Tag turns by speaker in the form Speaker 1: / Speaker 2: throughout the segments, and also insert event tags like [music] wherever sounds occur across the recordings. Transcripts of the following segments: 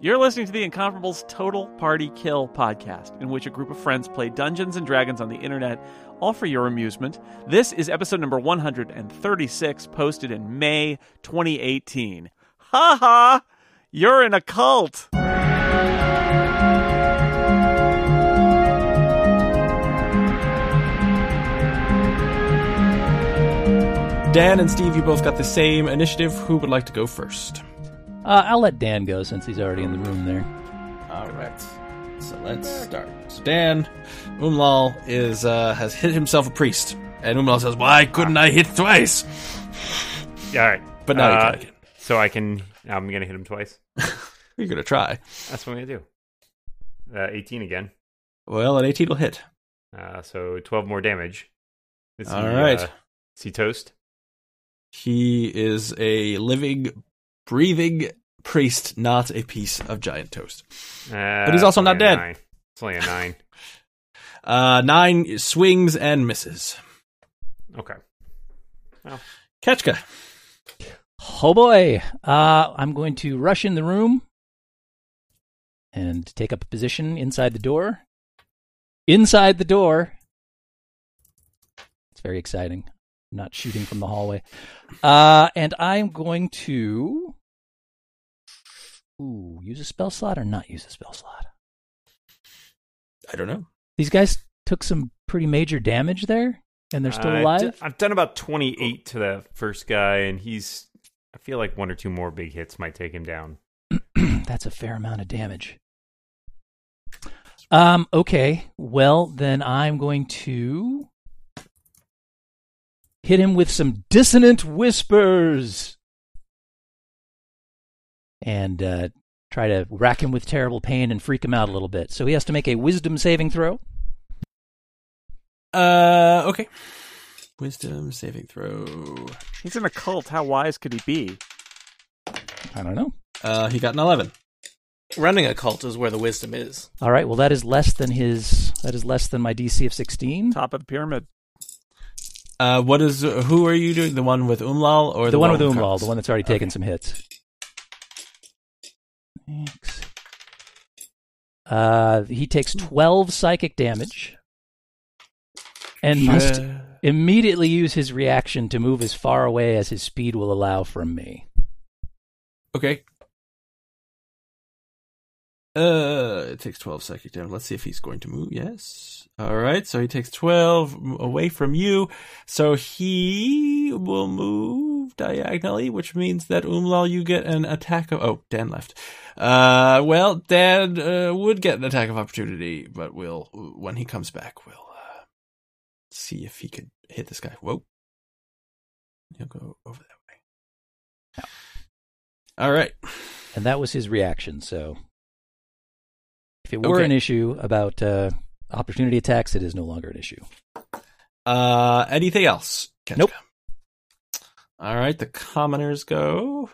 Speaker 1: You're listening to the Incomparables Total Party Kill podcast, in which a group of friends play Dungeons and Dragons on the internet, all for your amusement. This is episode number 136, posted in May 2018. Ha ha! You're in a cult!
Speaker 2: Dan and Steve, you both got the same initiative. Who would like to go first?
Speaker 3: Uh, I'll let Dan go since he's already in the room there.
Speaker 2: All right. So let's start. So Dan, Umlal is uh, has hit himself a priest, and Umlal says, "Why couldn't I hit twice?"
Speaker 4: All right,
Speaker 2: But now you can again.
Speaker 4: So I can. I'm gonna hit him twice.
Speaker 2: You're gonna try.
Speaker 4: That's what I'm gonna do. Uh, 18 again.
Speaker 2: Well, an 18 will hit.
Speaker 4: Uh, so 12 more damage. Is
Speaker 2: All right.
Speaker 4: Uh, is he toast?
Speaker 2: He is a living, breathing priest, not a piece of giant toast.
Speaker 4: Uh,
Speaker 2: he's also
Speaker 4: it's only
Speaker 2: not
Speaker 4: a
Speaker 2: dead.
Speaker 4: nine. It's only a nine.
Speaker 2: Uh, nine swings and misses.
Speaker 4: okay.
Speaker 2: Ketchka.
Speaker 3: Oh boy! Uh, I'm going to rush in the room and take up a position inside the door. Inside the door. It's very exciting. I'm not shooting from the hallway. Uh, and I'm going to. Ooh, use a spell slot or not use a spell slot?
Speaker 2: I don't know.
Speaker 3: These guys took some pretty major damage there, and they're still
Speaker 4: I've
Speaker 3: alive.
Speaker 4: Uh, d- I've done about 28 to the first guy, and he's. I feel like one or two more big hits might take him down.
Speaker 3: [clears throat] That's a fair amount of damage. Um, okay. Well, then I'm going to hit him with some dissonant whispers and uh, try to rack him with terrible pain and freak him out a little bit. So he has to make a wisdom saving throw.
Speaker 2: Uh, okay. Wisdom saving throw.
Speaker 1: He's in a cult. How wise could he be?
Speaker 3: I don't know.
Speaker 2: Uh, he got an 11.
Speaker 5: running a cult is where the wisdom is.
Speaker 3: All right. Well, that is less than his. That is less than my DC of 16.
Speaker 1: Top of the pyramid.
Speaker 2: Uh, what is who are you doing? The one with Umlal or
Speaker 3: the,
Speaker 2: the,
Speaker 3: one with Umlal,
Speaker 2: Carlos?
Speaker 3: the one that's already taken some hits. Thanks. Uh, he takes
Speaker 2: Hmm.
Speaker 3: 12 psychic damage and must
Speaker 2: Sure.
Speaker 3: immediately use his reaction to move as far away as his speed will allow from me.
Speaker 2: Okay. Uh, it takes twelve psychic damage. Let's see if he's going to move. Yes. All right. So he takes twelve m- away from you. So he will move diagonally, which means that Umlal, you get an attack of. Oh, Dan left. Uh, well, Dan uh, would get an attack of opportunity, but we'll when he comes back, we'll uh, see if he could hit this guy. Whoa. He'll go over that way. All right.
Speaker 3: And that was his reaction, so if it were
Speaker 2: Okay.
Speaker 3: an issue about uh, opportunity attacks, it is no longer an issue.
Speaker 2: Uh, anything else? Ketchka?
Speaker 3: Nope.
Speaker 2: All right, the commoners go,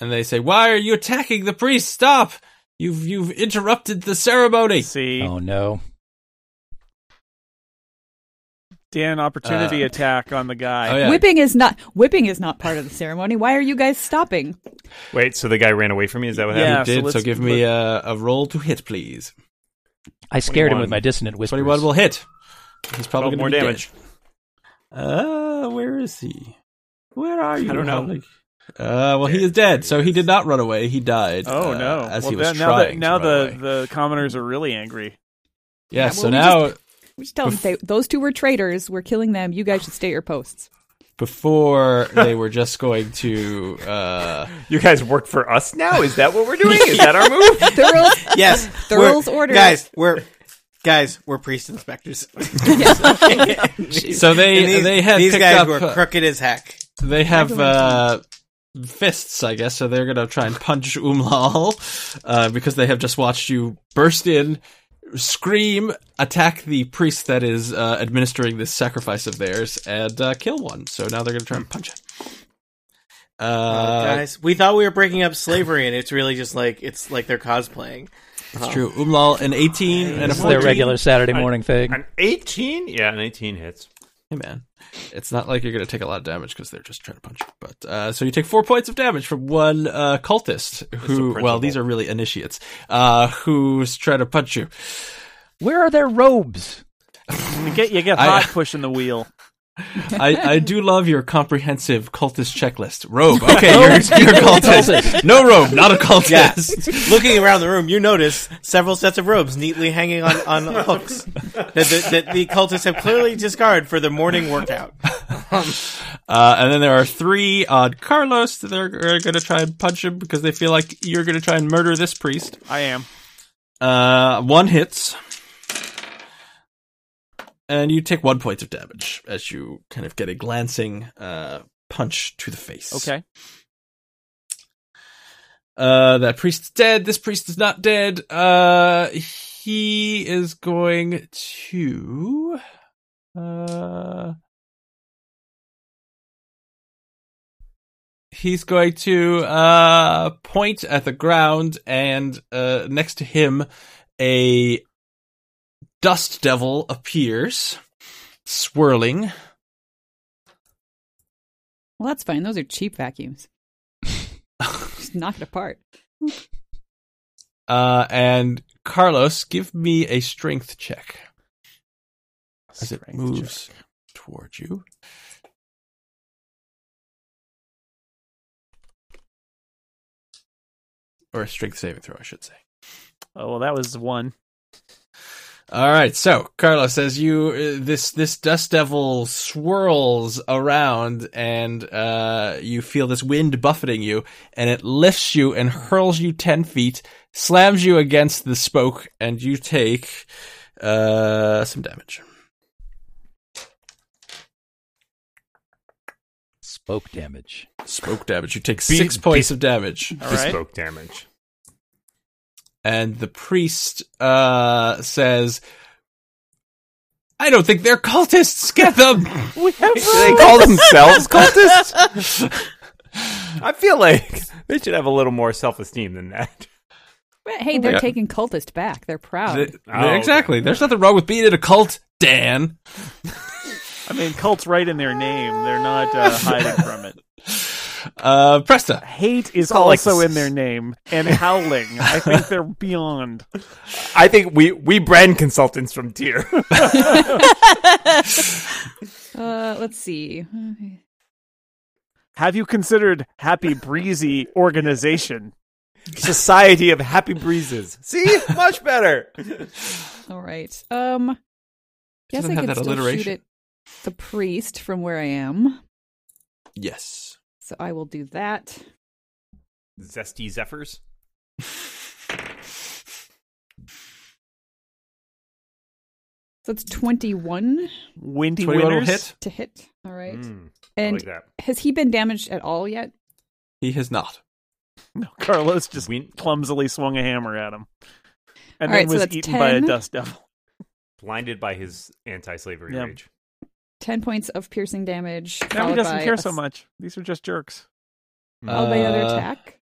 Speaker 2: and they say, "Why are you attacking the priest? Stop! You've you've interrupted the ceremony."
Speaker 1: See,
Speaker 3: Oh no.
Speaker 1: Dan opportunity
Speaker 2: Uh,
Speaker 1: attack on the guy.
Speaker 2: Oh yeah,
Speaker 6: Whipping is not whipping is not part of the ceremony. Why are you guys stopping?
Speaker 4: Wait, so the guy ran away from me? Is that what
Speaker 1: Yeah.
Speaker 4: happened?
Speaker 2: you
Speaker 1: so
Speaker 2: did. So,
Speaker 1: let's-
Speaker 2: give me a, a roll to hit, please.
Speaker 3: I scared him with
Speaker 4: 21.
Speaker 3: my dissonant whispers.
Speaker 2: Twenty-one will hit. He's probably gonna
Speaker 4: 12 more
Speaker 2: be
Speaker 4: damage.
Speaker 2: dead. Uh, where is he? Where are you?
Speaker 4: I don't know.
Speaker 2: Howling? Uh, well, he is dead, so he did not run away. He died.
Speaker 1: Oh
Speaker 2: uh,
Speaker 1: no!
Speaker 2: As
Speaker 1: well,
Speaker 2: he was
Speaker 1: then- now
Speaker 2: trying.
Speaker 1: that, now
Speaker 2: to run
Speaker 1: the
Speaker 2: away.
Speaker 1: the commoners are really angry.
Speaker 2: yeah.
Speaker 6: Yeah,
Speaker 2: so
Speaker 6: well, we
Speaker 2: now.
Speaker 6: We should tell them they, those two were traitors. We're killing them. You guys should stay at your posts.
Speaker 2: before they were just going to uh
Speaker 4: You guys work for us now? Is that what we're doing? Is
Speaker 2: [laughs]
Speaker 4: that our move?
Speaker 6: Thurl's,
Speaker 5: Yes,
Speaker 6: Thurl's
Speaker 5: we're-
Speaker 6: order.
Speaker 5: guys. We're guys. We're
Speaker 2: [laughs]
Speaker 5: priest inspectors.
Speaker 2: so they
Speaker 5: And these,
Speaker 2: they had
Speaker 5: these
Speaker 2: picked
Speaker 5: guys
Speaker 2: up
Speaker 5: were
Speaker 2: uh,
Speaker 5: crooked as heck.
Speaker 2: they have uh fists i guess so they're gonna try and punch umlal uh because they have just watched you burst in scream attack the priest that is uh administering this sacrifice of theirs and uh kill one so now they're gonna try and punch it uh
Speaker 5: guys, we thought we were breaking up slavery, and it's really just like it's like they're cosplaying.
Speaker 2: it's true umlal an 18 and a
Speaker 3: This is their
Speaker 2: 14
Speaker 3: regular Saturday morning thing.
Speaker 4: An 18? Yeah, an 18 hits.
Speaker 2: Hey man, it's not like you're gonna take a lot of damage because they're just trying to punch you. But uh, so you take four points of damage from one uh, cultist who, well,
Speaker 4: principle.
Speaker 2: these are really initiates uh, who's trying to punch you.
Speaker 3: Where are
Speaker 2: [laughs]
Speaker 3: their robes?
Speaker 1: You get, you get
Speaker 2: I-
Speaker 1: hot pushing the wheel.
Speaker 2: I, I do love your comprehensive cultist checklist. Robe, okay, you're, you're a cultist. No robe, not a cultist.
Speaker 5: Looking around the room, you notice several sets of robes neatly hanging on, on hooks that the, that the cultists have clearly discarded for their morning workout.
Speaker 2: Uh, and then there are three on Carlos that are, are going to try and punch him because they feel like you're going to try and murder this priest.
Speaker 1: I am.
Speaker 2: Uh, one hits. And you take one point of damage as you kind of get a glancing uh, punch to the face.
Speaker 1: Okay.
Speaker 2: Uh, that priest's dead. This priest is not dead. Uh, he is going to. Uh, he's going to uh point at the ground, and uh, next to him, a dust devil appears, swirling.
Speaker 6: Well, that's fine. Those are
Speaker 2: [laughs]
Speaker 6: cheap vacuums. Just knock it apart.
Speaker 2: Uh, and Carlos, give me a strength check. as it
Speaker 1: Strength
Speaker 2: moves toward you. Or a strength saving throw, I should say.
Speaker 1: Oh, well, that was one.
Speaker 2: All right, so Carlos, as you uh, this this dust devil swirls around, and uh, you feel this wind buffeting you, and it lifts you and hurls you ten feet, slams you against the spoke, and you take uh, some damage.
Speaker 3: Spoke damage.
Speaker 2: Spoke damage. You take
Speaker 4: Be-
Speaker 2: six points of damage.
Speaker 1: All right.
Speaker 4: Bespoke damage.
Speaker 2: and the priest uh, says, "I don't think they're cultists. Get
Speaker 4: [laughs]
Speaker 2: them."
Speaker 4: they call themselves cultists? [laughs] I feel like they should have a little more self esteem than that.
Speaker 6: But hey, they're
Speaker 2: Yeah.
Speaker 6: taking cultist back. They're proud.
Speaker 2: Th-
Speaker 4: Oh, okay.
Speaker 2: exactly. There's nothing wrong with being in a cult, Dan.
Speaker 1: I mean, cult's right in their name. They're not uh, hiding from it.
Speaker 2: Uh, Presta,
Speaker 1: Hate is
Speaker 4: all like
Speaker 1: also
Speaker 4: s-
Speaker 1: in their name, and howling. I think they're beyond.
Speaker 4: I think we, we brand consultants from Tier.
Speaker 6: uh, let's see. Okay.
Speaker 1: Have you considered Happy Breezy organization?
Speaker 4: [laughs] Society of Happy Breezes. See? Much better.
Speaker 6: All right. Um, guess
Speaker 2: doesn't
Speaker 6: I
Speaker 2: have
Speaker 6: can
Speaker 2: that
Speaker 6: still shoot
Speaker 2: alliteration.
Speaker 6: at the priest from where I am.
Speaker 2: Yes.
Speaker 6: So I will do that.
Speaker 4: Zesty Zephyrs.
Speaker 6: So it's twenty-one
Speaker 1: Windy
Speaker 2: Twenty-one will
Speaker 1: winners.
Speaker 2: hit.
Speaker 6: to hit. All right.
Speaker 4: Mm, I
Speaker 6: and
Speaker 4: like that.
Speaker 6: has he been damaged at all yet?
Speaker 2: He has not.
Speaker 1: No, Carlos just
Speaker 4: Win-
Speaker 1: clumsily swung a hammer at him, and
Speaker 6: All
Speaker 1: then
Speaker 6: right, so
Speaker 1: was
Speaker 6: that's
Speaker 1: eaten by a
Speaker 6: 10.
Speaker 1: dust devil.
Speaker 4: Blinded by his anti slavery
Speaker 1: Yeah.
Speaker 4: rage.
Speaker 6: Ten points of piercing damage.
Speaker 1: Now he
Speaker 6: followed
Speaker 1: doesn't
Speaker 6: by
Speaker 1: care
Speaker 6: a
Speaker 1: so
Speaker 6: s-
Speaker 1: much. These are just jerks.
Speaker 4: Mm.
Speaker 6: Followed by another
Speaker 2: Uh,
Speaker 6: attack.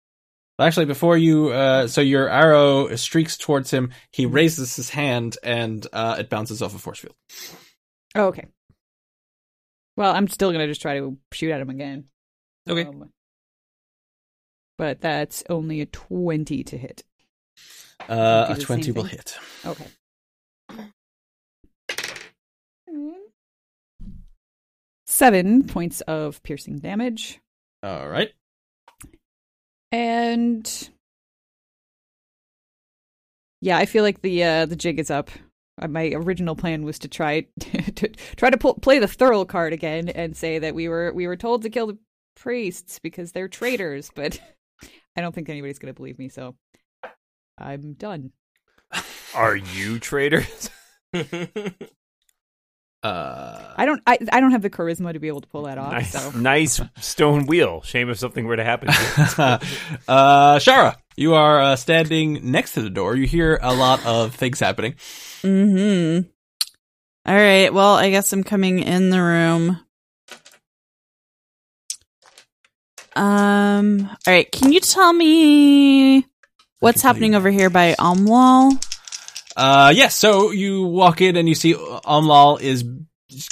Speaker 2: Actually, before you, uh, so your arrow streaks towards him.
Speaker 6: Mm-hmm.
Speaker 2: He raises his hand, and uh, it bounces off a force field.
Speaker 6: Oh, okay. Well, I'm still gonna just try to shoot at him again.
Speaker 2: Okay.
Speaker 6: Um, but that's only a twenty to hit.
Speaker 2: Uh,
Speaker 6: Do
Speaker 2: a
Speaker 6: the same
Speaker 2: twenty will
Speaker 6: thing.
Speaker 2: hit.
Speaker 6: Okay. Seven points of piercing damage.
Speaker 2: All right.
Speaker 6: And yeah, I feel like the uh, the jig is up. Uh, My original plan was to try [laughs] to try to pull, play the thorough card again and say that we were we were told to kill the priests because they're traitors, but [laughs] I don't think anybody's going to believe me, so I'm done.
Speaker 4: Are you traitors? [laughs]
Speaker 2: Uh,
Speaker 6: I don't I, I don't have the charisma to be able to pull that off.
Speaker 4: nice,
Speaker 6: So
Speaker 4: nice stone wheel. Shame if something were to happen.
Speaker 6: [laughs]
Speaker 4: to you.
Speaker 2: uh, Shara, you are uh, standing next to the door. You hear a lot of things happening.
Speaker 7: Hmm. All right. Well, I guess I'm coming in the room. Um. All right. Can you tell me what's happening over here by Omwal?
Speaker 2: Uh, yes, so you walk in and you see Omlal is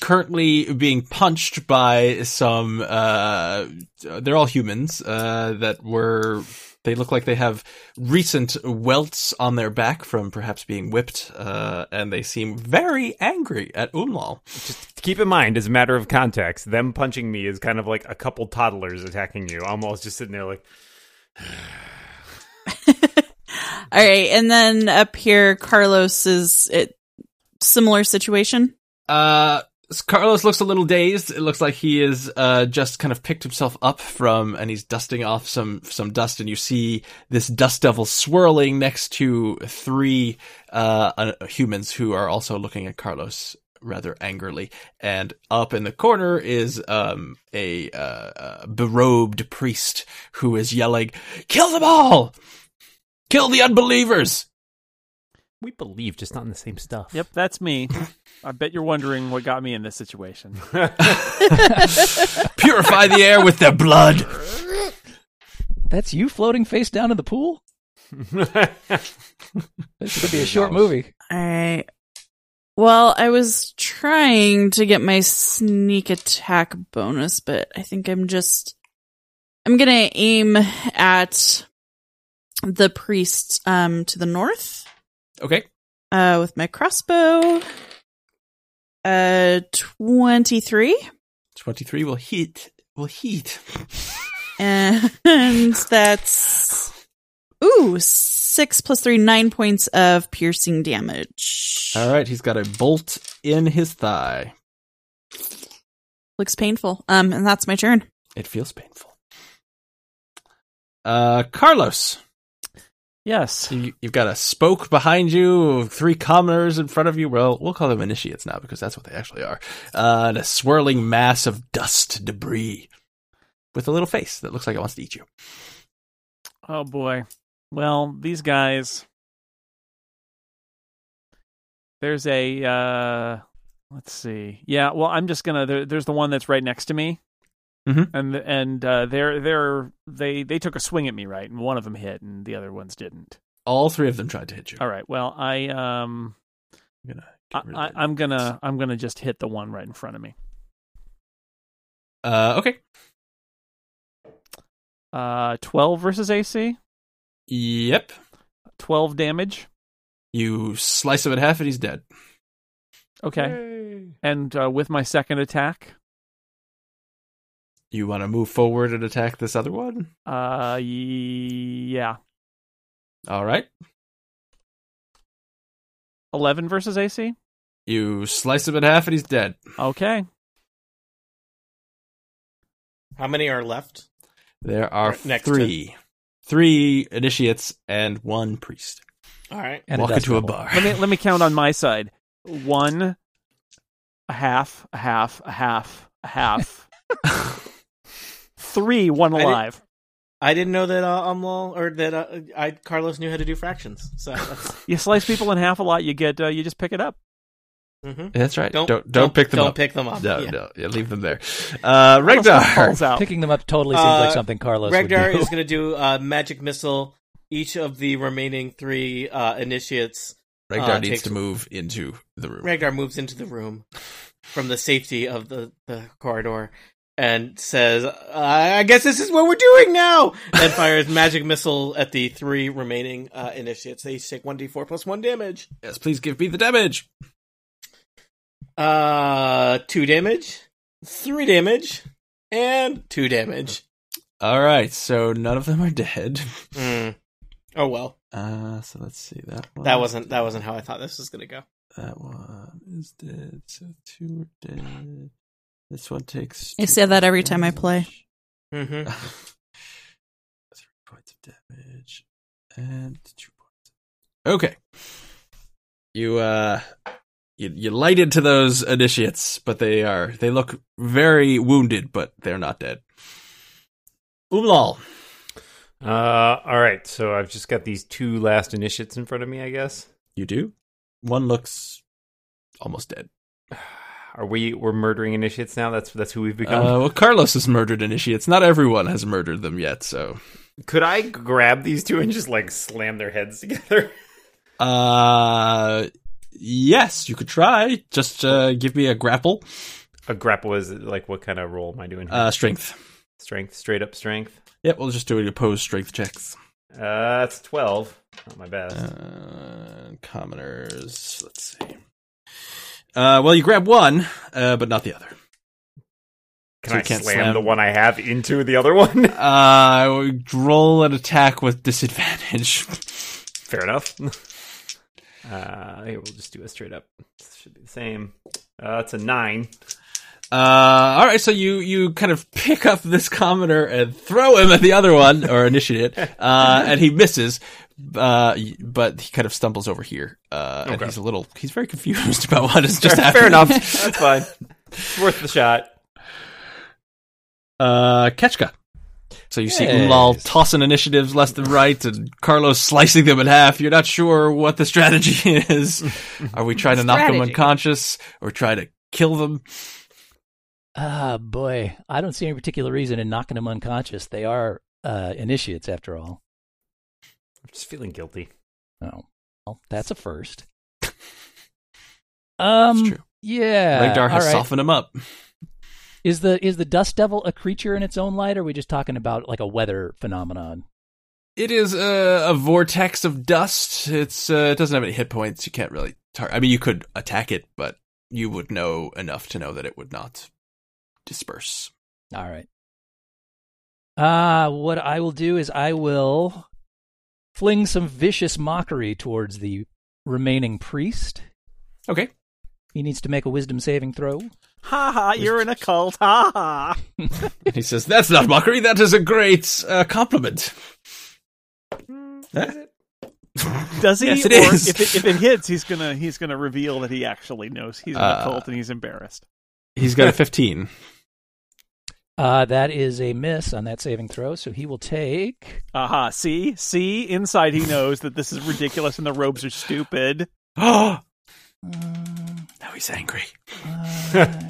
Speaker 2: currently being punched by some uh they're all humans uh that were they look like they have recent welts on their back from perhaps being whipped uh and they seem very angry at Umlal.
Speaker 4: Just keep in mind, as a matter of context, them punching me is kind of like a couple toddlers attacking you. I'm almost just sitting there like,
Speaker 7: All right, and then up here, Carlos is it similar situation.
Speaker 2: Uh, Carlos looks a little dazed. It looks like he is uh, just kind of picked himself up from, and he's dusting off some some dust. And you see this dust devil swirling next to three uh, uh, humans who are also looking at Carlos rather angrily. And up in the corner is um, a uh, uh, berobed priest who is yelling, "Kill them all! Kill the unbelievers!"
Speaker 4: we believe, just not in the same stuff.
Speaker 1: Yep, that's me. [laughs] I bet you're wondering what got me in this situation.
Speaker 2: Purify the air with their blood.
Speaker 3: That's you floating face down in the pool. This could be a short movie.
Speaker 7: All right. Well, I was trying to get my sneak attack bonus, but I think I'm just I'm going to aim at the priest um to the north
Speaker 2: Okay.
Speaker 7: uh with my crossbow. Uh 23
Speaker 2: 23 will hit. Will hit.
Speaker 7: and [laughs] that's ooh, 6 plus 3 9 points of piercing damage.
Speaker 2: All right, he's got a bolt in his thigh.
Speaker 7: Looks painful. Um and that's my turn.
Speaker 2: It feels painful. Uh, Carlos,
Speaker 1: Yes.
Speaker 2: you, you've got a spoke behind you, three commoners in front of you. Well, we'll call them initiates now because that's what they actually are. Uh, and a swirling mass of dust debris with a little face that looks like it wants to eat you.
Speaker 1: Oh boy. Well, these guys. There's a. Uh, let's see. Yeah. Well, I'm just gonna. There, there's the one that's right next to me.
Speaker 2: Mhm.
Speaker 1: And and uh, they're they're they they took a swing at me right, and one of them hit, and the other ones didn't.
Speaker 2: All three of them tried to hit you.
Speaker 1: All right. Well, I um
Speaker 2: I'm gonna
Speaker 1: I,
Speaker 2: get rid of
Speaker 1: I,
Speaker 2: it.
Speaker 1: I'm gonna I'm gonna just hit the one right in front of me.
Speaker 2: Uh, okay.
Speaker 1: Uh, twelve versus AC,
Speaker 2: Yep.
Speaker 1: twelve damage.
Speaker 2: You slice him in half and he's dead.
Speaker 1: Okay. And uh, with my second attack,
Speaker 2: You want to move forward and attack this other one?
Speaker 1: uh, yeah,
Speaker 2: All right.
Speaker 1: eleven versus AC.
Speaker 2: You slice him in half and he's dead.
Speaker 1: Okay.
Speaker 5: How many are left?
Speaker 2: There are
Speaker 5: Right, next
Speaker 2: three. Three initiates and one priest.
Speaker 5: All right.
Speaker 3: And
Speaker 2: Walk
Speaker 3: dust
Speaker 2: into a
Speaker 3: devil.
Speaker 2: bar.
Speaker 5: [laughs]
Speaker 1: Let me let me count on my side. One, a half, a half, a half, a half. Three, one
Speaker 5: I didn't-
Speaker 1: alive.
Speaker 5: I didn't know that uh, Umlal or that uh, I Carlos knew how to do fractions. So that's, [laughs]
Speaker 1: You slice people in half a lot, you get uh, you just pick it up.
Speaker 5: Mhm.
Speaker 2: That's right. Don't don't, pick them
Speaker 5: don't
Speaker 2: up.
Speaker 5: pick them up.
Speaker 2: No,
Speaker 5: yeah.
Speaker 2: no, yeah, leave them there. Uh,
Speaker 1: Almost
Speaker 2: Regdar.
Speaker 1: falls out.
Speaker 3: Picking them up totally seems
Speaker 5: Uh,
Speaker 3: like something Carlos [laughs]
Speaker 5: Regdar
Speaker 3: would
Speaker 2: [laughs]
Speaker 3: do.
Speaker 5: is going to do uh, magic missile. Each of the remaining three uh, initiates.
Speaker 2: Regdar
Speaker 5: Uh,
Speaker 2: needs
Speaker 5: takes-
Speaker 2: to move into the room.
Speaker 5: Ragnar moves into the room from the safety of the, the corridor and says, I I guess this is what we're doing now! And fires magic missile at the three remaining uh, initiates. They each take 1d4 plus 1 damage.
Speaker 2: yes, please give me the damage.
Speaker 5: Uh, 2 damage, 3 damage, and 2 damage.
Speaker 2: All right. So none of them are dead. [laughs]
Speaker 4: Hmm.
Speaker 5: Mm. Oh well,
Speaker 2: Uh, so let's see that one.
Speaker 5: that wasn't that wasn't how I thought this was gonna go.
Speaker 2: That one is dead. So two are dead. This one takes.
Speaker 7: I
Speaker 2: two
Speaker 7: say that every
Speaker 2: damage.
Speaker 7: time I play.
Speaker 2: [laughs]
Speaker 5: Mm-hmm.
Speaker 2: Three points of damage and two points. Okay. You uh you, you light into those initiates, but they are they look very wounded, but they're not dead. Umlal.
Speaker 4: [laughs] Uh, all right. So I've just got these two last initiates in front of me, I guess.
Speaker 2: You do? One looks almost dead.
Speaker 4: Are we we're murdering initiates now? That's that's who we've
Speaker 2: Uh,
Speaker 4: become.
Speaker 2: well, Carlos has murdered initiates. Not everyone has murdered them yet, so
Speaker 4: Could I grab these two and just like slam their heads together?
Speaker 2: Uh, Yes, you could try. Just uh, give me a grapple,
Speaker 4: [laughs] A grapple is like what kind of roll am I doing? Here?
Speaker 2: uh, strength.
Speaker 4: strength, straight up strength.
Speaker 2: Yep, we'll just do it opposed strength checks.
Speaker 4: Uh, that's twelve. Not my best.
Speaker 2: Uh, commoners. Let's see. Uh, well, you grab one, uh, but not the other.
Speaker 4: Can
Speaker 2: so
Speaker 4: I
Speaker 2: you can't
Speaker 4: slam,
Speaker 2: slam.
Speaker 4: the one I have into the other one? [laughs]
Speaker 2: Uh, roll an attack with disadvantage. [laughs]
Speaker 4: Fair enough. [laughs] Uh, here we'll just do a straight up. This should be the same. Uh, it's a nine.
Speaker 2: Uh, all right, so you you kind of pick up this commoner and throw him at the other one or initiate
Speaker 4: [laughs]
Speaker 2: it, uh, and he misses. Uh, y- but he kind of stumbles over here, uh, and
Speaker 4: Okay.
Speaker 2: he's a little he's very confused [laughs] about what has just happened.
Speaker 4: Fair enough. That's fine. It's worth the shot.
Speaker 2: Uh, Ketchka. So you see
Speaker 3: Yes.
Speaker 2: Umlal tossing initiatives left and right, and Carlos slicing them in half. You're not sure what the strategy [laughs] is. Are we trying to knock them
Speaker 6: Strategy.
Speaker 2: unconscious, or try to kill them?
Speaker 3: Ah, boy. I don't see any particular reason in knocking them unconscious. They are uh, initiates, after all.
Speaker 4: I'm just feeling guilty.
Speaker 3: Oh, well, that's a first. Um,
Speaker 2: true.
Speaker 3: yeah.
Speaker 2: Regdar has
Speaker 3: all right.
Speaker 2: softened him up.
Speaker 3: Is the is the dust devil a creature in its own light? Or are we just talking about like a weather phenomenon?
Speaker 2: It is a, a vortex of dust. It's uh, it doesn't have any hit points. You can't really. Tar- I mean, you could attack it, but you would know enough to know that it would not disperse.
Speaker 3: All right. Uh what I will do is I will fling some vicious mockery towards the remaining priest.
Speaker 2: Okay.
Speaker 3: He needs to make a wisdom saving throw.
Speaker 1: Ha ha, you're in a cult. Ha ha.
Speaker 2: [laughs] he says, "That's not mockery. That is a great uh, compliment." Huh?
Speaker 1: Does he?
Speaker 2: Yes, it
Speaker 1: or
Speaker 2: is.
Speaker 1: If it, if it hits, he's gonna he's gonna reveal that he actually knows he's in
Speaker 2: Uh,
Speaker 1: a cult and he's embarrassed.
Speaker 2: He's got a fifteen.
Speaker 3: Uh that is a miss on that saving throw, so he will take
Speaker 1: Aha! See, see, inside he knows that this is ridiculous and the robes are stupid.
Speaker 2: Oh,
Speaker 3: uh,
Speaker 2: now he's angry.
Speaker 3: uh,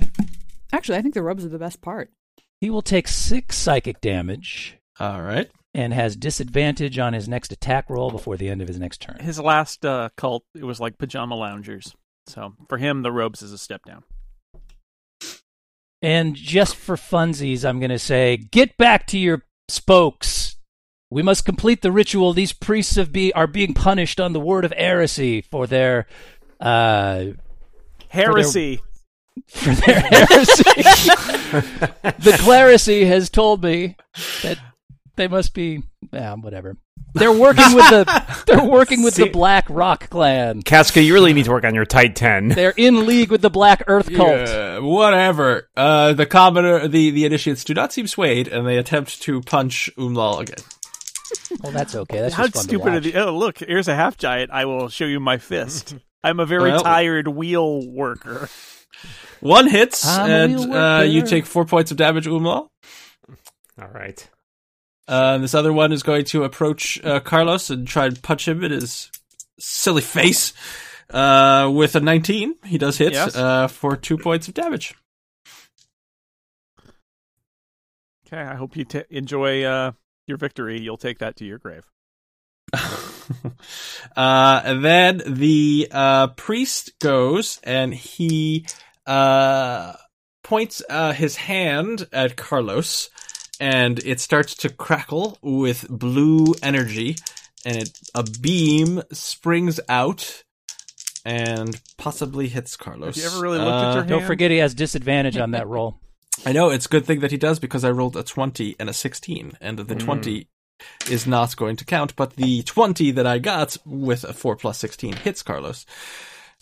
Speaker 6: Actually, I think the rubs are the best part.
Speaker 3: he will take 6 psychic damage
Speaker 2: [laughs] All right.
Speaker 3: and has disadvantage on his next attack roll before the end of his next turn.
Speaker 1: His last uh, cult, it was like pajama loungers. So for him, the robes is a step down.
Speaker 3: And just for funsies, I'm going to say, get back to your spokes. We must complete the ritual. These priests have be, are being punished on the word of heresy for their uh, [laughs]
Speaker 1: Heresy.
Speaker 3: for their heresy. [laughs] the clerisy has told me that they must be ah, whatever. They're working
Speaker 1: [laughs]
Speaker 3: with the they're working with the
Speaker 4: See-
Speaker 3: Black Rock Clan.
Speaker 4: Casca, you really need to work on your tight ten.
Speaker 3: They're in league with the Black Earth Cult.
Speaker 2: Yeah, whatever. Uh, the commoner, the the initiates do not seem swayed, and they attempt to punch Umlal again.
Speaker 3: Well, that's okay. That's
Speaker 1: How
Speaker 3: just fun
Speaker 1: stupid
Speaker 3: to
Speaker 1: are
Speaker 3: watch.
Speaker 1: the? Oh, look, here's a half giant. I will show you my
Speaker 3: [laughs]
Speaker 1: fist. I'm a very
Speaker 2: Well-
Speaker 1: tired wheel worker.
Speaker 2: One hits,
Speaker 3: I'm a
Speaker 2: and
Speaker 3: real
Speaker 2: uh, you
Speaker 3: worker.
Speaker 2: take four points of damage, Umlal.
Speaker 4: All right.
Speaker 2: Uh, and this other one is going to approach uh, Carlos and try and punch him in his silly face uh, with a 19. He does hit
Speaker 1: Yes.
Speaker 2: uh, for two points of damage.
Speaker 1: Okay, I hope you t- enjoy uh, your victory. You'll take that to your grave.
Speaker 2: [laughs] uh, and then the uh, priest goes and he uh, points uh, his hand at Carlos, and it starts to crackle with blue energy, and it, a beam springs out and possibly hits Carlos.
Speaker 1: Have you ever really looked at
Speaker 2: Uh,
Speaker 1: your
Speaker 3: Don't
Speaker 1: hand?
Speaker 3: forget he has disadvantage on that roll.
Speaker 2: I know it's a good thing that he does because I rolled a twenty and a sixteen, and
Speaker 4: Hmm.
Speaker 2: the twenty is not going to count, but the twenty that I got with a four plus sixteen hits Carlos.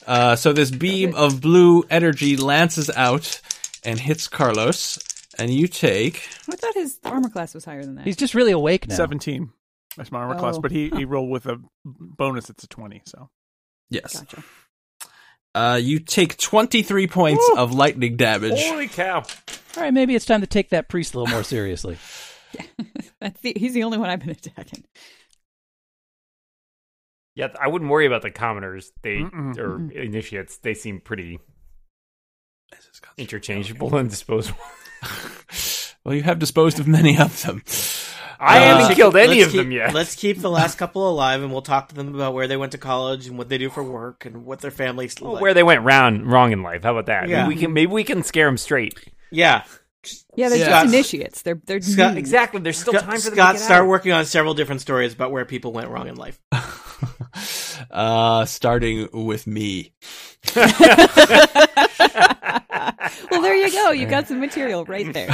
Speaker 2: Uh, so this beam of blue energy lances out and hits Carlos, and you take
Speaker 6: I thought his armor class was higher than that.
Speaker 3: He's just really awake now.
Speaker 1: Seventeen. That's my armor class,
Speaker 6: Oh.
Speaker 1: but he he rolled with a bonus. It's a twenty. So
Speaker 3: [laughs]
Speaker 2: yes,
Speaker 6: gotcha.
Speaker 2: uh, you take twenty three points of lightning damage.
Speaker 4: Holy cow!
Speaker 3: All right, maybe it's time to take that priest a little more seriously.
Speaker 6: That's the, he's the only one I've been attacking.
Speaker 4: Yeah, I wouldn't worry about the commoners. They
Speaker 1: Mm-mm.
Speaker 4: or initiates. They seem pretty interchangeable and disposable.
Speaker 2: Well, you have disposed of many of them.
Speaker 4: I
Speaker 3: Uh,
Speaker 4: haven't killed any
Speaker 5: let's
Speaker 4: of
Speaker 5: keep-
Speaker 4: them yet.
Speaker 5: Let's keep the last couple alive, and we'll talk to them about where they went to college and what they do for work and what their families.
Speaker 4: Well,
Speaker 5: like.
Speaker 4: Oh, where they went round wrong in life. How about that?
Speaker 5: Yeah.
Speaker 4: Maybe we can maybe we can scare them straight.
Speaker 5: yeah,
Speaker 6: Yeah, they're
Speaker 5: Scott-
Speaker 6: just initiates. They're they're
Speaker 5: Scott-
Speaker 6: new.
Speaker 4: Exactly. There's still
Speaker 5: Scott,
Speaker 4: Oh, time for them
Speaker 5: Scott
Speaker 4: to get
Speaker 5: start
Speaker 4: out.
Speaker 5: working on several different stories about where people went wrong in life.
Speaker 2: uh, starting with me.
Speaker 6: Well, there you go. You got some material right there.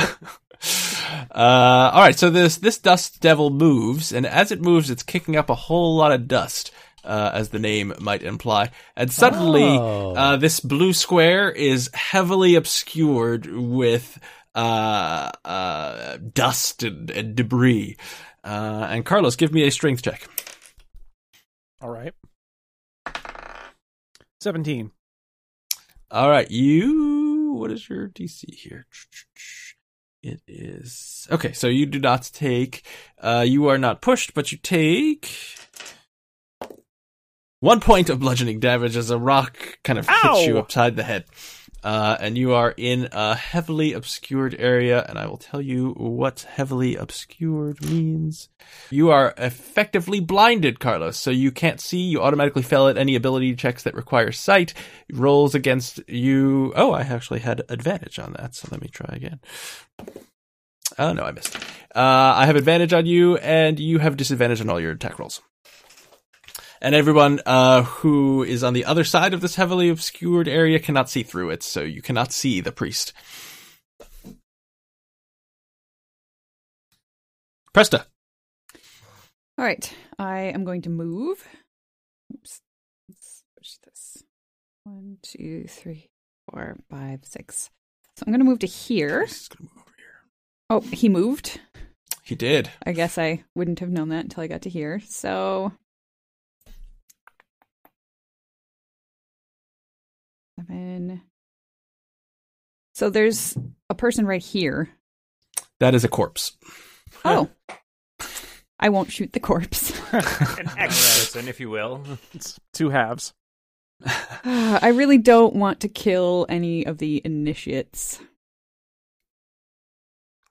Speaker 2: Uh, all right, so this this dust devil moves, and as it moves, it's kicking up a whole lot of dust, uh, as the name might imply. And [laughs] suddenly,
Speaker 3: Oh.
Speaker 2: uh, this blue square is heavily obscured with uh, uh, dust and, and debris. Uh, and Carlos, give me a strength check.
Speaker 1: All right. 17.
Speaker 2: All right, you. What is your DC here? It is okay. So you do not take. Uh, you are not pushed, but you take one point of bludgeoning damage as a rock kind of
Speaker 4: Ow!
Speaker 2: hits you upside the head, uh, and you are in a heavily obscured area. And I will tell you what heavily obscured means. You are effectively blinded, Carlos, so you can't see. You automatically fail at any ability checks that require sight. Rolls against you. Oh, I actually had advantage on that, so let me try again. Oh, no, I missed. Uh, I have advantage on you, and you have disadvantage on all your attack rolls. And everyone uh, who is on the other side of this heavily obscured area cannot see through it, so you cannot see the priest. Presta.
Speaker 6: All right, I am going to move. Oops. Let's push this. One, two, three, four, five, six. So I'm going to move to here.
Speaker 2: He's gonna move over here.
Speaker 6: Oh, he moved.
Speaker 2: He did.
Speaker 6: I guess I wouldn't have known that until I got to here. So. Seven. So there's a person right here.
Speaker 2: That is a corpse.
Speaker 6: Oh. I won't shoot the corpse.
Speaker 4: An ex-person, if you will.
Speaker 1: It's two halves.
Speaker 6: Ah, [sighs] I really don't want to kill any of the initiates.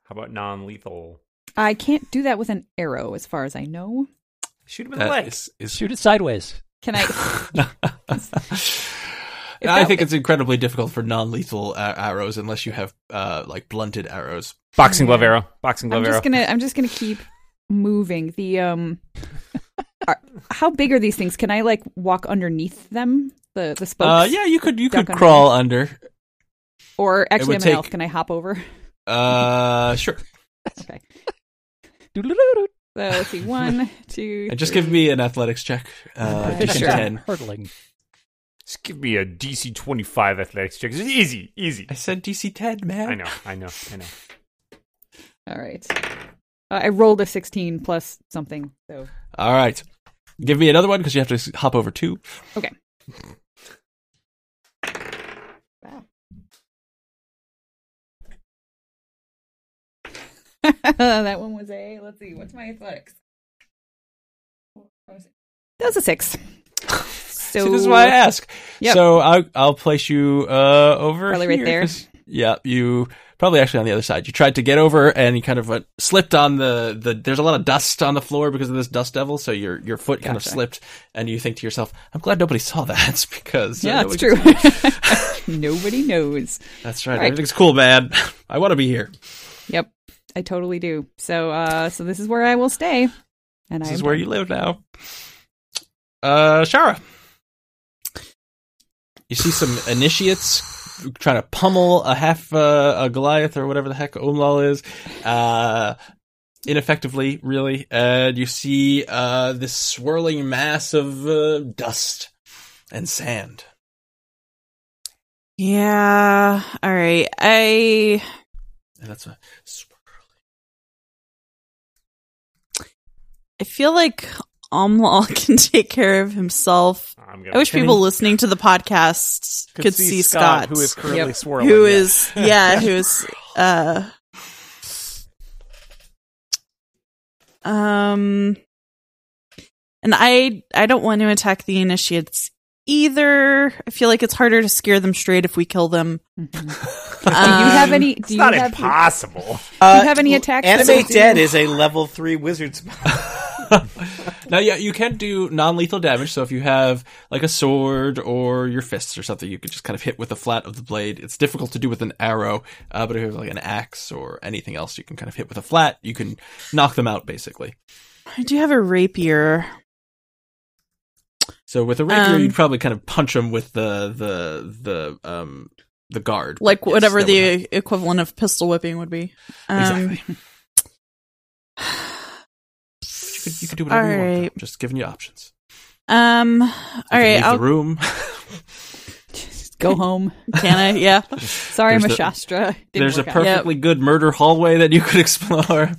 Speaker 4: How about non-lethal?
Speaker 6: I can't do that with an arrow, as far as I know.
Speaker 4: Shoot him in the
Speaker 2: That
Speaker 4: legs.
Speaker 2: is, is...
Speaker 3: Shoot it sideways.
Speaker 6: Can I?
Speaker 2: I think it's incredibly difficult for non-lethal uh, arrows unless you have uh, like blunted arrows.
Speaker 4: Boxing glove arrow. Boxing glove
Speaker 6: I'm
Speaker 4: arrow.
Speaker 6: just gonna. I'm just gonna keep moving. The um, [laughs] are, how big are these things? Can I like walk underneath them? The the spokes.
Speaker 2: Uh, yeah, you could you
Speaker 6: Duck
Speaker 2: could
Speaker 6: under.
Speaker 2: crawl under.
Speaker 6: Or
Speaker 2: would
Speaker 6: actually, I'm an
Speaker 2: take-
Speaker 6: elf. Can I hop over? [laughs]
Speaker 2: Uh, [laughs] sure.
Speaker 6: okay.
Speaker 3: Doodle-doo-doo.
Speaker 6: So let's see.
Speaker 2: [laughs]
Speaker 6: One, two.
Speaker 2: And just give me an athletics check. [laughs] Uh,
Speaker 6: For
Speaker 2: DC
Speaker 6: sure.
Speaker 2: ten.
Speaker 3: Hurtling.
Speaker 4: Just give me a DC 25 athletics check. It's easy, easy.
Speaker 2: I said DC ten, man.
Speaker 4: I know, I know, I know.
Speaker 6: All right. Uh, I rolled a 16 plus something. So
Speaker 2: All right, give me another one because you have to s- hop over two.
Speaker 6: okay. Wow. that one was a. Let's see. What's my athletics? What was it? That was a six. So
Speaker 2: See, this is why I ask.
Speaker 6: Yep.
Speaker 2: So I'll, I'll place you uh, over
Speaker 6: Probably right
Speaker 2: here,
Speaker 6: there.
Speaker 2: 'cause- Yeah, you probably actually on the other side. You tried to get over and you kind of went, slipped on the, the. There's a lot of dust on the floor because of this dust devil. So your your foot kind of
Speaker 6: Gotcha.
Speaker 2: slipped, and you think to yourself, "I'm glad nobody saw that [laughs] because uh,
Speaker 6: yeah, it's
Speaker 2: nobody-
Speaker 6: true. [laughs] Nobody knows.
Speaker 2: That's right,
Speaker 6: Right.
Speaker 2: Everything's cool, man. I want to be here.
Speaker 6: Yep, I totally do. So, uh, so this is where I will stay. And
Speaker 2: This
Speaker 6: I
Speaker 2: is
Speaker 6: am
Speaker 2: where you live now. Uh, Shara. You see some initiates trying to pummel a half uh, a Goliath or whatever the heck Umlal is, uh, ineffectively, really. And you see uh, this swirling mass of uh, dust and sand.
Speaker 7: Yeah. All right. I
Speaker 2: And that's a
Speaker 7: I feel like Omlal [laughs] can take care of himself.
Speaker 4: I'm gonna
Speaker 7: I wish people listening to the podcast could, see, Scott,
Speaker 1: who is currently
Speaker 6: Yep.
Speaker 1: swirling.
Speaker 7: who
Speaker 1: yeah.
Speaker 7: is yeah, who is uh um and I I don't want to attack the initiates either. I feel like it's harder to scare them Uh, straight if we kill them.
Speaker 6: Mhm. Do you [laughs] have any? Do
Speaker 4: It's
Speaker 6: you
Speaker 4: not
Speaker 6: have,
Speaker 4: impossible.
Speaker 6: Do you have any attacks?
Speaker 5: Animate
Speaker 6: that do-
Speaker 5: Uh, Dead is a level three wizard spell.
Speaker 2: now, yeah, you can do non-lethal damage. So if you have like a sword or your fists or something, you could just kind of hit with the flat of the blade. It's difficult to do with an arrow, uh, but if you have like an axe or anything else, you can kind of hit with a flat. You can knock them out basically.
Speaker 7: I do have a rapier.
Speaker 2: So with a rapier,
Speaker 7: Um,
Speaker 2: you'd probably kind of punch them with the the the um the guard,
Speaker 7: like
Speaker 2: Yes,
Speaker 7: whatever
Speaker 2: that would
Speaker 7: the equivalent of pistol whipping would be. Um,
Speaker 2: help. exactly. you, could, you could do whatever you want.
Speaker 7: alright.
Speaker 2: Though. Just giving you options.
Speaker 7: [laughs] Um. All
Speaker 2: You can
Speaker 7: right.
Speaker 2: leave the
Speaker 7: I'll,
Speaker 2: room. [laughs]
Speaker 6: Just Go home.
Speaker 7: can I?
Speaker 2: [laughs]
Speaker 7: Yeah.
Speaker 6: Sorry,
Speaker 2: There's the-
Speaker 6: Mashastra. Didn't
Speaker 2: There's a
Speaker 6: work out.
Speaker 7: Yep.
Speaker 2: perfectly good murder hallway that you could [laughs] explore.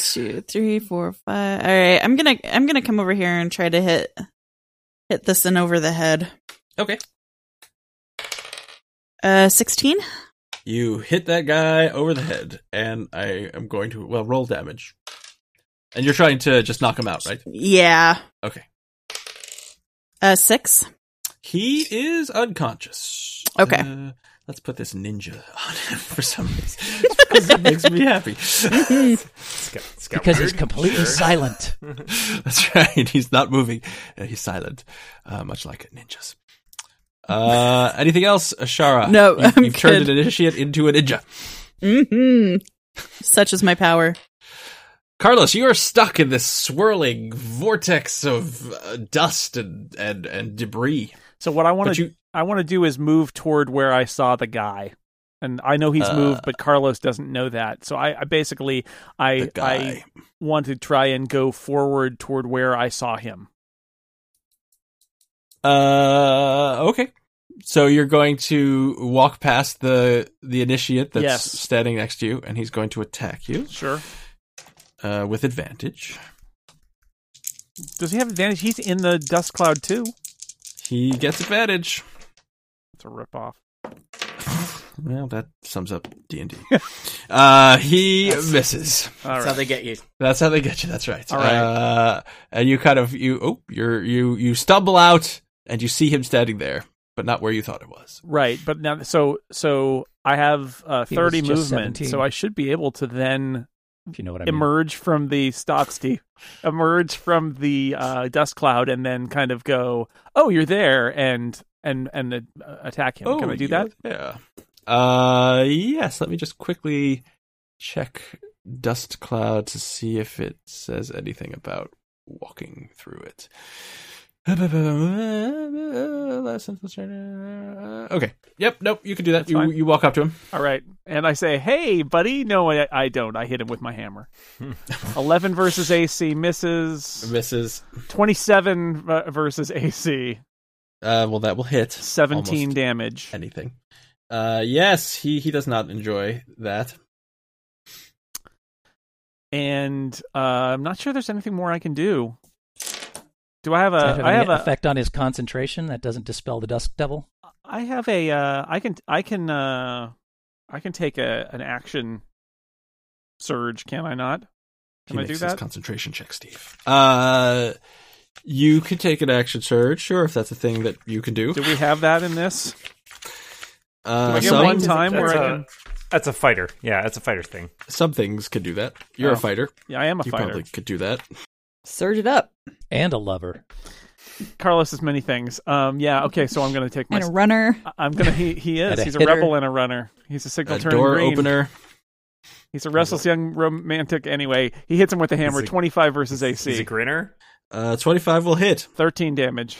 Speaker 7: Two, three, four, five. All right. I'm gonna I'm gonna come over here and try to hit hit this in over the head.
Speaker 2: Okay.
Speaker 7: Uh, sixteen.
Speaker 2: You hit that guy over the head, and I am going to well roll damage. And you're trying to just knock him out, right?
Speaker 7: Yeah.
Speaker 2: Okay.
Speaker 7: Uh, six.
Speaker 2: He is unconscious.
Speaker 7: Okay.
Speaker 2: Uh, let's put this ninja on him for some reason [laughs] because it makes me
Speaker 7: [laughs]
Speaker 2: happy.
Speaker 4: It's got- it's got
Speaker 3: because he's
Speaker 4: weird.
Speaker 3: completely
Speaker 4: Sure.
Speaker 3: silent.
Speaker 2: That's right. He's not moving. Uh, He's silent, uh, much like ninjas. Uh, anything else, Ashara?
Speaker 7: No,
Speaker 2: you've,
Speaker 7: I'm
Speaker 2: you've turned
Speaker 7: good.
Speaker 2: an initiate into a ninja.
Speaker 7: Hmm. Such is my power.
Speaker 2: Carlos, you are stuck in this swirling vortex of uh, dust and, and, and debris.
Speaker 1: So what I want
Speaker 2: But
Speaker 1: to
Speaker 2: you,
Speaker 1: I want to do is move toward where I saw the guy. And I know he's
Speaker 2: Uh,
Speaker 1: moved, but Carlos doesn't know that. So I, I basically I
Speaker 2: the
Speaker 1: I
Speaker 2: guy.
Speaker 1: want to try and go forward toward where I saw him.
Speaker 2: Uh, okay. So you're going to walk past the the initiate that's
Speaker 1: Yes.
Speaker 2: standing next to you, and he's going to attack you
Speaker 1: Sure.
Speaker 2: uh, with advantage.
Speaker 1: Does he have advantage? He's in the dust cloud too.
Speaker 2: He gets advantage.
Speaker 1: It's a rip off.
Speaker 2: Well, that sums up D [laughs] and D. He misses.
Speaker 1: All
Speaker 5: That's
Speaker 1: right.
Speaker 5: how they get you.
Speaker 2: That's how they get you. That's right.
Speaker 1: All right.
Speaker 2: Uh, and you kind of you oh you're you you stumble out and you see him standing there, but not where you thought it was.
Speaker 1: Right, but now so so I have uh,
Speaker 3: He was
Speaker 1: thirty
Speaker 3: just
Speaker 1: movement,
Speaker 3: 17.
Speaker 1: so I should be able to then
Speaker 3: If you know what I mean.
Speaker 1: emerge from the Stotsky, [laughs] emerge from the uh, dust cloud, and then kind of go, "Oh, you're there," and and and uh, attack him. Can I do
Speaker 2: Oh, you-
Speaker 1: that?
Speaker 2: Yeah. Uh, yes. Let me just quickly check Dust Cloud to see if it says anything about walking through it. [laughs] Okay. Yep. Nope. You can do that.
Speaker 1: That's
Speaker 2: You,
Speaker 1: fine.
Speaker 2: you walk up to him.
Speaker 1: All right, and I say, "Hey, buddy!" No, I, I don't. I hit him with my hammer. Eleven versus AC misses.
Speaker 2: Misses.
Speaker 1: Twenty-seven v- versus AC,
Speaker 2: Uh, well, that will hit.
Speaker 1: seventeen
Speaker 2: Almost
Speaker 1: damage.
Speaker 2: anything. Uh, yes. He he does not enjoy that.
Speaker 1: and uh, I'm not sure there's anything more I can do. Do I have a?
Speaker 3: Does that have
Speaker 1: uh, I
Speaker 3: any
Speaker 1: have a.
Speaker 3: effect on his concentration that doesn't dispel the dusk devil.
Speaker 1: I have a. Uh, I can. I can. Uh, I can take a an action surge. Can I not? Can
Speaker 2: he
Speaker 1: I do
Speaker 2: makes his
Speaker 1: that?
Speaker 2: concentration check, Steve. Uh, you could take an action surge, sure, if that's a thing that you can do.
Speaker 1: Do we have that in this? Do
Speaker 2: Uh,
Speaker 1: I get
Speaker 2: some,
Speaker 1: one time where
Speaker 4: That's
Speaker 1: I
Speaker 4: a-
Speaker 1: can?
Speaker 4: That's a fighter. Yeah, that's a fighter thing.
Speaker 2: some things could do that. You're
Speaker 1: Oh,
Speaker 2: a fighter.
Speaker 1: Yeah, I am a
Speaker 2: you
Speaker 1: fighter.
Speaker 2: probably could do that.
Speaker 6: Surge it up
Speaker 3: And a lover.
Speaker 1: Carlos is many things. Um, yeah. Okay, so I'm going to take my.
Speaker 6: and a runner.
Speaker 1: I- I'm gonna. He he
Speaker 3: And
Speaker 1: is.
Speaker 3: a
Speaker 1: He's a
Speaker 3: hitter.
Speaker 1: rebel and a runner. He's a signal
Speaker 2: A
Speaker 1: turning
Speaker 2: Uh, door
Speaker 1: green.
Speaker 2: opener.
Speaker 1: He's a restless young romantic. Anyway, he hits him with a hammer.
Speaker 4: a-
Speaker 1: Twenty five versus AC.
Speaker 4: He's a grinner.
Speaker 2: Uh, 25 will hit.
Speaker 1: 13 damage.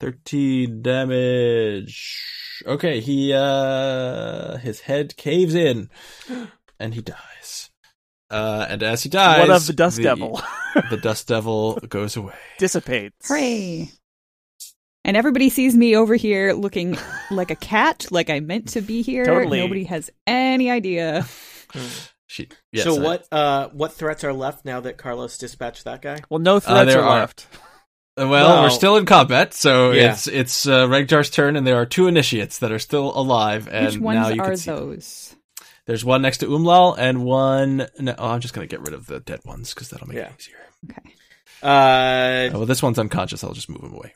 Speaker 2: 13 damage. Okay, he uh his head
Speaker 1: [gasps]
Speaker 2: caves in and he dies. Uh, and as he dies,
Speaker 1: what of the dust devil? [laughs]
Speaker 2: the dust devil goes away.
Speaker 1: Dissipates.
Speaker 6: Hooray! And everybody sees me over here looking
Speaker 2: [laughs]
Speaker 6: like a cat, like I meant to be here.
Speaker 1: Totally.
Speaker 6: Nobody has any idea.
Speaker 2: She, yes,
Speaker 5: so
Speaker 2: I-
Speaker 5: what? Uh, what threats are left now that Carlos dispatched that guy?
Speaker 1: Well, no threats
Speaker 2: there
Speaker 1: are,
Speaker 2: are.
Speaker 1: left.
Speaker 2: Well,
Speaker 5: Well-
Speaker 2: we're still in combat, so
Speaker 5: Yeah.
Speaker 2: it's it's uh, Regdar's turn, and there are two initiates that are still alive. And
Speaker 6: Which
Speaker 2: now
Speaker 6: ones
Speaker 2: you
Speaker 6: are
Speaker 2: can see them.
Speaker 6: those?
Speaker 2: There's one next to Umlal, and one. No, oh, I'm just gonna get rid of the dead ones because that'll make
Speaker 5: Yeah.
Speaker 2: it easier. Uh,
Speaker 6: Okay.
Speaker 5: Uh,
Speaker 2: Oh, well, this one's unconscious. I'll just move him away.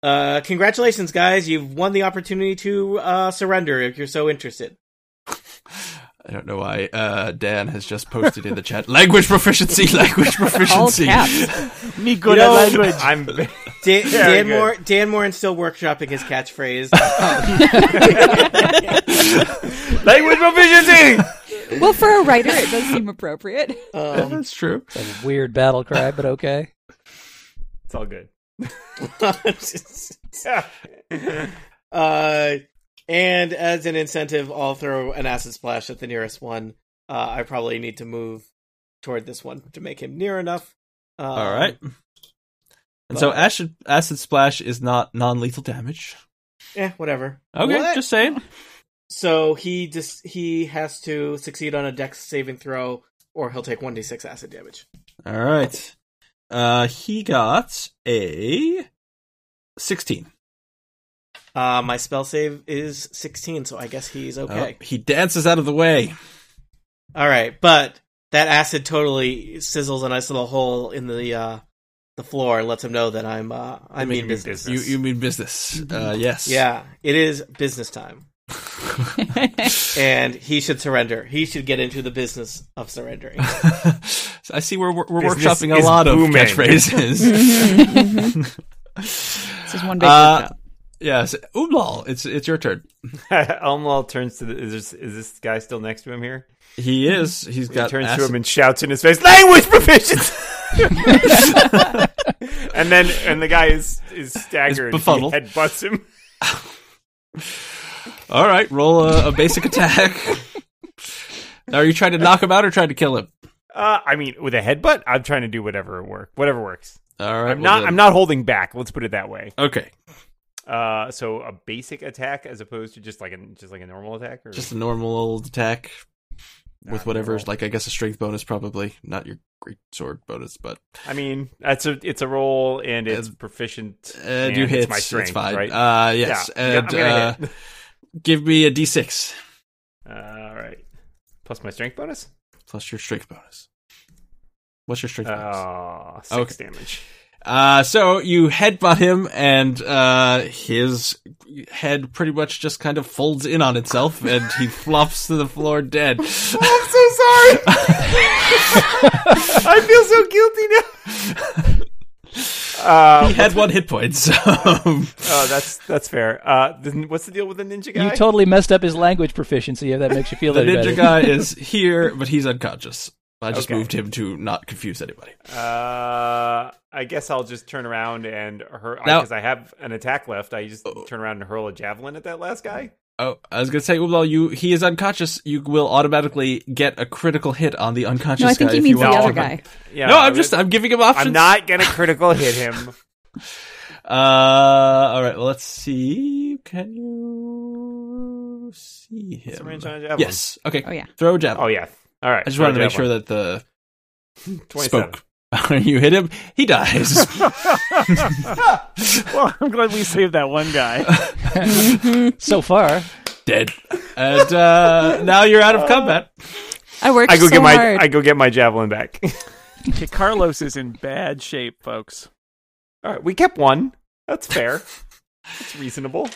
Speaker 5: Uh, congratulations, guys! You've won the opportunity to uh, surrender if you're so interested.
Speaker 2: I don't know why uh, Dan has just posted in the chat [laughs] language proficiency, language
Speaker 6: All
Speaker 2: proficiency.
Speaker 6: caps.
Speaker 1: Me good
Speaker 5: You know-
Speaker 1: at language.
Speaker 4: [laughs] I'm
Speaker 5: Dan,
Speaker 4: Very
Speaker 5: Dan
Speaker 4: good.
Speaker 5: Moore, Dan Moore, still workshopping his catchphrase.
Speaker 4: language proficiency.
Speaker 6: well, for a writer, it does
Speaker 2: [laughs]
Speaker 6: seem appropriate.
Speaker 2: [laughs]
Speaker 5: um, [laughs]
Speaker 2: That's true.
Speaker 3: A weird battle cry, but okay.
Speaker 4: It's all good. [laughs]
Speaker 5: uh, and as an incentive, I'll throw an acid splash at the nearest one. Uh, I probably need to move toward this one to make him near enough. Um,
Speaker 2: All right. And so acid, acid splash is not non-lethal damage.
Speaker 5: Eh, whatever.
Speaker 2: Okay,
Speaker 5: What?
Speaker 2: just saying.
Speaker 5: so he just he has to succeed on a dex saving throw, or he'll take one d six acid damage.
Speaker 2: All right. Uh, he got a sixteen.
Speaker 5: Uh, my spell save is sixteen, so I guess he's okay.
Speaker 2: Oh, he dances out of the way.
Speaker 5: All right, but that acid totally sizzles a nice little hole in the uh, the floor and lets him know that I'm uh, I
Speaker 4: Making
Speaker 5: mean
Speaker 4: me
Speaker 5: business.
Speaker 2: You you mean business? Uh, yes.
Speaker 5: Yeah, it is business time, and he should surrender. He should get into the business of surrendering.
Speaker 2: So [laughs] I see we're we're, we're
Speaker 4: Business
Speaker 2: workshopping a
Speaker 4: is
Speaker 2: lot of
Speaker 4: booming.
Speaker 2: catchphrases. [laughs]
Speaker 6: This is one big
Speaker 2: uh, yes, Umlal, it's it's your turn.
Speaker 4: Elmal turns to the. Is this, is this guy still next to him here?
Speaker 2: He is. He's
Speaker 4: He
Speaker 2: got.
Speaker 4: turns to
Speaker 2: acid-
Speaker 4: him and shouts in his face, "Language proficiency!" [laughs] and then, and the guy is is staggered.
Speaker 2: Is befuddled.
Speaker 4: He headbutts him.
Speaker 2: All right, roll a, a basic
Speaker 4: [laughs]
Speaker 2: attack. Are you trying to knock him out or trying to kill him?
Speaker 4: Uh, I mean, with a headbutt, I'm trying to do whatever work, whatever works.
Speaker 2: All right,
Speaker 4: I'm not. I'm not holding back. Let's put it that way.
Speaker 2: Okay,
Speaker 4: Uh, so a basic attack as opposed to just like a just like a normal attack, or
Speaker 2: just a normal old attack with
Speaker 4: Nah,
Speaker 2: whatever's
Speaker 4: normal.
Speaker 2: like. I guess a strength bonus, probably not your great sword bonus, but
Speaker 4: I mean, that's a it's a roll and it's
Speaker 2: Uh,
Speaker 4: proficient.
Speaker 2: uh,
Speaker 4: and
Speaker 2: do
Speaker 4: it's
Speaker 2: hits.
Speaker 4: my strength,
Speaker 2: it's fine.
Speaker 4: right?
Speaker 2: Uh, yes,
Speaker 4: Yeah, I'm
Speaker 2: and
Speaker 4: gonna
Speaker 2: uh,
Speaker 4: hit.
Speaker 2: give me a d6 uh,
Speaker 4: [laughs] All right. Plus my strength bonus.
Speaker 2: plus your strength bonus. What's your strength bonus?
Speaker 4: Uh, six
Speaker 2: Okay. [laughs]
Speaker 4: damage.
Speaker 2: Uh, so you headbutt him, and uh, his head pretty much just kind of folds in on itself, and he [laughs] flops to the floor
Speaker 4: [laughs]
Speaker 2: dead. [laughs]
Speaker 4: I'm so sorry. I feel so guilty now.
Speaker 2: he
Speaker 4: Uh,
Speaker 2: had one hit point, so
Speaker 4: oh, that's that's fair. Uh, the, what's the deal with the ninja guy?
Speaker 3: You totally messed up his language proficiency. If that makes you feel
Speaker 2: the
Speaker 3: any
Speaker 2: ninja
Speaker 3: better.
Speaker 4: [laughs]
Speaker 2: guy is here, but he's unconscious. I just
Speaker 4: Okay.
Speaker 2: moved him to not confuse anybody.
Speaker 4: uh, I guess I'll just turn around and hur
Speaker 2: Now-
Speaker 4: because I have an attack left. I just turn around and hurl a javelin at that last guy.
Speaker 2: Oh, I was gonna say, Ublal, you he is unconscious. You will automatically get a critical hit on the unconscious.
Speaker 6: No, I think
Speaker 2: guy
Speaker 6: he
Speaker 2: uh, if
Speaker 6: means
Speaker 2: you
Speaker 6: the
Speaker 2: want
Speaker 6: other
Speaker 2: to.
Speaker 6: guy.
Speaker 4: Yeah,
Speaker 2: No,
Speaker 4: I
Speaker 2: I'm
Speaker 4: would-
Speaker 2: just I'm giving him options.
Speaker 4: I'm not gonna critical
Speaker 2: [laughs]
Speaker 4: hit him.
Speaker 2: Uh, all right. Well, let's see. Can you see him?
Speaker 4: What's the range on a javelin?
Speaker 2: Yes. Okay.
Speaker 6: Oh yeah.
Speaker 2: Throw a javelin.
Speaker 4: Oh yeah. All right.
Speaker 2: I just wanted to make sure that the
Speaker 4: spoke.
Speaker 2: spoke. [laughs] you hit him. He
Speaker 4: [laughs]
Speaker 2: dies.
Speaker 1: well, [laughs] I'm glad we saved that one guy.
Speaker 3: [laughs] So far,
Speaker 2: Dead. And uh, now you're out of combat.
Speaker 7: I worked
Speaker 4: I go
Speaker 7: so
Speaker 4: get my
Speaker 7: hard.
Speaker 4: I go get my javelin back. [laughs]
Speaker 1: Okay, Carlos is in bad shape, folks.
Speaker 4: All right, we kept one.
Speaker 2: [laughs]
Speaker 4: That's fair. That's reasonable.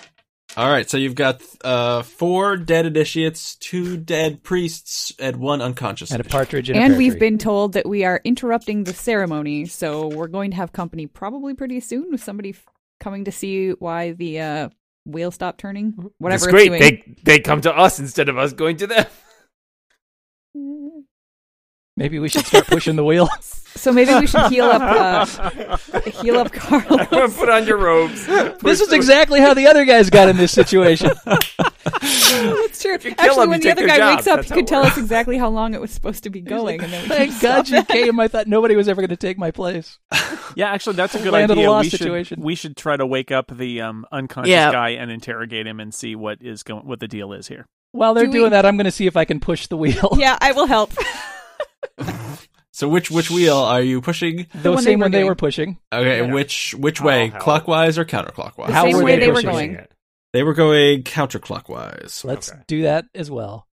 Speaker 2: All right. So you've got uh, four dead initiates, two dead priests, and one unconscious.
Speaker 3: and a partridge in a
Speaker 6: And
Speaker 3: pear
Speaker 6: we've
Speaker 3: tree.
Speaker 6: been told that we are interrupting the ceremony, so we're going to have company probably pretty soon with somebody f- coming to see why the uh, wheel stopped turning.
Speaker 2: Mm-hmm.
Speaker 4: That's
Speaker 6: Whatever it's
Speaker 4: great.
Speaker 6: doing.
Speaker 4: They they come to us instead of us going to them. [laughs]
Speaker 3: Maybe we should start pushing the wheel.
Speaker 6: So maybe we should heal up,
Speaker 4: [laughs]
Speaker 6: uh, heal up Carlos.
Speaker 4: Put on your robes.
Speaker 3: this is exactly how the other guys got in this situation.
Speaker 6: [laughs] That's true.
Speaker 4: you kill
Speaker 6: Actually,
Speaker 4: him, you
Speaker 6: when the
Speaker 4: take
Speaker 6: other
Speaker 4: their
Speaker 6: guy
Speaker 4: job.
Speaker 6: wakes up,
Speaker 4: That's
Speaker 6: he
Speaker 4: how
Speaker 6: could
Speaker 4: it
Speaker 6: tell
Speaker 4: works.
Speaker 6: us exactly how long it was supposed to be going, and then we
Speaker 3: Thank God you came. I thought nobody was ever going to take my place.
Speaker 1: Yeah, actually, that's a good
Speaker 3: Land of the
Speaker 1: idea.
Speaker 3: Lost
Speaker 1: we, should,
Speaker 3: situation.
Speaker 1: we should try to wake up the um, unconscious
Speaker 7: Yeah.
Speaker 1: guy and interrogate him and see what is going, what the deal is here.
Speaker 3: While they're
Speaker 6: Do we-
Speaker 3: doing that, I'm going to see if I can push the wheel. [laughs]
Speaker 6: [laughs] yeah, I will help.
Speaker 2: So which which wheel are you pushing?
Speaker 3: the,
Speaker 6: one they
Speaker 3: same
Speaker 6: were
Speaker 3: one they
Speaker 6: doing.
Speaker 3: were pushing.
Speaker 2: Okay, and which which
Speaker 4: Oh,
Speaker 2: way?
Speaker 4: how-
Speaker 2: Clockwise or counterclockwise?
Speaker 6: The same
Speaker 3: were
Speaker 6: way
Speaker 3: they
Speaker 6: they were
Speaker 3: pushing
Speaker 6: going.
Speaker 2: They were going counterclockwise.
Speaker 3: Let's
Speaker 4: Okay.
Speaker 3: do that as well.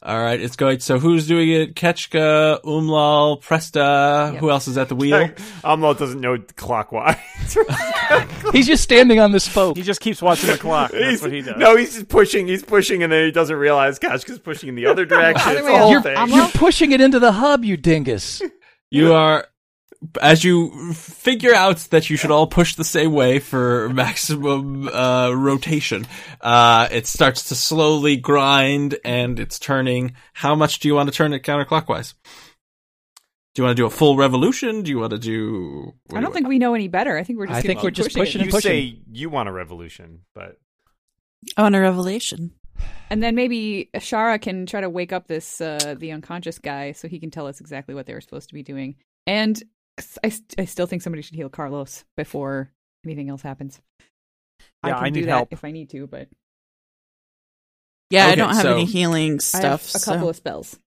Speaker 2: All right, it's going. So who's doing it? Ketchka, Umlal, Presta.
Speaker 6: Yep.
Speaker 2: Who else is at the wheel?
Speaker 4: [laughs] Amlo doesn't know [laughs] clockwise.
Speaker 3: He's just standing on the spoke.
Speaker 1: He just keeps watching the clock. That's
Speaker 4: He's-
Speaker 1: what he does.
Speaker 4: No, he's just pushing. He's pushing, and then he doesn't realize Kashka's pushing in the [laughs] other direction.
Speaker 6: Other
Speaker 4: it's
Speaker 6: way
Speaker 4: the whole
Speaker 6: up.
Speaker 3: You're,
Speaker 4: thing.
Speaker 6: I'm
Speaker 3: you're pushing it into the hub, you dingus.
Speaker 2: You are, as you figure out that you should all push the same way for maximum uh, rotation. Uh, it starts to slowly grind, and it's turning. How much do you want to turn it counterclockwise? Do you want to do a full revolution? Do you want to do?
Speaker 6: I don't think we know any better. I think we're just.
Speaker 3: I
Speaker 6: gonna
Speaker 3: think
Speaker 6: keep
Speaker 3: we're just
Speaker 6: pushing,
Speaker 3: pushing
Speaker 6: it.
Speaker 4: you
Speaker 3: pushing.
Speaker 4: say you want a revolution, but
Speaker 7: I want a revelation.
Speaker 6: and then maybe Ashara can try to wake up this uh, the unconscious guy so he can tell us exactly what they were supposed to be doing. And s- I, st- I still think somebody should heal Carlos before anything else happens. I
Speaker 1: Yeah,
Speaker 6: can
Speaker 1: I
Speaker 6: do
Speaker 1: need
Speaker 6: that
Speaker 1: help.
Speaker 6: if I need to, but
Speaker 7: Yeah,
Speaker 2: Okay,
Speaker 7: I don't have
Speaker 2: so-
Speaker 7: any healing
Speaker 6: I
Speaker 7: stuff.
Speaker 6: have a
Speaker 7: so-
Speaker 6: couple of spells.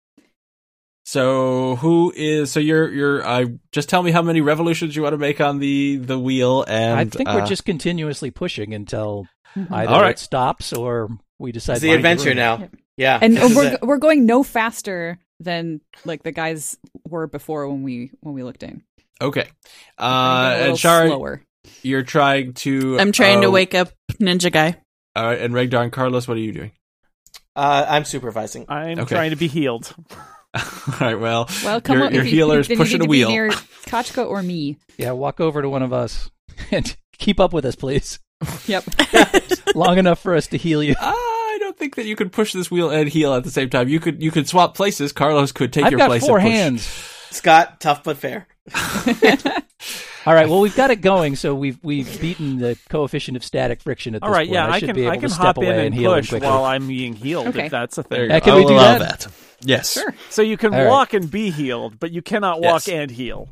Speaker 2: So who is? So you're you're. I just tell me how many revolutions you want to make on the the wheel, and
Speaker 3: I think
Speaker 2: uh,
Speaker 3: we're just continuously pushing until
Speaker 8: Mm-hmm.
Speaker 3: either
Speaker 2: All right.
Speaker 3: it stops or we decide.
Speaker 5: It's the
Speaker 3: to-
Speaker 5: adventure now. Yeah, [laughs]
Speaker 6: And
Speaker 5: this is
Speaker 6: we're
Speaker 5: it.
Speaker 6: go- we're going no faster than like the guys were before when we when we looked in.
Speaker 2: okay.
Speaker 6: I
Speaker 2: Uh,
Speaker 6: think we're a
Speaker 2: and
Speaker 6: little
Speaker 2: Shar,
Speaker 6: slower.
Speaker 2: you're trying to.
Speaker 7: I'm trying to
Speaker 2: oh,
Speaker 7: wake up Ninja Guy.
Speaker 2: All right, and Regdar and Carlos, what are you doing? [laughs]
Speaker 5: Uh, I'm supervising.
Speaker 1: I'm
Speaker 2: Okay.
Speaker 1: trying to be healed.
Speaker 2: all right, well,
Speaker 6: Well, come
Speaker 2: your,
Speaker 6: on,
Speaker 2: your
Speaker 6: if you-
Speaker 2: healer's
Speaker 6: then you
Speaker 2: pushing
Speaker 6: need
Speaker 2: a
Speaker 6: to be
Speaker 2: wheel. [laughs]
Speaker 6: near Kachka or me.
Speaker 3: Yeah, walk over to one of us [laughs] and keep up with us, please.
Speaker 6: Yep.
Speaker 3: Long enough for us to heal you.
Speaker 2: Ah, I don't think that you could push this wheel and heal at the same time. You could you could swap places. Carlos could [laughs] take
Speaker 3: I've
Speaker 2: your
Speaker 3: got
Speaker 2: place.
Speaker 3: four
Speaker 2: and push.
Speaker 3: hands.
Speaker 5: Scott, tough but fair.
Speaker 3: All right. Well, we've got it going, so we've we've beaten the coefficient of static friction at this
Speaker 1: All right,
Speaker 3: point.
Speaker 1: yeah,
Speaker 3: I
Speaker 1: I
Speaker 3: should
Speaker 1: can
Speaker 3: be able
Speaker 1: I can
Speaker 3: to step
Speaker 1: hop in
Speaker 3: away
Speaker 1: and,
Speaker 3: and heal him
Speaker 1: push
Speaker 3: quickly.
Speaker 1: while I'm being healed.
Speaker 6: Okay.
Speaker 1: If that's a
Speaker 2: There you
Speaker 1: thing.
Speaker 2: go.
Speaker 3: Yeah, can
Speaker 2: I'll
Speaker 3: we do
Speaker 2: allow
Speaker 3: that?
Speaker 2: Yes,
Speaker 6: Sure.
Speaker 1: So you can
Speaker 3: All right.
Speaker 1: walk and be healed, but you cannot walk
Speaker 2: Yes.
Speaker 1: and heal.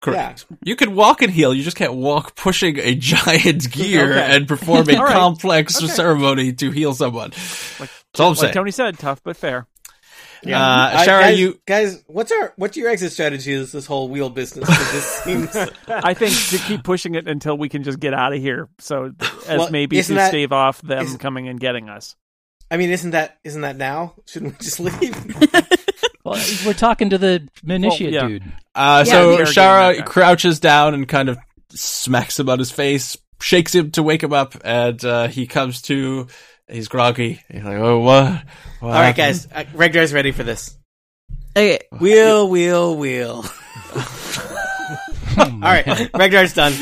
Speaker 2: correct. You can walk and heal. You just can't walk pushing a
Speaker 3: [laughs]
Speaker 2: giant gear
Speaker 1: Okay.
Speaker 2: and perform a
Speaker 1: All right.
Speaker 2: complex
Speaker 1: Okay.
Speaker 2: ceremony to heal someone.
Speaker 1: Like-
Speaker 2: That's all I'm
Speaker 1: Like
Speaker 2: saying.
Speaker 1: Tony said, tough but fair.
Speaker 5: Yeah.
Speaker 2: Uh,
Speaker 5: I-
Speaker 2: Shara,
Speaker 5: guys,
Speaker 2: you-
Speaker 5: guys, what's our what's your exit strategy? Is this whole wheel business? 'Cause This
Speaker 2: [laughs]
Speaker 5: seems
Speaker 1: I think to keep pushing it until we can just get out of here. So as
Speaker 5: Well,
Speaker 1: maybe to
Speaker 5: isn't that-
Speaker 1: stave off them
Speaker 5: is-
Speaker 1: coming and getting us.
Speaker 5: I mean, isn't that isn't that now? Shouldn't we just [laughs] leave?
Speaker 3: Well, we're talking to the Minutiae
Speaker 1: Well, yeah.
Speaker 3: dude.
Speaker 2: Uh,
Speaker 6: Yeah,
Speaker 2: so
Speaker 1: we are getting that
Speaker 2: Shara
Speaker 1: back.
Speaker 2: crouches down and kind of smacks him on his face, shakes him to wake him up, and uh, he comes to. He's groggy. He's like, "Oh, what? what
Speaker 5: All
Speaker 2: happened?"
Speaker 5: right, guys, uh, Regdar's ready for this.
Speaker 7: Okay,
Speaker 5: Wheel,
Speaker 2: [laughs]
Speaker 5: wheel, wheel. All right, Regdar's done.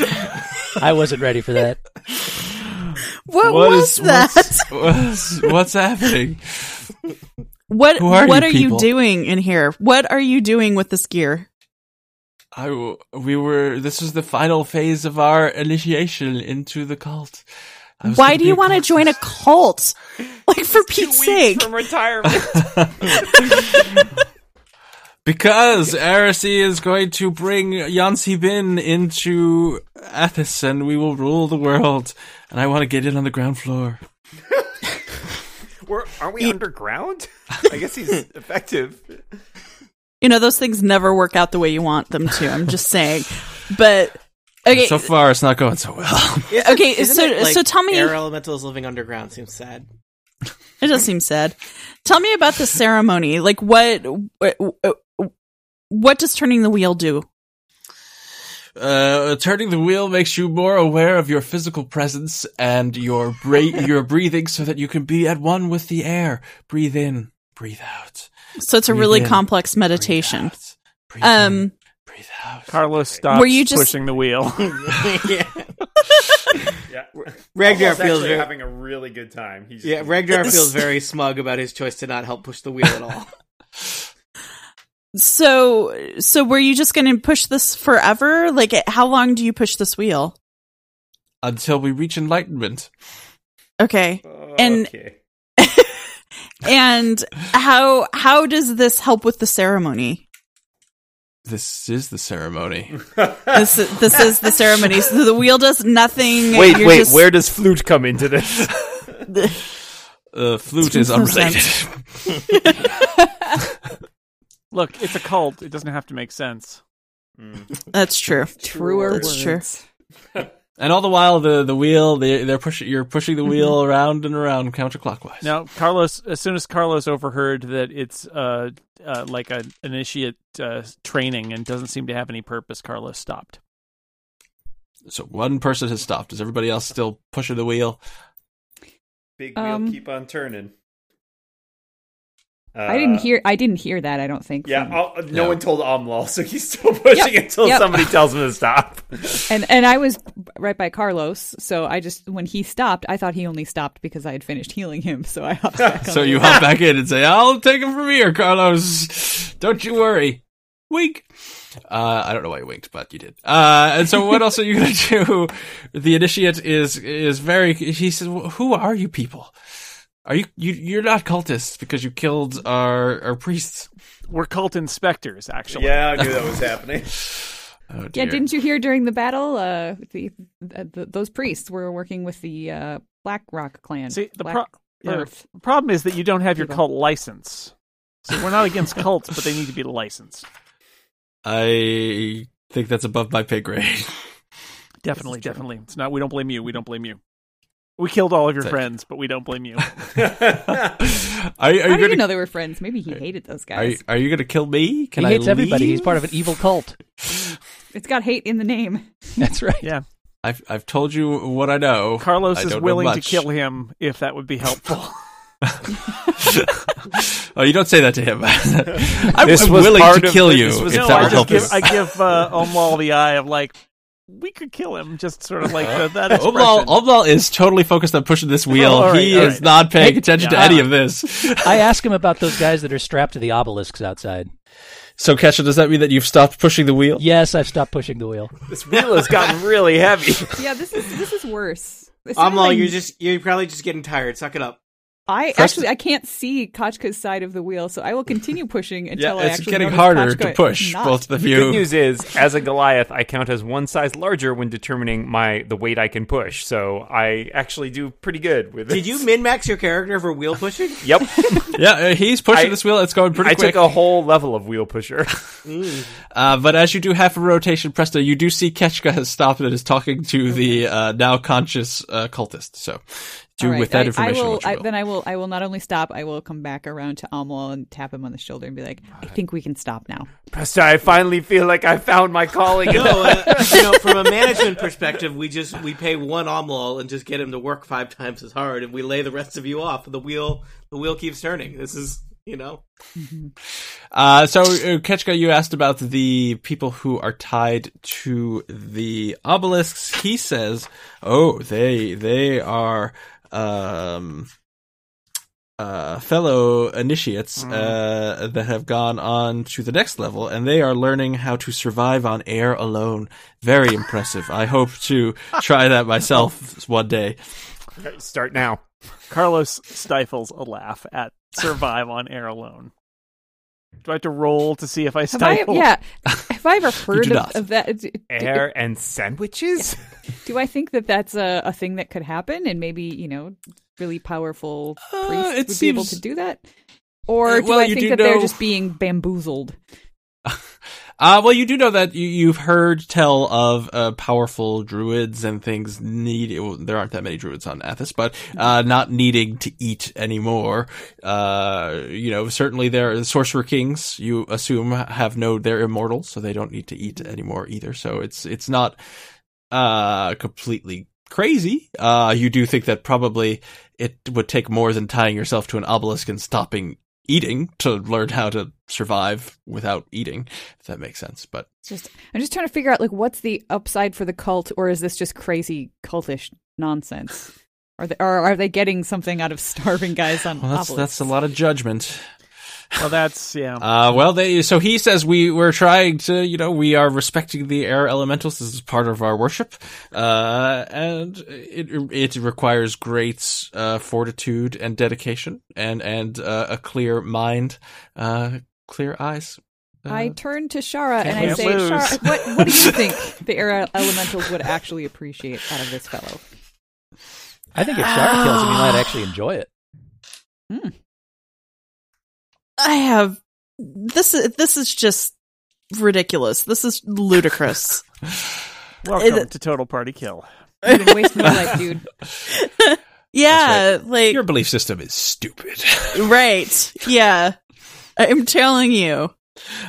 Speaker 3: I wasn't ready for that.
Speaker 7: what,
Speaker 2: What is-
Speaker 7: was that?
Speaker 2: What's, what's, what's happening?
Speaker 7: what
Speaker 2: Who are
Speaker 7: what
Speaker 2: you
Speaker 7: are you
Speaker 2: people?
Speaker 7: doing in here? What are you doing with this gear?
Speaker 2: I w- we were. This was the final phase of our initiation into the cult. I was
Speaker 7: Why
Speaker 2: gonna
Speaker 7: do
Speaker 2: be
Speaker 7: you want to join a
Speaker 2: cultist.
Speaker 7: cult? [laughs] Like for Pete's sake.
Speaker 4: [laughs]
Speaker 2: Because Aracy is going to bring Yancy Bin into Athis and we will rule the world. And I want to get in on the ground floor.
Speaker 4: We're, aren't we [laughs] underground? I guess he's [laughs] effective.
Speaker 7: You know, those things never work out the way you want them to. I'm just saying. But okay,
Speaker 2: So far, it's not going so well. [laughs]
Speaker 7: okay,
Speaker 5: Isn't
Speaker 7: so
Speaker 5: it, like,
Speaker 7: so tell me
Speaker 5: air elementals living underground seems sad.
Speaker 7: It does seem sad. Tell me about the ceremony. Like what what, what does turning the wheel do?
Speaker 2: Uh, turning the wheel makes you more aware of your physical presence and your
Speaker 7: [laughs]
Speaker 2: bra- your breathing, so that you can be at one with the air. Breathe in, breathe out.
Speaker 7: So it's a
Speaker 2: Breathe
Speaker 7: really
Speaker 2: in,
Speaker 7: complex
Speaker 2: breathe
Speaker 7: meditation.
Speaker 2: out, breathe in,
Speaker 7: Um
Speaker 2: breathe out.
Speaker 1: Carlos stops
Speaker 7: Were you just-
Speaker 1: pushing the wheel. [laughs]
Speaker 5: yeah.
Speaker 4: Yeah,
Speaker 5: Regdar
Speaker 4: Almost
Speaker 5: feels
Speaker 4: actually
Speaker 5: very
Speaker 4: having a really good time. He's
Speaker 5: yeah. Regdar feels very smug about his choice to not help push the wheel at
Speaker 7: [laughs]
Speaker 5: all.
Speaker 7: so so were you just going to push this forever? Like how long do you push this wheel?
Speaker 2: Until we reach enlightenment.
Speaker 7: Okay. And-
Speaker 4: oh, okay.
Speaker 7: And how how does this help with the ceremony?
Speaker 2: This is the ceremony.
Speaker 7: [laughs] This this is the ceremony. So the wheel does nothing.
Speaker 4: Wait,
Speaker 7: You're
Speaker 4: wait.
Speaker 7: just-
Speaker 4: Where does flute come into [laughs] this?
Speaker 2: Uh, flute is
Speaker 7: Makes no
Speaker 2: unrelated.
Speaker 1: Look, it's a cult. It doesn't have to make sense.
Speaker 7: That's
Speaker 6: [laughs]
Speaker 7: true.
Speaker 6: Truer
Speaker 7: That's true.
Speaker 6: words.
Speaker 2: [laughs] And all the while, the the wheel they they're pushing you're pushing
Speaker 7: Mm-hmm.
Speaker 2: the wheel around and around counterclockwise.
Speaker 1: Now, Carlos, as soon as Carlos overheard that it's uh, uh, like an initiate uh, training and doesn't seem to have any purpose, Carlos stopped.
Speaker 2: So one person has stopped. Is everybody else still pushing the wheel?
Speaker 8: Big wheel
Speaker 6: Um,
Speaker 8: keep on turning.
Speaker 6: I didn't
Speaker 8: Uh,
Speaker 6: hear. I didn't hear that. I don't think.
Speaker 8: Yeah,
Speaker 4: Hmm.
Speaker 6: from-
Speaker 8: I'll- no
Speaker 2: Yeah.
Speaker 8: one told Omlal, so he's still [laughs] pushing
Speaker 6: Yep,
Speaker 8: until
Speaker 6: yep.
Speaker 8: somebody tells him to
Speaker 4: [laughs]
Speaker 8: stop.
Speaker 6: and and I was right by Carlos, so I just when he stopped, I thought he only stopped because I had finished healing him. So I hopped
Speaker 2: [laughs]
Speaker 6: back on.
Speaker 2: So you hop back in and say, "I'll take him from here, Carlos. Don't you worry." Wink. Uh, I don't know why you winked, but you did. Uh, and so, what else are you going to do? The initiate is is very. He says, "Wh- "Who are you people? Are you, you you're not cultists because you killed our our priests?"
Speaker 1: We're cult inspectors, actually.
Speaker 8: yeah, I knew that was
Speaker 4: [laughs]
Speaker 8: happening.
Speaker 2: Oh,
Speaker 6: yeah,
Speaker 2: dear.
Speaker 6: didn't you hear during the battle? Uh, the, uh, the those priests were working with the uh, Black Rock clan.
Speaker 1: See, the
Speaker 6: Black
Speaker 1: pro- yeah.
Speaker 6: Earth.
Speaker 1: The problem is that you don't have your
Speaker 6: People.
Speaker 1: cult license. So we're not against cults, but they need to be licensed.
Speaker 2: I think that's above my pay grade. [laughs]
Speaker 1: Definitely, definitely. It's not. We don't blame you. We don't blame you. We killed all of your
Speaker 2: Thank you.
Speaker 1: friends, but we don't blame you.
Speaker 2: are, are you
Speaker 6: How did
Speaker 2: going
Speaker 6: you
Speaker 2: to
Speaker 6: know they were friends? Maybe he hated those
Speaker 2: are, you-
Speaker 6: guys.
Speaker 2: are you going to kill me? Can
Speaker 3: he
Speaker 2: I
Speaker 3: hates everybody. He's
Speaker 2: leave?
Speaker 3: part of an evil cult.
Speaker 6: It's got hate in the name. [laughs]
Speaker 3: That's right.
Speaker 1: [laughs] Yeah,
Speaker 2: I've I've told you what I know.
Speaker 1: Carlos
Speaker 2: I
Speaker 1: is
Speaker 2: don't know
Speaker 1: willing to
Speaker 2: much.
Speaker 1: kill him if that would be helpful.
Speaker 2: [laughs] oh, you don't say that to him. I'm,
Speaker 4: This
Speaker 2: I'm
Speaker 4: was
Speaker 2: willing
Speaker 4: part
Speaker 2: to
Speaker 4: of
Speaker 2: kill
Speaker 4: the-
Speaker 2: you
Speaker 4: this
Speaker 2: [laughs] if
Speaker 4: was
Speaker 1: no,
Speaker 2: that
Speaker 1: I
Speaker 2: would
Speaker 1: just
Speaker 2: help
Speaker 1: give
Speaker 2: us.
Speaker 1: I give uh, Omwal the eye of like we could kill him, just sort of like the,
Speaker 2: [laughs]
Speaker 1: that expression.
Speaker 2: Oblal, Oblal is totally focused on pushing this wheel.
Speaker 1: all right,
Speaker 2: he
Speaker 1: all
Speaker 2: is
Speaker 1: right.
Speaker 2: not paying attention to
Speaker 1: yeah.
Speaker 2: any of this.
Speaker 3: I ask him about those guys that are strapped to the obelisks outside.
Speaker 2: So, Kesha, does that mean that you've stopped pushing the wheel?
Speaker 3: Yes, I've stopped pushing the wheel.
Speaker 8: this wheel has [laughs] gotten really heavy.
Speaker 6: Yeah, this is this is worse. As soon
Speaker 5: I'm
Speaker 6: as
Speaker 5: all.
Speaker 6: I-
Speaker 5: You're just. You're probably just getting tired. Suck it up.
Speaker 6: I
Speaker 2: First-
Speaker 6: actually I can't see Kochka's side of the wheel, so I will continue pushing until
Speaker 2: [laughs]
Speaker 6: I
Speaker 2: yeah, it's
Speaker 6: actually
Speaker 2: getting
Speaker 6: notice
Speaker 2: harder
Speaker 6: Kochka
Speaker 2: to push
Speaker 6: not.
Speaker 2: both of
Speaker 4: The good
Speaker 2: you.
Speaker 4: news is, as a Goliath, I count as one size larger when determining my the weight I can push. So I actually do pretty good with.
Speaker 5: Did
Speaker 4: this. [laughs]
Speaker 5: you min max your character for wheel pushing?
Speaker 4: Yep,
Speaker 2: Yeah, uh, he's pushing
Speaker 4: I-
Speaker 2: this wheel. It's going pretty
Speaker 4: I
Speaker 2: quick.
Speaker 4: took a whole level of wheel [laughs] pusher.
Speaker 2: Uh, but as you do half a rotation, Presto, you do see Ketchka has stopped and is talking
Speaker 6: Oh,
Speaker 2: to the uh, now conscious uh, cultist. So, do
Speaker 6: All right,
Speaker 2: with that
Speaker 6: I-
Speaker 2: information
Speaker 6: I will,
Speaker 2: what you
Speaker 6: I,
Speaker 2: will.
Speaker 6: then I will. I will not only stop. I will come back around to Amal and tap him on the shoulder and be like, "I think we can stop now."
Speaker 4: Presta, I finally feel like I found my calling. [laughs]
Speaker 5: No, [laughs] uh, you know, from a management perspective, we just we pay one omlal and just get him to work five times as hard, and we lay the rest of you off. The wheel, the wheel keeps turning. This is, you know,
Speaker 2: Uh, so, uh, Ketchka, you asked about the people who are tied to the obelisks. He says, "Oh, they they are um, uh, fellow initiates uh, that have gone on to the next level, and they are learning how to survive on air alone. Very impressive. I hope to try that myself one day."
Speaker 4: Start now.
Speaker 1: Carlos stifles a laugh at survive on air alone. Do I have to roll to see if I
Speaker 6: Have I?
Speaker 1: stifle?
Speaker 2: [laughs]
Speaker 6: Yeah. Have I ever heard
Speaker 2: do
Speaker 6: of,
Speaker 2: not.
Speaker 6: of that? Do,
Speaker 4: Air and sandwiches.
Speaker 6: do I think that that's a, a thing that could happen? And maybe you know, really powerful
Speaker 2: Uh,
Speaker 6: priests
Speaker 2: it
Speaker 6: would be able
Speaker 2: seems-
Speaker 6: to do that. Or
Speaker 2: Uh,
Speaker 6: do
Speaker 2: well,
Speaker 6: I
Speaker 2: you
Speaker 6: think
Speaker 2: do
Speaker 6: that they're
Speaker 2: know-
Speaker 6: just being bamboozled?
Speaker 2: Uh, well, you do know that you, you've heard tell of uh, powerful druids and things need. Well, there aren't that many druids on Athos, but uh, not needing to eat anymore. Uh, you know, certainly there are sorcerer kings. You assume have no. They're immortal, so they don't need to eat anymore either. So it's it's not uh, completely crazy. Uh, you do think that probably it would take more than tying yourself to an obelisk and stopping eating to learn how to survive without eating, if that makes sense. But
Speaker 6: It's Just, I'm just trying to figure out like what's the upside for the cult, or is this just crazy cultish nonsense? Are they, or are they getting something out of starving guys on
Speaker 2: well, that's
Speaker 6: obelisks?
Speaker 2: that's a lot of judgment.
Speaker 1: Well, that's yeah.
Speaker 2: Uh, well, they so he says we we're trying to you know we are respecting the air elementals. This is part of our worship, uh, and it it requires great uh, fortitude and dedication and and uh, a clear mind, uh, clear eyes. Uh,
Speaker 6: I turn to Shara and I
Speaker 1: Can't
Speaker 6: say,
Speaker 1: lose.
Speaker 6: Shara, what, what do
Speaker 2: [laughs]
Speaker 6: you think the air elementals would actually appreciate out of
Speaker 2: [laughs]
Speaker 6: this fellow?
Speaker 3: I think if Shara kills him, he might actually enjoy it.
Speaker 7: I have this is this is just ridiculous. This is ludicrous.
Speaker 1: Welcome to Total Party Kill.
Speaker 6: You're gonna waste my life, dude.
Speaker 7: Yeah, like
Speaker 2: Your belief system is stupid.
Speaker 7: right. Yeah. I'm telling you.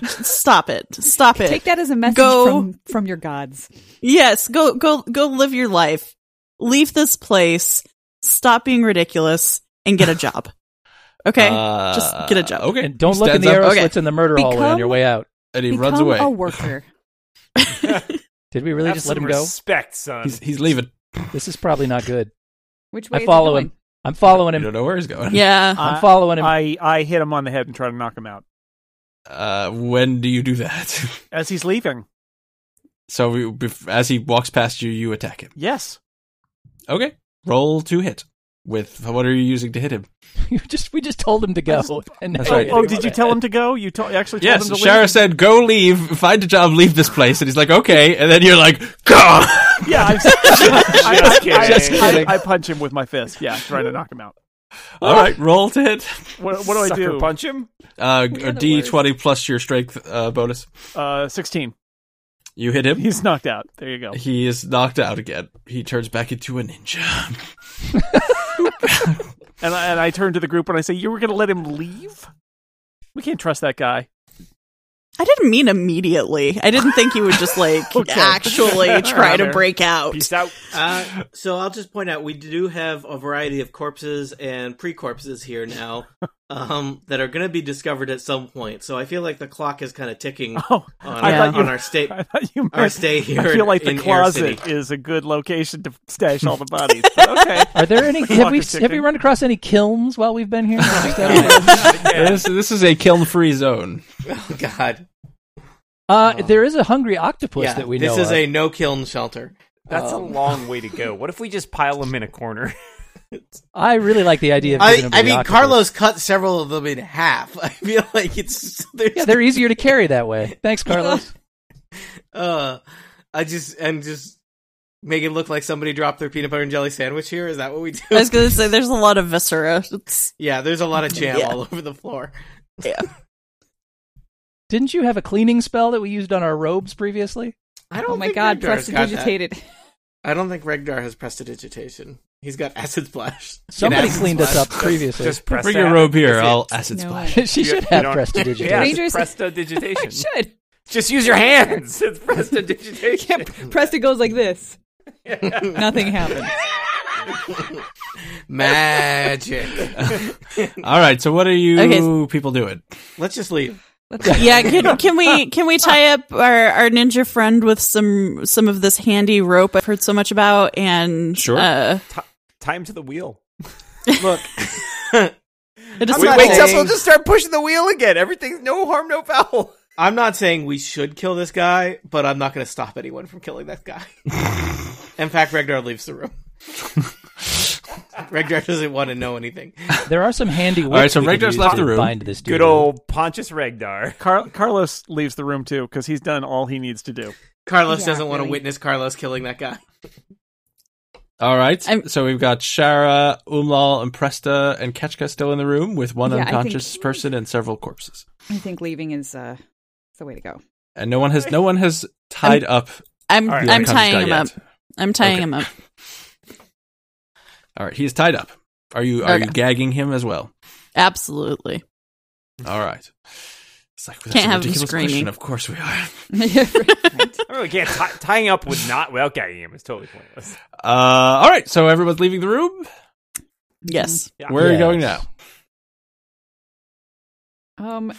Speaker 7: Stop it. Stop it.
Speaker 6: Take that as a message
Speaker 7: Go-
Speaker 6: from from your gods.
Speaker 7: Yes, go go go live your life. Leave this place. Stop being ridiculous and get a job. Okay?
Speaker 2: Uh,
Speaker 7: Just get a job.
Speaker 2: Okay.
Speaker 3: And don't look in
Speaker 2: Stands
Speaker 3: the
Speaker 2: up
Speaker 3: arrow
Speaker 7: Okay.
Speaker 3: slits in the murder hallway on
Speaker 6: Become-
Speaker 3: your way out.
Speaker 2: And he
Speaker 6: Become
Speaker 2: runs away.
Speaker 6: a worker.
Speaker 3: Did we really
Speaker 4: Have
Speaker 3: just let
Speaker 4: some
Speaker 3: him go?
Speaker 4: Respect, son.
Speaker 2: He's, he's leaving.
Speaker 3: This is probably not good.
Speaker 6: Which
Speaker 3: I
Speaker 6: way? is it
Speaker 3: follow
Speaker 6: going?
Speaker 3: him. I'm following
Speaker 2: You
Speaker 3: him. [laughs]
Speaker 2: don't know where he's going.
Speaker 7: yeah.
Speaker 3: I'm following him.
Speaker 1: I, I hit him on the head and try to knock him out
Speaker 2: Uh, when do you do that? [laughs]
Speaker 1: as he's leaving.
Speaker 2: so we, bef- as he walks past you, you attack him.
Speaker 1: Yes.
Speaker 2: Okay. Roll to hit. With what are you using to hit him?
Speaker 3: You just we just told him to go. [laughs] and
Speaker 2: That's
Speaker 3: now
Speaker 2: right.
Speaker 3: we're
Speaker 1: Oh,
Speaker 3: getting
Speaker 1: did you
Speaker 3: mad.
Speaker 1: tell him to go? You to- actually told
Speaker 2: Yes,
Speaker 1: him to
Speaker 2: Shara said, "Go leave, find a job, leave this place." And he's like, "Okay." And then you're like, "Go!"
Speaker 1: leave. Yeah, [laughs] I'm, I, I-
Speaker 4: kidding.
Speaker 1: I-
Speaker 4: Just
Speaker 2: kidding.
Speaker 1: I, I punch him with my fist. Yeah, trying to knock him out.
Speaker 2: [laughs] All right, roll to hit.
Speaker 1: What, what do I
Speaker 4: Sucker
Speaker 1: do?
Speaker 4: Punch him.
Speaker 2: Uh,
Speaker 6: You're
Speaker 2: a
Speaker 6: the
Speaker 2: D twenty plus your strength uh, bonus.
Speaker 1: Uh, Sixteen.
Speaker 2: You hit him.
Speaker 1: He's knocked out. There you go.
Speaker 2: He is knocked out again. He turns back into a ninja.
Speaker 1: And I, and I turn to the group and I say, "You were going to let him leave? We can't trust that guy."
Speaker 7: I didn't mean immediately. I didn't think you would just like
Speaker 1: Okay.
Speaker 7: actually try to
Speaker 1: Fair.
Speaker 7: break out.
Speaker 4: Peace out.
Speaker 5: Uh, so I'll just point out we do have a variety of corpses and pre-corpses
Speaker 3: [laughs]
Speaker 5: here now um, that are going to be discovered at some point. So I feel like the clock is kind of
Speaker 3: [laughs]
Speaker 5: ticking on,
Speaker 1: Oh, I
Speaker 7: Yeah.
Speaker 1: thought you.
Speaker 5: on our
Speaker 1: [laughs]
Speaker 5: state.
Speaker 1: I thought you.
Speaker 5: Our
Speaker 1: meant-
Speaker 5: stay here.
Speaker 1: I feel like the
Speaker 5: in Air
Speaker 1: closet
Speaker 5: City.
Speaker 1: is a good location to stash
Speaker 5: [laughs]
Speaker 1: all the bodies. But okay.
Speaker 3: Are there any? Have we have we
Speaker 1: chicken.
Speaker 3: run across any kilns while we've been here?
Speaker 2: [laughs] This this is a kiln free zone.
Speaker 5: Oh [laughs] God,
Speaker 3: uh, there is a hungry octopus
Speaker 5: yeah.
Speaker 3: that we know.
Speaker 5: this is
Speaker 3: of.
Speaker 5: a no kiln shelter.
Speaker 4: That's a long way to go. What if we just pile him in a corner? [laughs]
Speaker 3: I really like the idea of. giving
Speaker 5: I,
Speaker 3: them to
Speaker 5: I
Speaker 3: the
Speaker 5: mean,
Speaker 3: octopus.
Speaker 5: Carlos cut several of them in half. [laughs] I feel like
Speaker 3: [laughs]
Speaker 5: it's there's
Speaker 3: Yeah, they're easier to carry that way.
Speaker 5: [laughs]
Speaker 3: Thanks, Carlos.
Speaker 5: uh, I just and just make it look like somebody dropped their peanut butter and jelly sandwich here. Is that what we do?
Speaker 7: I was going to say there's a lot of viscera. It's-
Speaker 5: yeah, there's a lot of jam
Speaker 7: Yeah.
Speaker 5: all [laughs] over the floor.
Speaker 3: Didn't you have a cleaning spell that we used on our robes previously?
Speaker 5: I don't.
Speaker 6: Oh my
Speaker 5: think
Speaker 6: god,
Speaker 5: Regdar has got that.
Speaker 4: [laughs]
Speaker 6: prestidigitated.
Speaker 5: I don't think Regdar has prestidigitation. He's got acid splash.
Speaker 3: Somebody
Speaker 5: An acid
Speaker 3: cleaned us
Speaker 5: splash.
Speaker 3: up previously.
Speaker 4: Just press
Speaker 2: [laughs] Bring
Speaker 4: that.
Speaker 2: your robe here.
Speaker 4: That's it.
Speaker 2: I'll acid
Speaker 6: No.
Speaker 2: splash.
Speaker 3: [laughs] she should
Speaker 4: You
Speaker 3: have
Speaker 4: don't-
Speaker 2: [laughs]
Speaker 3: prestidigitation.
Speaker 4: Yeah, it's
Speaker 6: Dangerous- I
Speaker 4: prestidigitation.
Speaker 6: [laughs] should.
Speaker 4: Just use your hands. It's prestidigitation.
Speaker 6: Yeah, Presti goes like this.
Speaker 3: [laughs]
Speaker 6: Nothing happens.
Speaker 5: Magic. [laughs]
Speaker 2: All right. So what are you
Speaker 7: Okay.
Speaker 2: people doing?
Speaker 5: Let's just leave.
Speaker 7: [laughs] yeah, can, can we can we tie up our, our ninja friend with some some of this handy rope I've heard so much about and
Speaker 2: Sure.
Speaker 7: uh,
Speaker 4: [laughs] Time to the wheel.
Speaker 5: Look,
Speaker 7: it just
Speaker 5: I'm not
Speaker 7: looks-
Speaker 5: saying- Tessel,
Speaker 8: just start pushing the wheel again. Everything's no harm, no foul.
Speaker 5: I'm not saying we should kill this guy, but I'm not going to stop anyone from killing that [laughs] guy. In fact, Regdar leaves the [laughs] room. Regdar doesn't want to know anything.
Speaker 3: There are some handy whips.
Speaker 2: right, so
Speaker 3: we could
Speaker 2: Regdar's
Speaker 3: use
Speaker 2: left
Speaker 3: to
Speaker 2: the room.
Speaker 3: Bind this dude.
Speaker 4: Good old Pontius Regdar.
Speaker 1: Car- Carlos leaves the room too because he's done all he needs to do.
Speaker 5: Carlos
Speaker 6: Yeah,
Speaker 5: doesn't want to
Speaker 6: really.
Speaker 5: witness Carlos killing that guy.
Speaker 2: All right.
Speaker 7: I'm-
Speaker 2: so we've got Shara, Umlal, and Presta and Ketchka still in the room with one
Speaker 6: Yeah, I think-
Speaker 2: unconscious person and several corpses.
Speaker 6: I think leaving is uh, is the way to go. [laughs]
Speaker 2: And no one has no one has tied up.
Speaker 7: I'm
Speaker 4: All right.
Speaker 2: the
Speaker 7: I'm
Speaker 2: unconscious
Speaker 7: tying
Speaker 2: guy
Speaker 7: him
Speaker 2: yet.
Speaker 7: up. I'm tying
Speaker 2: Okay.
Speaker 7: him up.
Speaker 2: All right, he's tied up. Are you are you
Speaker 7: Okay.
Speaker 2: gagging him as well?
Speaker 7: Absolutely.
Speaker 2: All right. It's like that's
Speaker 7: Can't
Speaker 2: a
Speaker 7: have him
Speaker 2: ridiculous
Speaker 7: screaming.
Speaker 2: question. Of course we are.
Speaker 4: [laughs] I really can't. T- tying up with not well gagging him is totally pointless.
Speaker 2: Uh, all right. So everyone's leaving the room.
Speaker 7: Yes.
Speaker 4: Yeah.
Speaker 2: Where are you
Speaker 3: Yes.
Speaker 2: going now?
Speaker 6: um,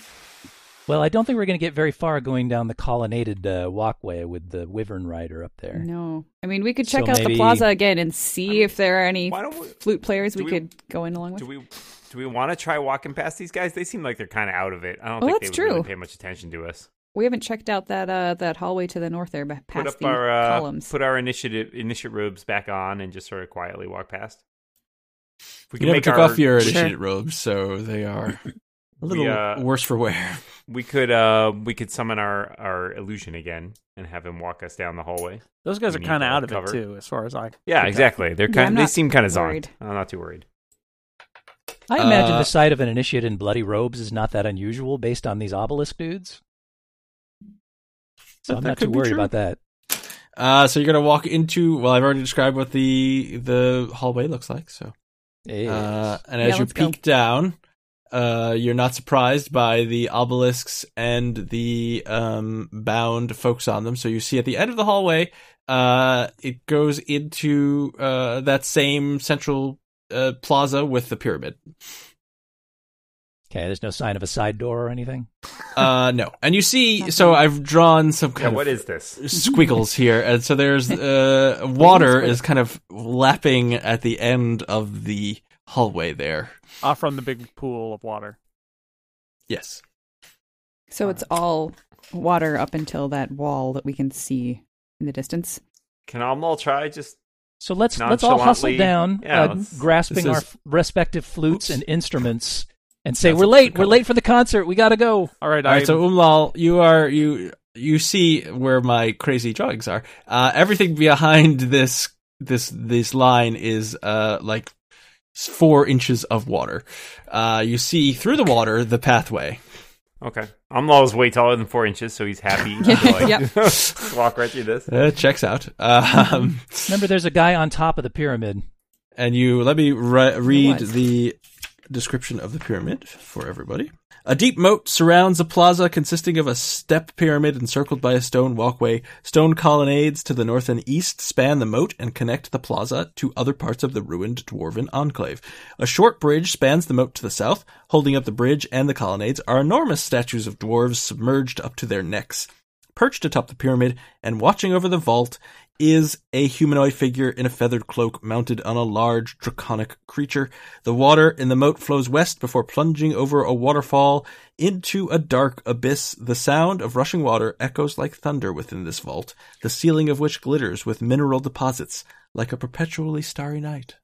Speaker 3: Well, I don't think we're going to get very far going down the colonnaded uh, walkway with the Wyvern Rider up there.
Speaker 6: no. I mean, we could
Speaker 3: So
Speaker 6: check out
Speaker 3: maybe-
Speaker 6: the plaza again and see if there are any
Speaker 4: Why don't we?
Speaker 6: flute players
Speaker 4: do
Speaker 6: we,
Speaker 4: we-
Speaker 6: could go in along with.
Speaker 4: Do we? Do we want to try walking past these guys? They seem like they're kind of out of it. I don't
Speaker 6: Oh,
Speaker 4: think
Speaker 6: that's
Speaker 4: they would really
Speaker 6: true.
Speaker 4: pay much attention to us.
Speaker 6: We haven't checked out that uh, that hallway to the north there, but past
Speaker 4: put up
Speaker 6: the
Speaker 4: our uh,
Speaker 6: columns.
Speaker 4: put our initiative initiative robes back on and just sort of quietly walk past. If we
Speaker 2: You never took off your
Speaker 7: Sure.
Speaker 2: initiated robes, so they are a little
Speaker 4: uh,
Speaker 2: worse for wear.
Speaker 4: we could uh we could summon our our illusion again and have him walk us down the hallway.
Speaker 1: Those guys
Speaker 4: We
Speaker 1: are
Speaker 4: need
Speaker 1: kind
Speaker 4: to
Speaker 1: of out of
Speaker 4: cover.
Speaker 1: it too, as far as I.
Speaker 4: Yeah, exactly. They're
Speaker 6: Yeah,
Speaker 4: kind.
Speaker 6: I'm
Speaker 4: they
Speaker 6: not
Speaker 4: seem kind of
Speaker 6: worried.
Speaker 4: zonked. I'm not too worried.
Speaker 3: I imagine
Speaker 2: Uh,
Speaker 3: the sight of an initiate in bloody robes is not that unusual based on these obelisk dudes. So
Speaker 2: That-
Speaker 3: I'm
Speaker 2: that
Speaker 3: not
Speaker 2: could
Speaker 3: too
Speaker 2: be
Speaker 3: worried
Speaker 2: true.
Speaker 3: about that.
Speaker 2: Uh, so you're gonna walk into. Well, I've already described what the the hallway looks like. So, uh, and as
Speaker 6: Yeah,
Speaker 2: you
Speaker 6: let's go.
Speaker 2: peek down, uh, you're not surprised by the obelisks and the um bound folks on them. So you see at the end of the hallway, uh, it goes into uh that same central uh plaza with the
Speaker 6: [laughs]
Speaker 2: pyramid.
Speaker 3: Okay, there's no sign of a side door or anything.
Speaker 2: Uh, no, and you see. So I've drawn some
Speaker 4: Yeah,
Speaker 2: kind
Speaker 4: what
Speaker 2: of
Speaker 4: is this?
Speaker 6: [laughs]
Speaker 2: squiggles here, and so there's uh water is kind of lapping at the end of the hallway there.
Speaker 1: Uh, from the big pool of water.
Speaker 2: Yes.
Speaker 6: So it's all water up until that wall that we can see in the distance.
Speaker 4: Can all try just
Speaker 3: So let's let's all hustle
Speaker 4: Nonchalantly-
Speaker 3: down,
Speaker 4: yeah,
Speaker 3: uh,
Speaker 4: let's-
Speaker 3: grasping
Speaker 2: this is-
Speaker 3: our f- respective flutes
Speaker 2: Oops.
Speaker 3: and instruments, and say
Speaker 2: That's
Speaker 3: we're
Speaker 2: a-
Speaker 3: late.
Speaker 2: good
Speaker 3: We're
Speaker 2: call.
Speaker 3: late for the concert. We gotta go.
Speaker 1: All right,
Speaker 2: All right.
Speaker 1: I-
Speaker 2: So Umlal, you are you you see where my crazy drawings are. Uh, everything behind this this this line is uh like four inches of water. Uh, you see through the water the pathway.
Speaker 4: Okay. Amlal is way taller than four inches, so he's
Speaker 6: [laughs]
Speaker 4: happy. [laughs]
Speaker 6: Yep.
Speaker 4: Just Walk right through this.
Speaker 2: Uh, checks out. [laughs] Um,
Speaker 3: Remember, there's a guy on top of the pyramid.
Speaker 2: and you let me re- read
Speaker 6: was.
Speaker 2: the description of the pyramid for everybody. A deep moat surrounds a plaza consisting of a step pyramid encircled by a stone walkway. Stone colonnades to the north and east span the moat and connect the plaza to other parts of the ruined dwarven enclave. A short bridge spans the moat to the south. Holding up the bridge and the colonnades are enormous statues of dwarves submerged up to their necks. Perched atop the pyramid and watching over the vault is a humanoid figure in a feathered cloak mounted on a large draconic creature. The water in the moat flows west before plunging over a waterfall into a dark abyss. The sound of rushing water echoes like thunder within this vault, the ceiling of which glitters with mineral deposits like a perpetually starry night.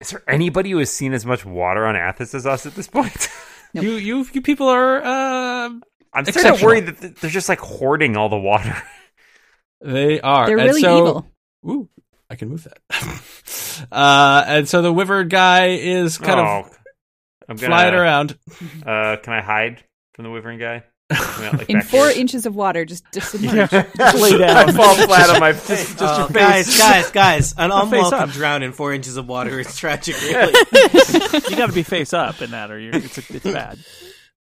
Speaker 4: Is there anybody who has seen as much water on Athos as us at this point? [laughs]
Speaker 6: Nope.
Speaker 2: You, you, you people are, uh,
Speaker 4: I'm starting to
Speaker 2: Exceptional.
Speaker 4: worry that th- they're just like hoarding all the water.
Speaker 2: they are.
Speaker 6: They're
Speaker 2: And
Speaker 6: really
Speaker 2: so-
Speaker 6: evil.
Speaker 2: Ooh, I can move that. [laughs] uh, and so the wyvern guy is kind
Speaker 4: oh,
Speaker 2: of
Speaker 4: I'm gonna,
Speaker 2: flying around.
Speaker 4: Uh, can I hide from the wyvern guy? Come out, like,
Speaker 6: [laughs] In
Speaker 8: [laughs]
Speaker 4: back
Speaker 6: four
Speaker 4: here.
Speaker 6: inches of water, just, just submerged.
Speaker 1: lay down.
Speaker 4: I fall flat on my face.
Speaker 1: Just your
Speaker 5: Oh, guys,
Speaker 1: face.
Speaker 5: guys, guys! An
Speaker 1: face
Speaker 5: Umlal
Speaker 1: up.
Speaker 5: can drown in four inches of water. It's tragic, really.
Speaker 1: [laughs] you got to be face up in that, or you're, it's, it's bad.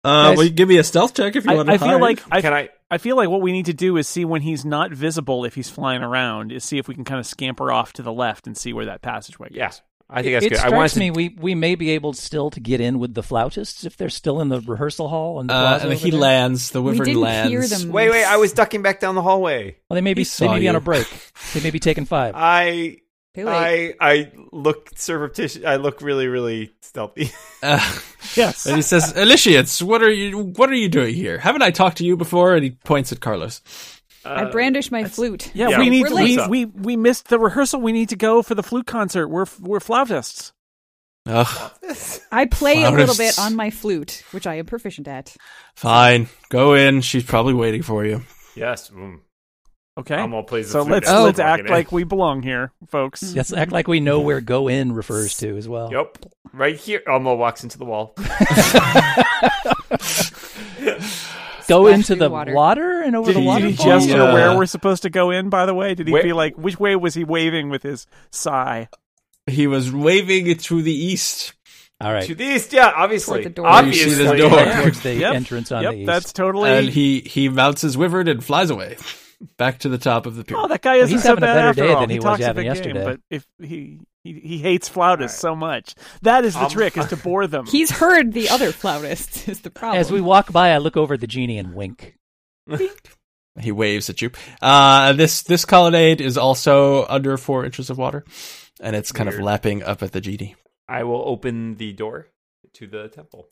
Speaker 2: Uh,
Speaker 6: Guys-
Speaker 2: well, you give me a stealth check if you
Speaker 1: I,
Speaker 2: want to.
Speaker 1: I feel like I,
Speaker 4: Can I?
Speaker 1: I feel like what we need to do is see when he's not visible if he's flying around is see if we can kind of scamper off to the left and see where that passageway goes.
Speaker 4: Yeah, I think that's
Speaker 3: it
Speaker 4: good. I
Speaker 3: strikes
Speaker 4: wanted to
Speaker 3: me we, we may be able still to get in with the flautists if they're still in the rehearsal hall. And, the
Speaker 2: uh,
Speaker 3: plaza
Speaker 2: and
Speaker 3: over
Speaker 2: he
Speaker 3: there.
Speaker 2: lands. The
Speaker 6: we
Speaker 2: wyvern
Speaker 6: didn't
Speaker 2: lands.
Speaker 6: hear them.
Speaker 8: Wait, wait, I was ducking back down the hallway.
Speaker 3: Well, they may be
Speaker 2: He
Speaker 3: they
Speaker 2: saw
Speaker 3: may be on
Speaker 2: you.
Speaker 3: a break. They may be taking
Speaker 4: [laughs]
Speaker 3: five.
Speaker 8: I
Speaker 6: Too late.
Speaker 8: I I look surreptitious. I look really really stealthy.
Speaker 2: Uh,
Speaker 1: Yes.
Speaker 2: and he says, "Eliciates, what are you? What are you doing here? Haven't I talked to you before?" And he points at Carlos.
Speaker 6: I,
Speaker 8: uh, [laughs]
Speaker 6: brandish my flute.
Speaker 1: Yeah,
Speaker 4: Yeah,
Speaker 1: we need
Speaker 6: we're
Speaker 1: we,
Speaker 4: late.
Speaker 1: we we missed the rehearsal. We need to go for the flute concert. We're we're flautists.
Speaker 2: Ugh,
Speaker 6: I play a little bit
Speaker 2: Flautists.
Speaker 6: on my flute, which I am proficient at.
Speaker 2: fine, go in. She's probably waiting for you.
Speaker 4: Yes. mm.
Speaker 1: Okay.
Speaker 4: I'm all pleased.
Speaker 1: so
Speaker 4: with food
Speaker 1: let's
Speaker 4: now.
Speaker 1: let's
Speaker 4: Fuck
Speaker 1: act
Speaker 4: it, eh?
Speaker 1: like we belong here, folks.
Speaker 3: Let's act like we know where go in refers to as well.
Speaker 4: Yep. Right here. Almo walks into the wall.
Speaker 3: Go
Speaker 6: Splash
Speaker 3: into
Speaker 6: through
Speaker 3: the water.
Speaker 6: water.
Speaker 3: and over
Speaker 1: Did
Speaker 3: the uh,
Speaker 1: he, did he
Speaker 3: waterfall.
Speaker 1: gesture
Speaker 2: Yeah.
Speaker 1: where we're supposed to go in? By the way, did he
Speaker 4: Where-
Speaker 1: be like which way was he waving with his sigh?
Speaker 2: He was waving it to the east.
Speaker 3: All
Speaker 4: To
Speaker 3: right.
Speaker 4: the east. Yeah, obviously.
Speaker 6: Toward the door.
Speaker 2: You
Speaker 4: Obviously.
Speaker 2: see this
Speaker 3: Right
Speaker 2: door.
Speaker 3: towards the
Speaker 1: Yep.
Speaker 3: entrance on the
Speaker 1: Yep,
Speaker 3: east.
Speaker 1: that's totally.
Speaker 2: And he he mounts his wyvern and flies away, back to the top of the
Speaker 1: oh,
Speaker 2: pyramid.
Speaker 1: that guy isn't
Speaker 3: he's
Speaker 1: so
Speaker 3: having a
Speaker 1: bad
Speaker 3: better
Speaker 1: after
Speaker 3: day
Speaker 1: all.
Speaker 3: than he was
Speaker 1: talks a
Speaker 3: having
Speaker 1: big game,
Speaker 3: yesterday.
Speaker 1: but if he he, he hates flautists so much, that is the
Speaker 4: Um,
Speaker 1: trick: is to bore them.
Speaker 6: He's heard the other flautist [laughs] is the problem.
Speaker 3: As we walk by, I look over at the genie and wink.
Speaker 2: He waves at you. Uh, this this colonnade is also under four inches of water, and it's kind of
Speaker 4: Weird.
Speaker 2: lapping up at the genie.
Speaker 4: I will open the door to the temple.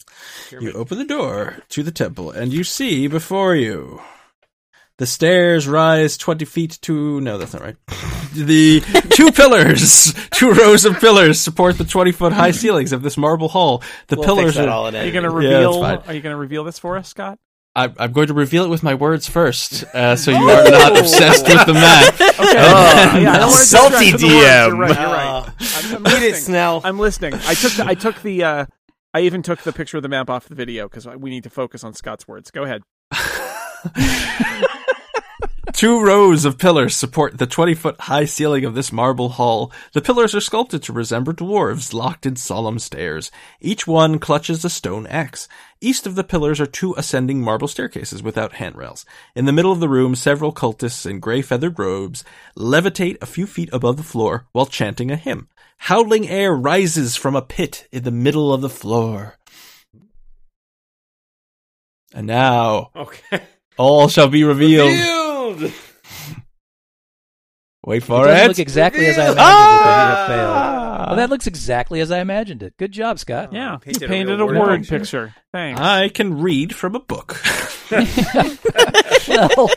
Speaker 2: You
Speaker 4: Pyramid.
Speaker 2: open the door to the temple, and you see before you the stairs rise 20 feet to. No, that's not right. The
Speaker 5: [laughs]
Speaker 2: two pillars, two rows of pillars, support the 20 foot high ceilings of this marble hall. The
Speaker 5: We'll fix
Speaker 2: pillars
Speaker 5: that
Speaker 2: are.
Speaker 5: all in
Speaker 1: Are you
Speaker 5: editing. [laughs]
Speaker 1: going to
Speaker 2: Yeah, that's
Speaker 1: reveal?
Speaker 2: fine.
Speaker 1: are you going to reveal this for us, Scott?
Speaker 2: I'm, I'm going to reveal it with my words first, uh, so you
Speaker 5: Oh!
Speaker 2: are not obsessed with
Speaker 5: [laughs]
Speaker 2: the map.
Speaker 1: Okay.
Speaker 2: Oh.
Speaker 1: yeah, I don't wanna
Speaker 4: Salty
Speaker 1: distract with the words. You're
Speaker 4: DM.
Speaker 1: right. You're right.
Speaker 5: Uh,
Speaker 1: I'm, I'm
Speaker 5: Eat it,
Speaker 1: listening.
Speaker 5: Snell.
Speaker 1: I'm listening. I took the, I took the uh, I even took the picture of the map off the video because we need to focus on Scott's words. Go ahead.
Speaker 2: Two rows of pillars support the 20 foot high ceiling of this marble hall. The pillars are sculpted to resemble dwarves locked in solemn stairs. Each one clutches a stone axe. East of the pillars are two ascending marble staircases without handrails. In the middle of the room, several cultists in gray feathered robes levitate a few feet above the floor while chanting a hymn. Howling air rises from a pit in the middle of the floor. And now,
Speaker 5: Okay.
Speaker 2: all shall be revealed.
Speaker 5: Field!
Speaker 2: Wait
Speaker 3: It
Speaker 2: for
Speaker 3: doesn't
Speaker 2: it.
Speaker 3: look exactly as I imagined
Speaker 4: Ah!
Speaker 3: it, but you have failed. Well, that looks exactly as I imagined it. Good job, Scott.
Speaker 1: Yeah,
Speaker 8: Painted
Speaker 1: you
Speaker 8: a
Speaker 1: painted a,
Speaker 8: real
Speaker 1: word
Speaker 8: word
Speaker 1: picture. Thanks.
Speaker 3: Uh,
Speaker 2: I can read from a book. [laughs]
Speaker 5: [laughs]
Speaker 3: well,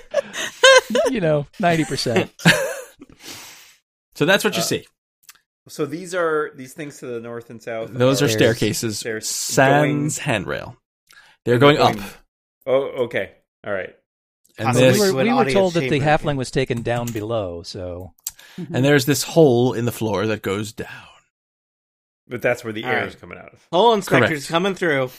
Speaker 3: you know, ninety percent.
Speaker 2: so that's what you see.
Speaker 8: So these are these things to the north and south.
Speaker 2: Those are
Speaker 3: Stairs.
Speaker 2: staircases.
Speaker 8: Stairs.
Speaker 2: Sans handrail. They're going up.
Speaker 8: Going- Oh, okay. All right.
Speaker 2: And
Speaker 3: We
Speaker 5: So
Speaker 2: there's,
Speaker 3: were,
Speaker 5: Possibly. to an
Speaker 3: we were
Speaker 5: audience
Speaker 3: told that the
Speaker 5: chamber.
Speaker 3: halfling was taken down below, so
Speaker 2: and there's this hole in the floor that goes down.
Speaker 8: But that's where the
Speaker 5: All
Speaker 8: air
Speaker 5: right.
Speaker 8: is coming out of. [laughs]
Speaker 5: Hole
Speaker 2: Correct.
Speaker 5: inspectors coming through.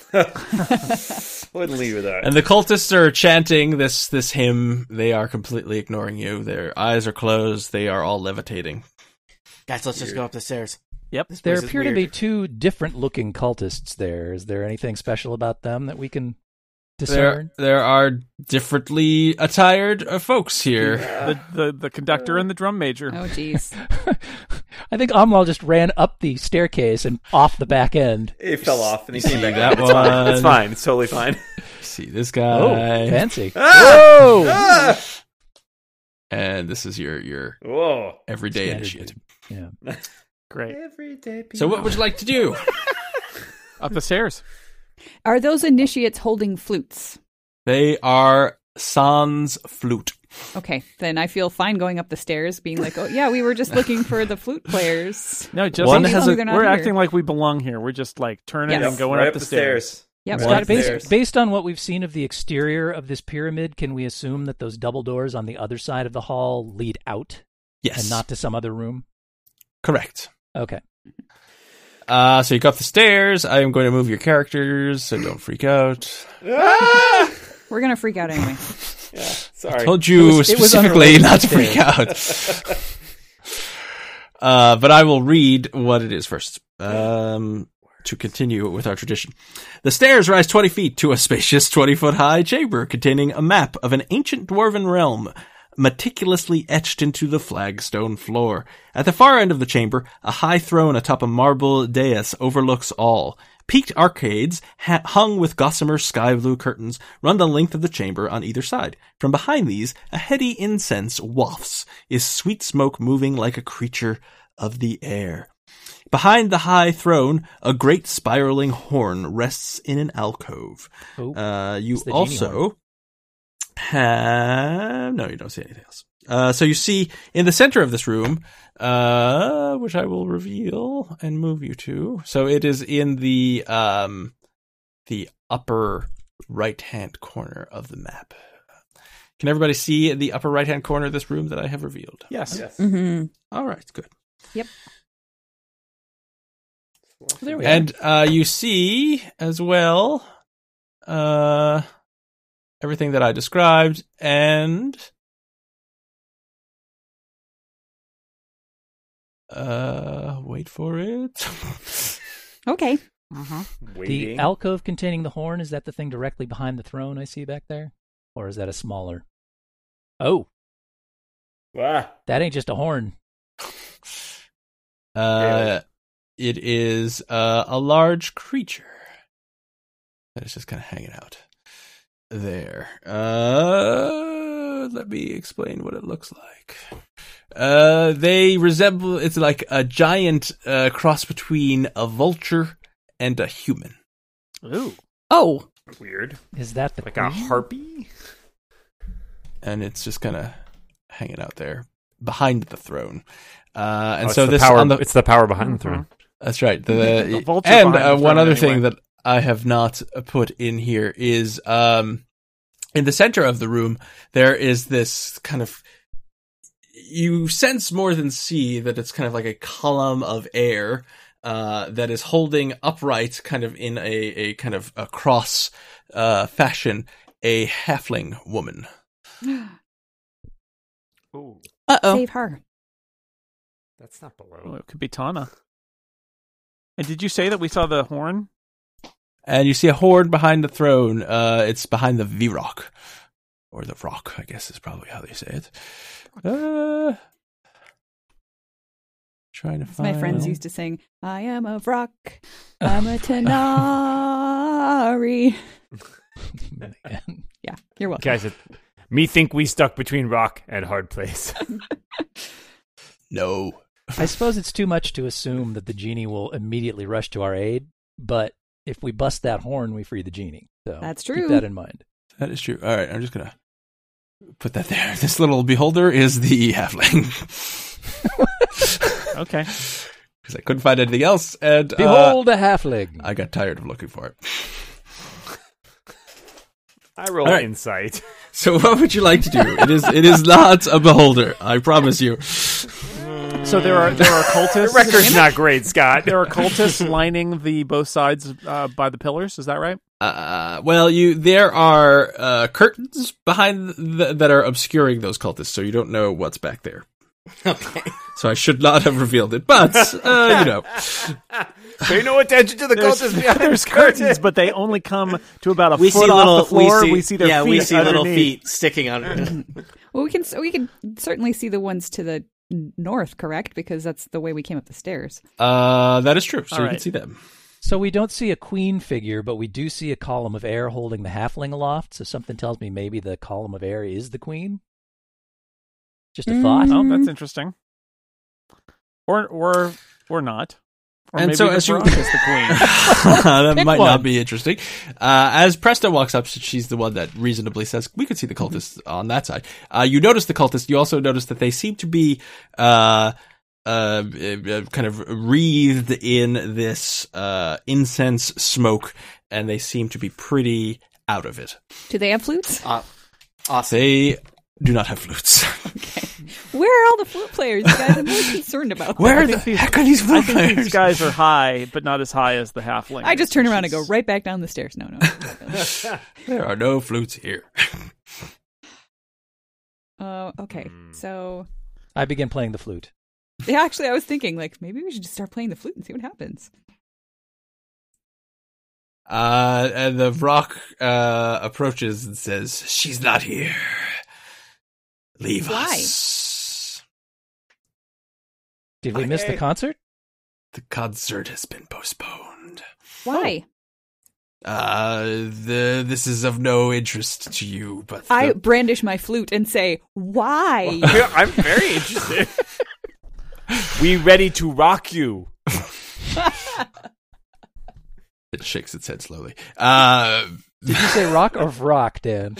Speaker 8: Wouldn't leave with that.
Speaker 2: And the cultists are chanting this this hymn. They are completely ignoring you. Their eyes are closed. They are all levitating.
Speaker 5: Guys, let's just go up the stairs.
Speaker 1: Yep.
Speaker 5: This
Speaker 3: there
Speaker 5: place is
Speaker 3: appear to be
Speaker 5: weird.
Speaker 3: two different looking cultists there. Is there anything special about them that we can discern?
Speaker 2: There there are differently attired uh, folks here.
Speaker 1: The, the the conductor and the drum major.
Speaker 6: Oh, jeez.
Speaker 3: I think Amlal just ran up the staircase and off the back end.
Speaker 8: It fell off and he came
Speaker 2: See
Speaker 8: back.
Speaker 2: that
Speaker 8: It's fine. It's
Speaker 2: one.
Speaker 8: fine. It's totally [laughs]
Speaker 2: [laughs]
Speaker 8: fine.
Speaker 2: See this
Speaker 3: Oh,
Speaker 2: guy.
Speaker 3: fancy.
Speaker 8: Whoa! Ah!
Speaker 2: and this is your your
Speaker 8: Whoa!
Speaker 2: everyday
Speaker 3: Standard
Speaker 2: initiative.
Speaker 3: dude. Yeah.
Speaker 1: Great.
Speaker 8: Everyday people.
Speaker 2: So what would you like to do?
Speaker 1: Up the stairs.
Speaker 6: Are those initiates holding flutes?
Speaker 2: They are sans flute.
Speaker 6: Okay, then I feel fine going up the stairs, being like, "Oh yeah, we were just looking for the flute players."
Speaker 1: No, just
Speaker 2: One
Speaker 1: we're
Speaker 2: has a-
Speaker 6: They're not here.
Speaker 1: acting like we belong here. We're just like turning
Speaker 6: Yes.
Speaker 1: and going
Speaker 8: right
Speaker 1: up the stairs.
Speaker 6: Yep.
Speaker 8: Right.
Speaker 3: Scott,
Speaker 8: Upstairs.
Speaker 3: based, based on what we've seen of the exterior of this pyramid, can we assume that those double doors on the other side of the hall lead out
Speaker 2: Yes,
Speaker 3: and not to some other room?
Speaker 2: correct.
Speaker 3: Okay.
Speaker 2: Uh, so you go up the stairs. I am going to move your characters, so don't freak out.
Speaker 8: Ah!
Speaker 6: We're gonna freak out anyway.
Speaker 8: Yeah, sorry.
Speaker 2: Told you
Speaker 3: was- it was
Speaker 2: specifically
Speaker 3: unrelated
Speaker 2: not to
Speaker 3: to
Speaker 2: freak out. [laughs] uh, but I will read what it is first. Um, to continue with our tradition. The stairs rise 20 feet to a spacious [laughs] 20 foot high chamber containing a map of an ancient dwarven realm meticulously etched into the flagstone floor. At the far end of the chamber, a high throne atop a marble dais overlooks all. Peaked arcades, ha- hung with gossamer sky blue curtains, run the length of the chamber on either side. From behind these, a heady incense wafts, is sweet smoke moving like a creature of the air. Behind the high throne, a great spiraling horn rests in an alcove.
Speaker 3: Oh,
Speaker 2: Uh, you
Speaker 3: It's the genie horn.
Speaker 2: also have no, you don't see anything else. Uh, so you see in the center of this room, uh, which I will reveal and move you to. So it is in the um, the upper right hand corner of the map. Can everybody see the upper right hand corner of this room that I have revealed?
Speaker 1: Yes.
Speaker 8: Yes.
Speaker 2: Mm.
Speaker 7: hmm
Speaker 2: All right, good.
Speaker 3: there we are.
Speaker 2: And uh, you see as well uh, everything that I described, and uh, wait for it. [laughs]
Speaker 6: Okay.
Speaker 3: the
Speaker 8: Waiting.
Speaker 3: alcove containing the horn is that the thing directly behind the throne I see back there, or is that a smaller? Oh,
Speaker 8: Ah.
Speaker 3: that ain't just a horn.
Speaker 2: uh, it is uh, a large creature that is just kind of hanging out there. Uh, let me explain what it looks like. Uh, they resemble. It's like a giant uh, cross between a vulture and a human.
Speaker 1: Ooh.
Speaker 7: Oh,
Speaker 8: Weird.
Speaker 3: Is that the [laughs]
Speaker 8: Like a
Speaker 3: queen?
Speaker 8: harpy?
Speaker 2: and it's just kind of hanging out there behind the throne. Uh,
Speaker 4: Oh,
Speaker 2: and
Speaker 4: it's
Speaker 2: so
Speaker 4: the
Speaker 2: this
Speaker 4: power,
Speaker 2: on the,
Speaker 4: it's the power behind the throne.
Speaker 2: that's right. The,
Speaker 1: The vulture
Speaker 2: and
Speaker 1: behind
Speaker 2: uh,
Speaker 1: the
Speaker 2: one
Speaker 1: throne,
Speaker 2: other
Speaker 1: anyway.
Speaker 2: thing that I have not uh, put in here is um, in the center of the room there is this kind of you sense more than see that it's kind of like a column of air uh, that is holding upright, kind of in a, a kind of a cross uh, fashion, a halfling woman.
Speaker 4: Ooh,
Speaker 7: Uh oh.
Speaker 6: Save her.
Speaker 4: that's not
Speaker 1: Oh,
Speaker 4: below.
Speaker 1: it could be Tana. And did you say that we saw the horn?
Speaker 2: And you see a horn behind the throne. Uh, it's behind the V Rock. Or the Rock, I guess is probably how they say it. Uh, trying to
Speaker 6: As
Speaker 2: find.
Speaker 6: my friends used to sing, I am a rock. I'm a Tanari.
Speaker 3: Man.
Speaker 6: [laughs] yeah, you're welcome.
Speaker 4: Guys, it, me think we stuck between rock and hard place.
Speaker 2: No.
Speaker 3: I suppose it's too much to assume that the genie will immediately rush to our aid, but if we bust that horn, we free the genie. So
Speaker 6: That's
Speaker 3: Keep
Speaker 6: true.
Speaker 3: that in mind.
Speaker 2: That is true. All right, I'm just going to put that there. This little beholder is the halfling.
Speaker 1: Okay.
Speaker 2: Because I couldn't find anything else. And uh,
Speaker 3: Behold a halfling.
Speaker 2: I got tired of looking for it.
Speaker 4: [laughs] I roll
Speaker 2: All right.
Speaker 4: insight.
Speaker 2: So what would you like to do? It is it is not a beholder, I promise you.
Speaker 1: So there are there are cultists.
Speaker 4: Record's not great, Scott.
Speaker 1: There are cultists lining the both sides uh, by the pillars. Is that right?
Speaker 2: Uh, well, you there are uh, curtains behind th- that are obscuring those cultists, so you don't know what's back there.
Speaker 5: Okay.
Speaker 2: So I should not have revealed it, but uh, you know,
Speaker 4: [laughs] Pay no attention to the
Speaker 1: There's, [laughs]
Speaker 4: cultists behind
Speaker 1: there's
Speaker 4: the curtain.
Speaker 1: curtains, but they only come to about a
Speaker 5: We
Speaker 1: foot
Speaker 5: see
Speaker 1: off
Speaker 5: little
Speaker 1: the floor.
Speaker 5: We see,
Speaker 1: their
Speaker 5: yeah,
Speaker 1: feet.
Speaker 5: we see little
Speaker 1: underneath.
Speaker 5: feet sticking
Speaker 2: [laughs]
Speaker 5: out. of it.
Speaker 6: Well, we can we can certainly see the ones to the north, correct? Because that's the way we came up the stairs.
Speaker 2: uh, that is true. So
Speaker 1: All
Speaker 2: you can
Speaker 1: right.
Speaker 2: see them.
Speaker 3: So we don't see a queen figure, but we do see a column of air holding the halfling aloft. So something tells me maybe the column of air is the queen. Just a thought.
Speaker 1: Oh, that's interesting. Or or or not. Or
Speaker 2: And
Speaker 1: maybe
Speaker 2: so
Speaker 1: the
Speaker 2: as you-
Speaker 1: Bronx is the queen.
Speaker 2: [laughs] that
Speaker 1: Pick
Speaker 2: might
Speaker 1: one.
Speaker 2: not be interesting. Uh, as Presta walks up, she's the one that reasonably says, "We could see the cultists on that side." Uh, you notice the cultists. You also notice that they seem to be uh, uh, uh, kind of wreathed in this uh, incense smoke, and they seem to be pretty out of it.
Speaker 6: Do they have flutes?
Speaker 5: Aw- Uh, awesome.
Speaker 2: They do not have flutes.
Speaker 6: Where are all the flute players, you guys? I'm really concerned
Speaker 2: [laughs]
Speaker 6: about.
Speaker 2: Where
Speaker 6: that.
Speaker 2: the heck are
Speaker 1: [laughs]
Speaker 2: these
Speaker 1: I
Speaker 2: flute
Speaker 1: think
Speaker 2: players?
Speaker 1: these guys are high, but not as high as the halfling.
Speaker 6: [laughs] I just turn around and go right back down the stairs. No, no. not really.
Speaker 2: there are no flutes here.
Speaker 6: [laughs]
Speaker 2: [laughs]
Speaker 6: Uh, okay, so
Speaker 3: I begin playing the flute.
Speaker 6: yeah, actually, I was thinking like maybe we should just start playing the flute and see what happens.
Speaker 2: Uh, and the rock uh, approaches and says, "She's not here. Leave
Speaker 6: Why?
Speaker 2: us.
Speaker 3: Did we miss the
Speaker 4: Okay.
Speaker 3: concert?
Speaker 2: The concert has been postponed.
Speaker 6: Why?
Speaker 2: Uh, the this is of no interest to you, but the-
Speaker 6: I brandish my flute and say, "Why?"
Speaker 4: [laughs] I'm very interested. we ready to rock you.
Speaker 2: it shakes its head slowly. Uh,
Speaker 3: Did you say rock
Speaker 4: [laughs]
Speaker 3: or vrock, Dan?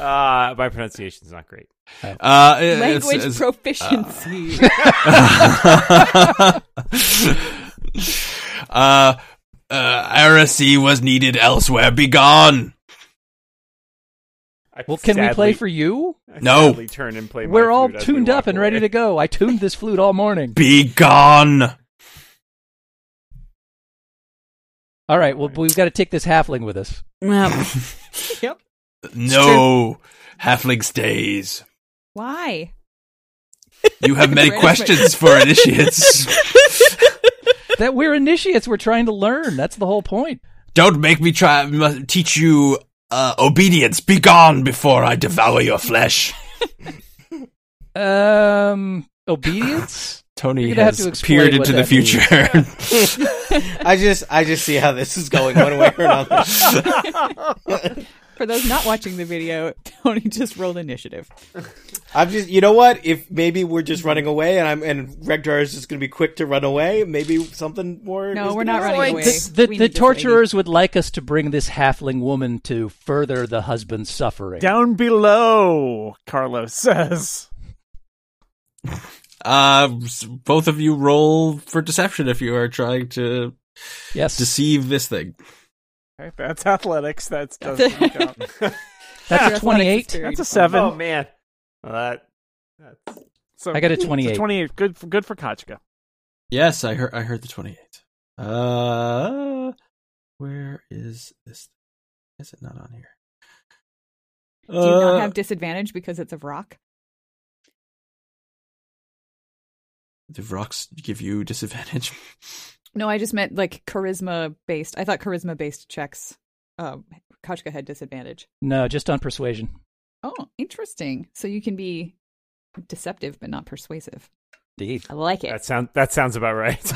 Speaker 4: Uh, my pronunciation's not great.
Speaker 2: uh, it's-
Speaker 6: Language
Speaker 2: it's-
Speaker 6: proficiency. [laughs]
Speaker 2: [laughs] uh, uh, heresy was needed elsewhere. Begone.
Speaker 4: I
Speaker 3: Well, can we play
Speaker 4: sadly-
Speaker 3: for you?
Speaker 4: I
Speaker 2: No.
Speaker 4: sadly Turn and play. my
Speaker 3: We're all
Speaker 4: flute as we
Speaker 3: tuned up
Speaker 4: walk
Speaker 3: and ready
Speaker 4: away.
Speaker 3: to go. I tuned this flute all
Speaker 4: [laughs]
Speaker 3: morning.
Speaker 2: Begone.
Speaker 3: All right, well, we've got to take this halfling with us.
Speaker 7: Yep.
Speaker 2: No, halfling stays.
Speaker 6: Why?
Speaker 2: You
Speaker 3: [laughs]
Speaker 2: have many
Speaker 6: Right.
Speaker 2: questions for initiates. [laughs]
Speaker 3: that we're initiates. We're trying to learn. That's the whole point.
Speaker 2: Don't make me try must teach you uh, obedience. Be gone before I devour your flesh.
Speaker 3: Um, obedience.
Speaker 2: Tony
Speaker 3: You're gonna have
Speaker 2: has
Speaker 3: to explain
Speaker 2: peered
Speaker 3: what
Speaker 2: into the
Speaker 3: that means. [laughs]
Speaker 2: future.
Speaker 5: I just, I just see how this is going one way or another.
Speaker 6: For those not watching the video, [laughs] Tony just rolled initiative.
Speaker 5: I'm just, you know what? If maybe we're just running away, and I'm and Regdar is just going to be quick to run away. Maybe something more.
Speaker 6: No,
Speaker 5: is
Speaker 6: we're
Speaker 5: gonna
Speaker 6: not running
Speaker 5: happen.
Speaker 6: away.
Speaker 3: The, the,
Speaker 6: We
Speaker 3: the
Speaker 6: need this
Speaker 3: torturers would like us to bring this halfling woman to further the husband's suffering.
Speaker 1: Down below, Carlos says.
Speaker 2: uh, s- both of you roll for deception if you are trying to
Speaker 3: yes,
Speaker 2: deceive this thing.
Speaker 1: Okay, that's athletics.
Speaker 6: [laughs]
Speaker 1: That's
Speaker 6: That's
Speaker 1: doesn't
Speaker 6: it.
Speaker 1: count.
Speaker 3: that's a
Speaker 6: Athletics is
Speaker 3: Ah, twenty-eight.
Speaker 6: very
Speaker 1: That's a
Speaker 6: different.
Speaker 1: seven.
Speaker 4: Oh man, Well, that
Speaker 1: So
Speaker 3: I got a
Speaker 1: it's
Speaker 3: twenty-eight.
Speaker 1: Twenty-eight. Good. For, good for Kachka.
Speaker 2: [laughs] Yes, I heard. I heard the twenty-eight. Uh, where is this? Is it not on here?
Speaker 6: Do you
Speaker 2: Uh,
Speaker 6: not have disadvantage because it's of rock?
Speaker 2: The rocks give you disadvantage.
Speaker 6: No, I just meant like charisma based. I thought charisma based checks. Um, Kachka had disadvantage.
Speaker 3: No, just on persuasion.
Speaker 6: Oh, interesting. So you can be deceptive but not persuasive.
Speaker 3: Indeed.
Speaker 6: I like it.
Speaker 4: That sound that sounds about right.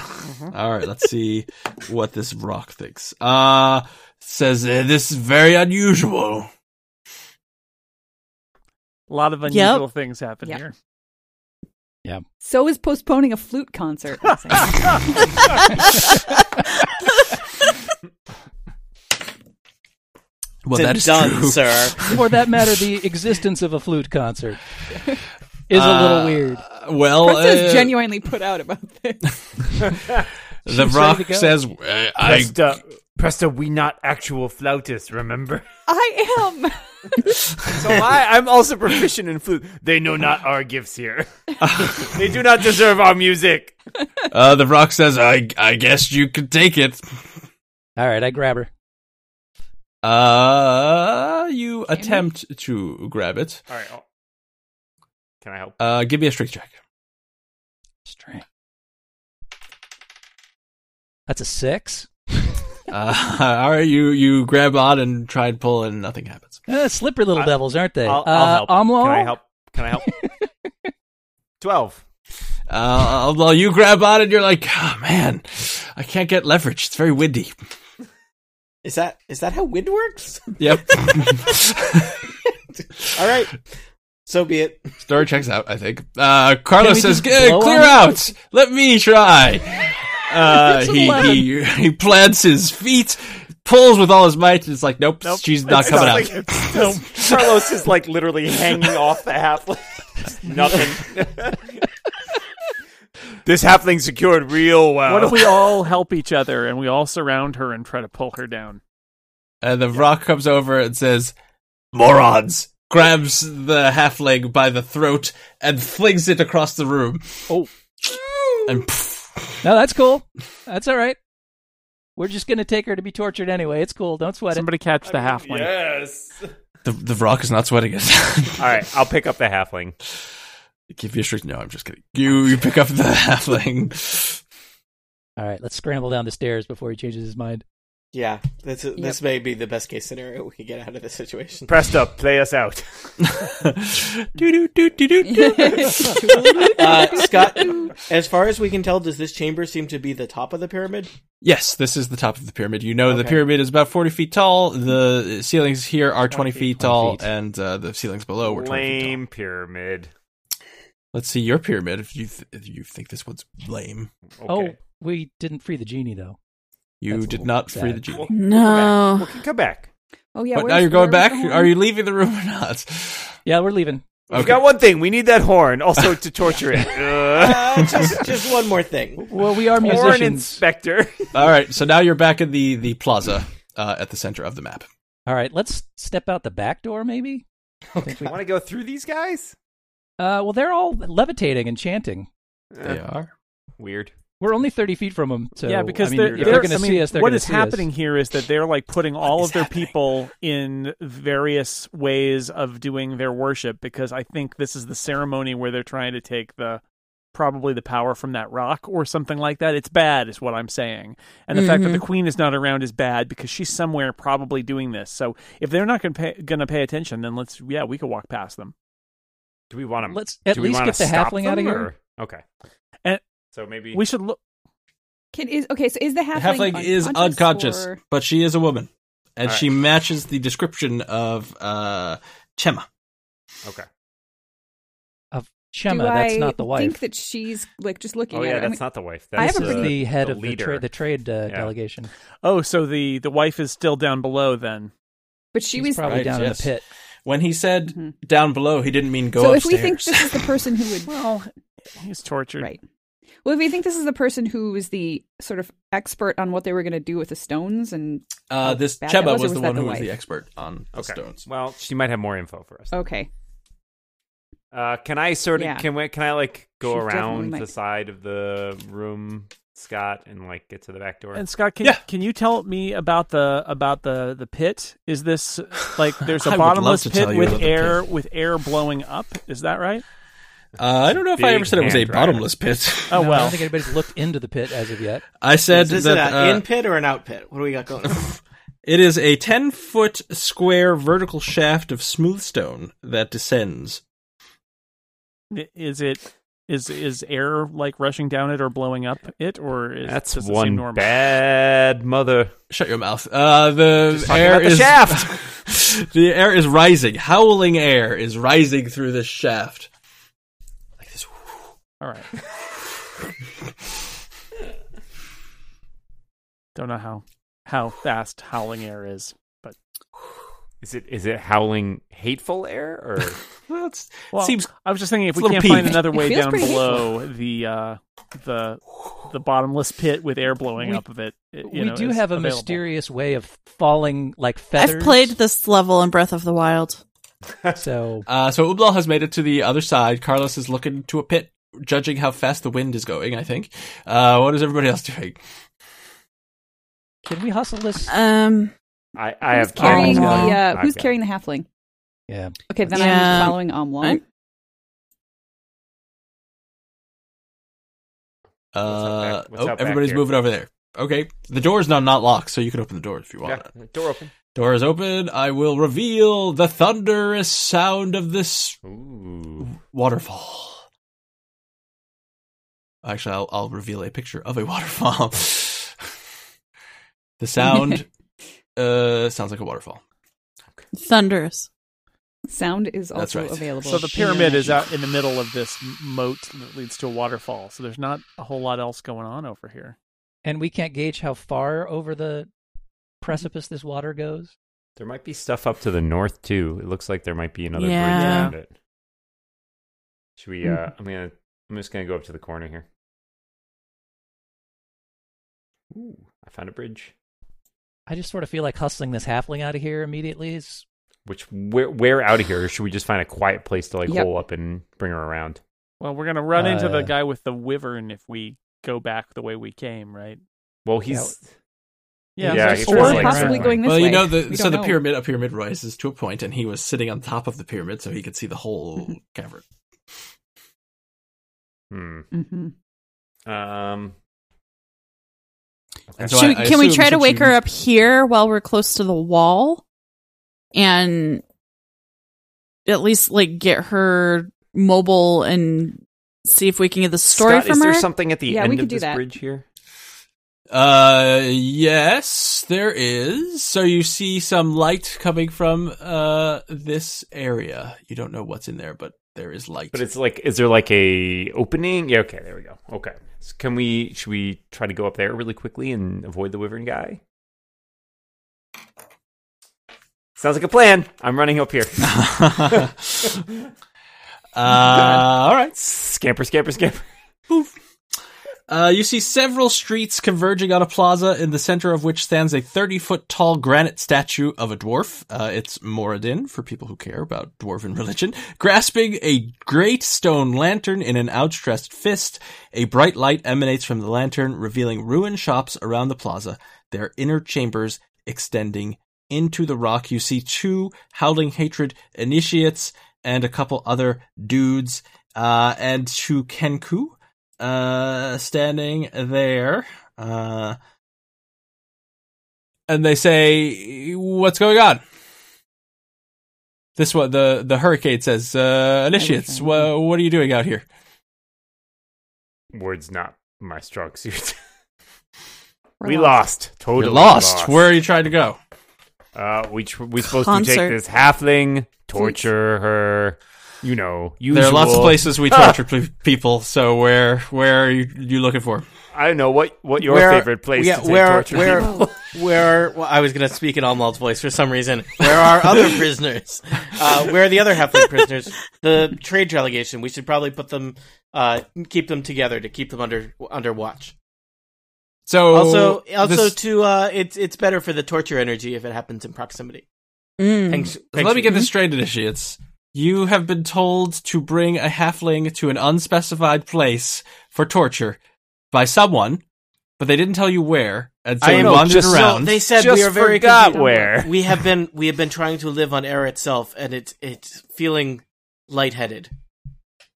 Speaker 2: All right, let's see what this rock thinks. Uh says uh, this is very unusual.
Speaker 1: A lot of unusual things happen
Speaker 6: Yep.
Speaker 1: here.
Speaker 6: so is postponing a
Speaker 3: [laughs]
Speaker 6: flute concert. I'm saying.
Speaker 2: Well, that is
Speaker 5: done,
Speaker 2: true. [laughs]
Speaker 5: sir.
Speaker 3: For that matter,
Speaker 4: [laughs]
Speaker 3: the existence of a flute concert is a
Speaker 2: Uh,
Speaker 3: little weird.
Speaker 2: Well,
Speaker 6: Chris is
Speaker 2: uh,
Speaker 6: genuinely put out about [laughs] this.
Speaker 2: the
Speaker 3: She's ready
Speaker 2: rock
Speaker 3: to go.
Speaker 2: says, uh, "I
Speaker 4: Presta, Presta, we not actual flautists, remember?
Speaker 6: I am.
Speaker 4: So I, I'm also proficient in flute. They know not our gifts here. [laughs] they do not deserve our music.
Speaker 2: Uh, the rock says, I, I guess you could take it.
Speaker 3: All right, I grab her.
Speaker 2: Uh, you attempt to grab it.
Speaker 4: All right. I'll- Can I help?
Speaker 2: Uh, give me a strength check.
Speaker 3: Strength. That's a six.
Speaker 2: Uh, [laughs] all right, you, you grab on and try and pull and nothing happens.
Speaker 3: Uh, slippery little
Speaker 4: I-
Speaker 3: devils, aren't they?
Speaker 4: I'll,
Speaker 3: Uh,
Speaker 4: I'll help.
Speaker 3: Amlo?
Speaker 4: Can I help? Can I help? [laughs] Twelve.
Speaker 2: Uh, well, you grab on and you're like, oh man, I can't get leverage. It's very windy.
Speaker 5: Is that is that how wind works?
Speaker 2: [laughs] Yep.
Speaker 5: All right, so be it.
Speaker 2: Story checks out, I think. Uh, Carlos
Speaker 3: Can we
Speaker 2: says,
Speaker 3: just
Speaker 2: "G-
Speaker 3: blow
Speaker 2: clear
Speaker 3: on it?"
Speaker 2: out. Let me try. Uh, he, he, [laughs] he plants his feet, pulls with all his might, and it's like, nope, she's not
Speaker 8: It's
Speaker 2: coming out.
Speaker 8: like- it's-
Speaker 4: [laughs]
Speaker 8: Carlos is like literally hanging off the half.
Speaker 4: Nothing. [laughs] this halfling secured real well.
Speaker 1: What if we all help each other and we all surround her and try to pull her down?
Speaker 2: And the rock comes over and says, morons, grabs the halfling by the throat and flings it across the room.
Speaker 1: Oh.
Speaker 2: And pff,
Speaker 3: No, that's cool. That's all right. We're just going to take her to be tortured anyway. It's cool. Don't sweat
Speaker 1: Somebody catch the halfling.
Speaker 8: Yes.
Speaker 2: the, the rock is not sweating it.
Speaker 4: All right, I'll pick up the halfling.
Speaker 2: [laughs] Give you a shriek. No, I'm just kidding. You, you pick up the [laughs] halfling.
Speaker 3: it. All right, let's scramble down the stairs before he changes his mind.
Speaker 5: Yeah, this this may be the best case scenario we can get out of this situation.
Speaker 4: Pressed up, play us out.
Speaker 2: do, do, do, do,
Speaker 4: [laughs]
Speaker 2: do,
Speaker 6: Oh,
Speaker 2: do.
Speaker 5: Uh, Scott, as far as we can tell, does this chamber seem to be the top of the pyramid?
Speaker 2: Yes, this is the top of the pyramid. You know, the
Speaker 5: Okay.
Speaker 2: pyramid is about 40 feet tall. The ceilings here are 20 feet, tall,
Speaker 3: 20 feet.
Speaker 2: and uh, the ceilings below were 20 feet tall.
Speaker 4: Lame pyramid.
Speaker 2: Let's see your pyramid if you, th- if you think this one's lame.
Speaker 3: Oh,
Speaker 4: Okay.
Speaker 3: we didn't free the genie, though.
Speaker 2: You
Speaker 3: That's a
Speaker 2: did
Speaker 3: little
Speaker 2: not free
Speaker 3: sad.
Speaker 2: the genie.
Speaker 4: Well,
Speaker 7: No.
Speaker 4: we can come back.
Speaker 6: Oh yeah.
Speaker 2: but now
Speaker 6: where's-
Speaker 2: you're going
Speaker 6: where are
Speaker 2: back?
Speaker 6: we going?
Speaker 2: Are you leaving the room or not? [laughs]
Speaker 3: Yeah, we're leaving.
Speaker 4: We've got one thing. We need that horn also to torture [laughs] it. Uh,
Speaker 5: Uh, just just one more thing.
Speaker 3: Well, we are
Speaker 4: horn
Speaker 3: musicians.
Speaker 4: [laughs] inspector.
Speaker 2: All right, so now you're back in the, the plaza uh, at the center of the map.
Speaker 3: All right, let's step out the back door, maybe. I think we-
Speaker 4: Want to go through these guys?
Speaker 3: Uh, well, they're all levitating and chanting.
Speaker 2: They are.
Speaker 4: Weird.
Speaker 3: We're only thirty feet from them, so
Speaker 1: yeah, because
Speaker 3: I mean,
Speaker 1: they're,
Speaker 3: if
Speaker 1: they're,
Speaker 3: they're going to
Speaker 1: I mean,
Speaker 3: see us. They're
Speaker 1: what
Speaker 3: gonna
Speaker 1: is
Speaker 3: see
Speaker 1: happening
Speaker 3: Us.
Speaker 1: here is that they're like putting all of
Speaker 2: What is
Speaker 1: their
Speaker 2: happening?
Speaker 1: people in various ways of doing their worship because I think this is the ceremony where they're trying to take the probably the power from that rock or something like that. It's bad, is what I'm saying. And the fact that the queen is not around is bad because she's somewhere probably doing this. So if they're not going to pay, gonna pay attention, then let's yeah, we could walk past them.
Speaker 4: Do we want to?
Speaker 3: Let's at
Speaker 4: do we
Speaker 3: least
Speaker 4: wanna
Speaker 3: get the
Speaker 4: stop
Speaker 3: halfling
Speaker 4: them,
Speaker 3: out of here.
Speaker 4: or- Okay.
Speaker 1: And-
Speaker 4: so maybe
Speaker 1: We should look.
Speaker 6: Can, is, okay, so is the
Speaker 2: The
Speaker 6: halfling,
Speaker 2: halfling is unconscious,
Speaker 6: or-
Speaker 2: but she is a woman, and
Speaker 4: All right.
Speaker 2: she matches the description of uh, Chema.
Speaker 4: Okay.
Speaker 3: Of Shema, that's
Speaker 6: I
Speaker 3: not the wife.
Speaker 6: think that she's like just looking
Speaker 4: Oh
Speaker 6: at
Speaker 4: yeah,
Speaker 6: it? I'm
Speaker 4: that's not the wife.
Speaker 6: I
Speaker 4: That's
Speaker 6: have a
Speaker 3: this is
Speaker 4: the,
Speaker 6: pretty-
Speaker 3: the head
Speaker 4: the
Speaker 3: of the,
Speaker 4: leader.
Speaker 3: tra- the trade uh,
Speaker 4: Yeah.
Speaker 3: delegation.
Speaker 1: Oh, so the the wife is still down below then.
Speaker 6: But she
Speaker 3: She's
Speaker 6: was.
Speaker 3: probably
Speaker 2: Right,
Speaker 3: down
Speaker 2: yes.
Speaker 3: in the pit.
Speaker 2: When he said
Speaker 6: Mhm.
Speaker 2: down below, he didn't mean go
Speaker 6: so if
Speaker 2: upstairs.
Speaker 6: we think this is the person who
Speaker 3: [laughs]
Speaker 6: would,
Speaker 1: Well, he's tortured.
Speaker 6: right? Well, if we think this is the person who was the sort of expert on what they were going to do with the stones, and
Speaker 2: Uh,
Speaker 6: how
Speaker 2: this
Speaker 6: bad that
Speaker 2: Cheba
Speaker 6: was, or
Speaker 2: was, the
Speaker 6: was that
Speaker 2: one
Speaker 6: the
Speaker 2: who was the
Speaker 6: wife?
Speaker 2: expert on the
Speaker 4: Okay.
Speaker 2: stones.
Speaker 4: Well, she might have more info for us.
Speaker 3: Oh.
Speaker 6: okay,
Speaker 4: Uh, can I sort of
Speaker 6: Yeah.
Speaker 4: can we, can I like go
Speaker 6: She definitely
Speaker 4: around
Speaker 6: might
Speaker 4: the
Speaker 6: be.
Speaker 4: side of the room, Scott, and like get to the back door?
Speaker 1: And Scott, can,
Speaker 2: Yeah.
Speaker 1: can you tell me about the about the the pit? Is this like there's
Speaker 2: [laughs] I
Speaker 1: a
Speaker 2: would love
Speaker 1: bottomless
Speaker 2: to tell
Speaker 1: pit
Speaker 2: you
Speaker 1: with
Speaker 2: about the
Speaker 1: air with air blowing up? Is that right?
Speaker 2: Uh, I don't know if I
Speaker 4: Big
Speaker 2: ever said it was a
Speaker 4: hand dryer.
Speaker 2: bottomless pit. [laughs]
Speaker 1: Oh
Speaker 3: No, I
Speaker 1: well.
Speaker 3: don't think anybody's looked into the pit as of yet.
Speaker 2: I said
Speaker 5: Is this
Speaker 2: that
Speaker 5: an
Speaker 2: uh,
Speaker 5: in pit or an out pit? What do we got going? on?
Speaker 2: It is a 10 foot square vertical shaft of smooth stone that descends.
Speaker 1: Is it is is air like rushing down it or blowing up it or is
Speaker 4: That's
Speaker 1: does it seem
Speaker 4: one
Speaker 1: normal?
Speaker 4: bad mother.
Speaker 2: Shut your mouth. Uh, [laughs] the
Speaker 4: Just talking
Speaker 2: air
Speaker 4: about the
Speaker 2: is
Speaker 4: shaft.
Speaker 2: the air is rising. Howling air is rising through this shaft. Like this.
Speaker 1: All
Speaker 2: [laughs]
Speaker 1: right. Don't know how how fast howling air is, but
Speaker 4: [laughs] Is it is it howling hateful air or [laughs]
Speaker 2: Well, it's,
Speaker 1: well,
Speaker 2: Seems-
Speaker 1: I was just thinking if we
Speaker 2: it's a
Speaker 1: can't
Speaker 2: little
Speaker 1: find
Speaker 2: peeved.
Speaker 1: another way
Speaker 6: feels
Speaker 1: down
Speaker 6: pretty
Speaker 1: below the uh, the the bottomless pit with air blowing
Speaker 3: We-
Speaker 1: up of it, it- Uh, you
Speaker 3: we
Speaker 1: know,
Speaker 3: do
Speaker 1: is
Speaker 3: have a
Speaker 1: available.
Speaker 3: mysterious way of falling like feathers.
Speaker 7: I've played this level in Breath of the Wild.
Speaker 1: [laughs]
Speaker 3: so
Speaker 2: uh, so Ublal has made it to the other side. Carlos is looking to a pit, judging how fast the wind is going. I think. Uh, what is everybody else [laughs] doing?
Speaker 3: can we hustle this?
Speaker 7: Um,
Speaker 4: I, I
Speaker 6: who's
Speaker 4: have
Speaker 6: carrying the
Speaker 4: I've
Speaker 6: uh,
Speaker 4: got-
Speaker 6: who's carrying the halfling?
Speaker 3: Yeah,
Speaker 6: Okay, then
Speaker 7: Yeah.
Speaker 6: I'm following Omlong.
Speaker 7: I'm-
Speaker 4: What's out back-
Speaker 2: Uh,
Speaker 4: what's
Speaker 2: oh,
Speaker 4: out back
Speaker 2: everybody's
Speaker 4: here?
Speaker 2: moving over there. Okay, the door's now not locked, so you can open the door if you want.
Speaker 4: Yeah, door open.
Speaker 2: Door is open. I will reveal the thunderous sound of this
Speaker 4: Ooh.
Speaker 2: waterfall. Actually, I'll, I'll reveal a picture of a [laughs] waterfall. the
Speaker 4: [laughs]
Speaker 2: sound uh, sounds like a waterfall.
Speaker 7: thunderous.
Speaker 6: Sound is
Speaker 2: That's
Speaker 6: also
Speaker 2: right.
Speaker 6: available.
Speaker 1: So the pyramid is out in the middle of this moat that leads to a waterfall. So there's not a whole lot else going on over here.
Speaker 3: and we can't gauge how far over the precipice this water goes.
Speaker 4: There might be stuff up to the north too. It looks like there might be another bridge
Speaker 7: Yeah.
Speaker 4: around it. Should
Speaker 6: Hmm.
Speaker 4: we? Uh, I'm gonna. I'm just gonna go up to the corner here. Ooh, I found a bridge.
Speaker 3: I just sort of feel like hustling this halfling out of here immediately is
Speaker 4: Which where where out of here? Or should we just find a quiet place to like
Speaker 6: Yep.
Speaker 4: hole up and bring her around?
Speaker 1: Well, we're gonna run into the
Speaker 3: Uh,
Speaker 1: guy with the wyvern if we go back the way we came, right?
Speaker 4: Well, he's
Speaker 1: Yeah,
Speaker 4: Yeah,
Speaker 1: that's
Speaker 4: he
Speaker 1: true.
Speaker 4: feels
Speaker 6: or
Speaker 4: like
Speaker 6: possibly
Speaker 4: that.
Speaker 6: going this
Speaker 2: well,
Speaker 6: way.
Speaker 2: you know, the,
Speaker 6: We
Speaker 2: so
Speaker 6: don't
Speaker 2: the
Speaker 6: know.
Speaker 2: pyramid up pyramid rises to a point, and he was sitting on top of the pyramid, so he could see the
Speaker 6: Mm-hmm.
Speaker 2: whole cavern.
Speaker 4: hmm.
Speaker 6: Mhm.
Speaker 4: Um.
Speaker 2: And so
Speaker 7: Should, we-
Speaker 2: I- I
Speaker 7: can we
Speaker 2: assume
Speaker 7: try to
Speaker 2: since
Speaker 7: wake
Speaker 2: you-
Speaker 7: her up here while we're close to the wall, and at least like get her mobile and see if we can get the story
Speaker 4: Scott,
Speaker 7: from
Speaker 4: is
Speaker 7: her?
Speaker 4: there something at the
Speaker 6: Yeah,
Speaker 4: end
Speaker 6: we could
Speaker 4: of
Speaker 6: do
Speaker 4: this
Speaker 6: that.
Speaker 4: bridge here?
Speaker 2: Uh, yes, there is. So you see some light coming from uh this area. You don't know what's in there, but there is light.
Speaker 4: But it's like, is there like a opening? Yeah. Okay. There we go. Okay. So can we? Should we try to go up there really quickly and avoid the wyvern guy? Sounds like a plan. I'm running up here.
Speaker 2: [laughs] uh,
Speaker 5: [laughs]
Speaker 2: all right.
Speaker 4: Scamper, scamper, scamper.
Speaker 2: Uh, you see several streets converging on a plaza, in the center of which stands a 30 foot tall granite statue of a dwarf. Uh, it's Moradin, for people who care about dwarven [laughs] religion, grasping a great stone lantern in an outstretched fist. A bright light emanates from the lantern, revealing ruined shops around the plaza, their inner chambers extending into the rock. You see two Howling Hatred initiates and a couple other dudes, uh, and to Kenku uh, standing there, uh, and they say, "What's going on?" This one, the the hurricane says, uh, "Initiates, wha- what are you doing out here?"
Speaker 4: Words not my strong suit. [laughs]
Speaker 6: We're
Speaker 4: we
Speaker 6: [laughs]
Speaker 4: lost. [laughs]
Speaker 2: You're
Speaker 4: Totally
Speaker 2: lost. Where are you trying to go?
Speaker 4: Uh, we tr- we supposed to
Speaker 7: Concert.
Speaker 4: take this halfling, torture her. You know, usual.
Speaker 2: There are lots of places [laughs] we torture pe- people. So where where are you, you looking for?
Speaker 4: I don't know what what your
Speaker 5: Where-
Speaker 4: favorite place
Speaker 5: yeah,
Speaker 4: to take
Speaker 5: where-
Speaker 4: torture
Speaker 5: where-
Speaker 4: people. [laughs]
Speaker 5: Where well, I was going to speak in Almald's voice for some reason. Where
Speaker 4: [laughs]
Speaker 5: are other prisoners? Uh, where are the other halfling prisoners? The trade delegation. We should probably put them, uh, keep them together to keep them under under watch.
Speaker 2: So
Speaker 5: Also, also
Speaker 2: this-
Speaker 5: to uh, it's it's better for the torture energy if it happens in proximity.
Speaker 7: Mm.
Speaker 5: Thanks.
Speaker 2: So
Speaker 5: thanks
Speaker 2: let me
Speaker 5: for-
Speaker 2: get this straight, initiates. You have been told to bring a halfling to an unspecified place for torture by someone, but they didn't tell you where, and so
Speaker 5: I
Speaker 2: you
Speaker 5: am-
Speaker 2: wandered
Speaker 4: just-
Speaker 2: around.
Speaker 5: No, they said
Speaker 4: Just
Speaker 5: we are very
Speaker 4: forgot
Speaker 5: confused.
Speaker 4: where.
Speaker 5: [laughs] we have been. We have been trying to live on air itself, and it's it's feeling lightheaded.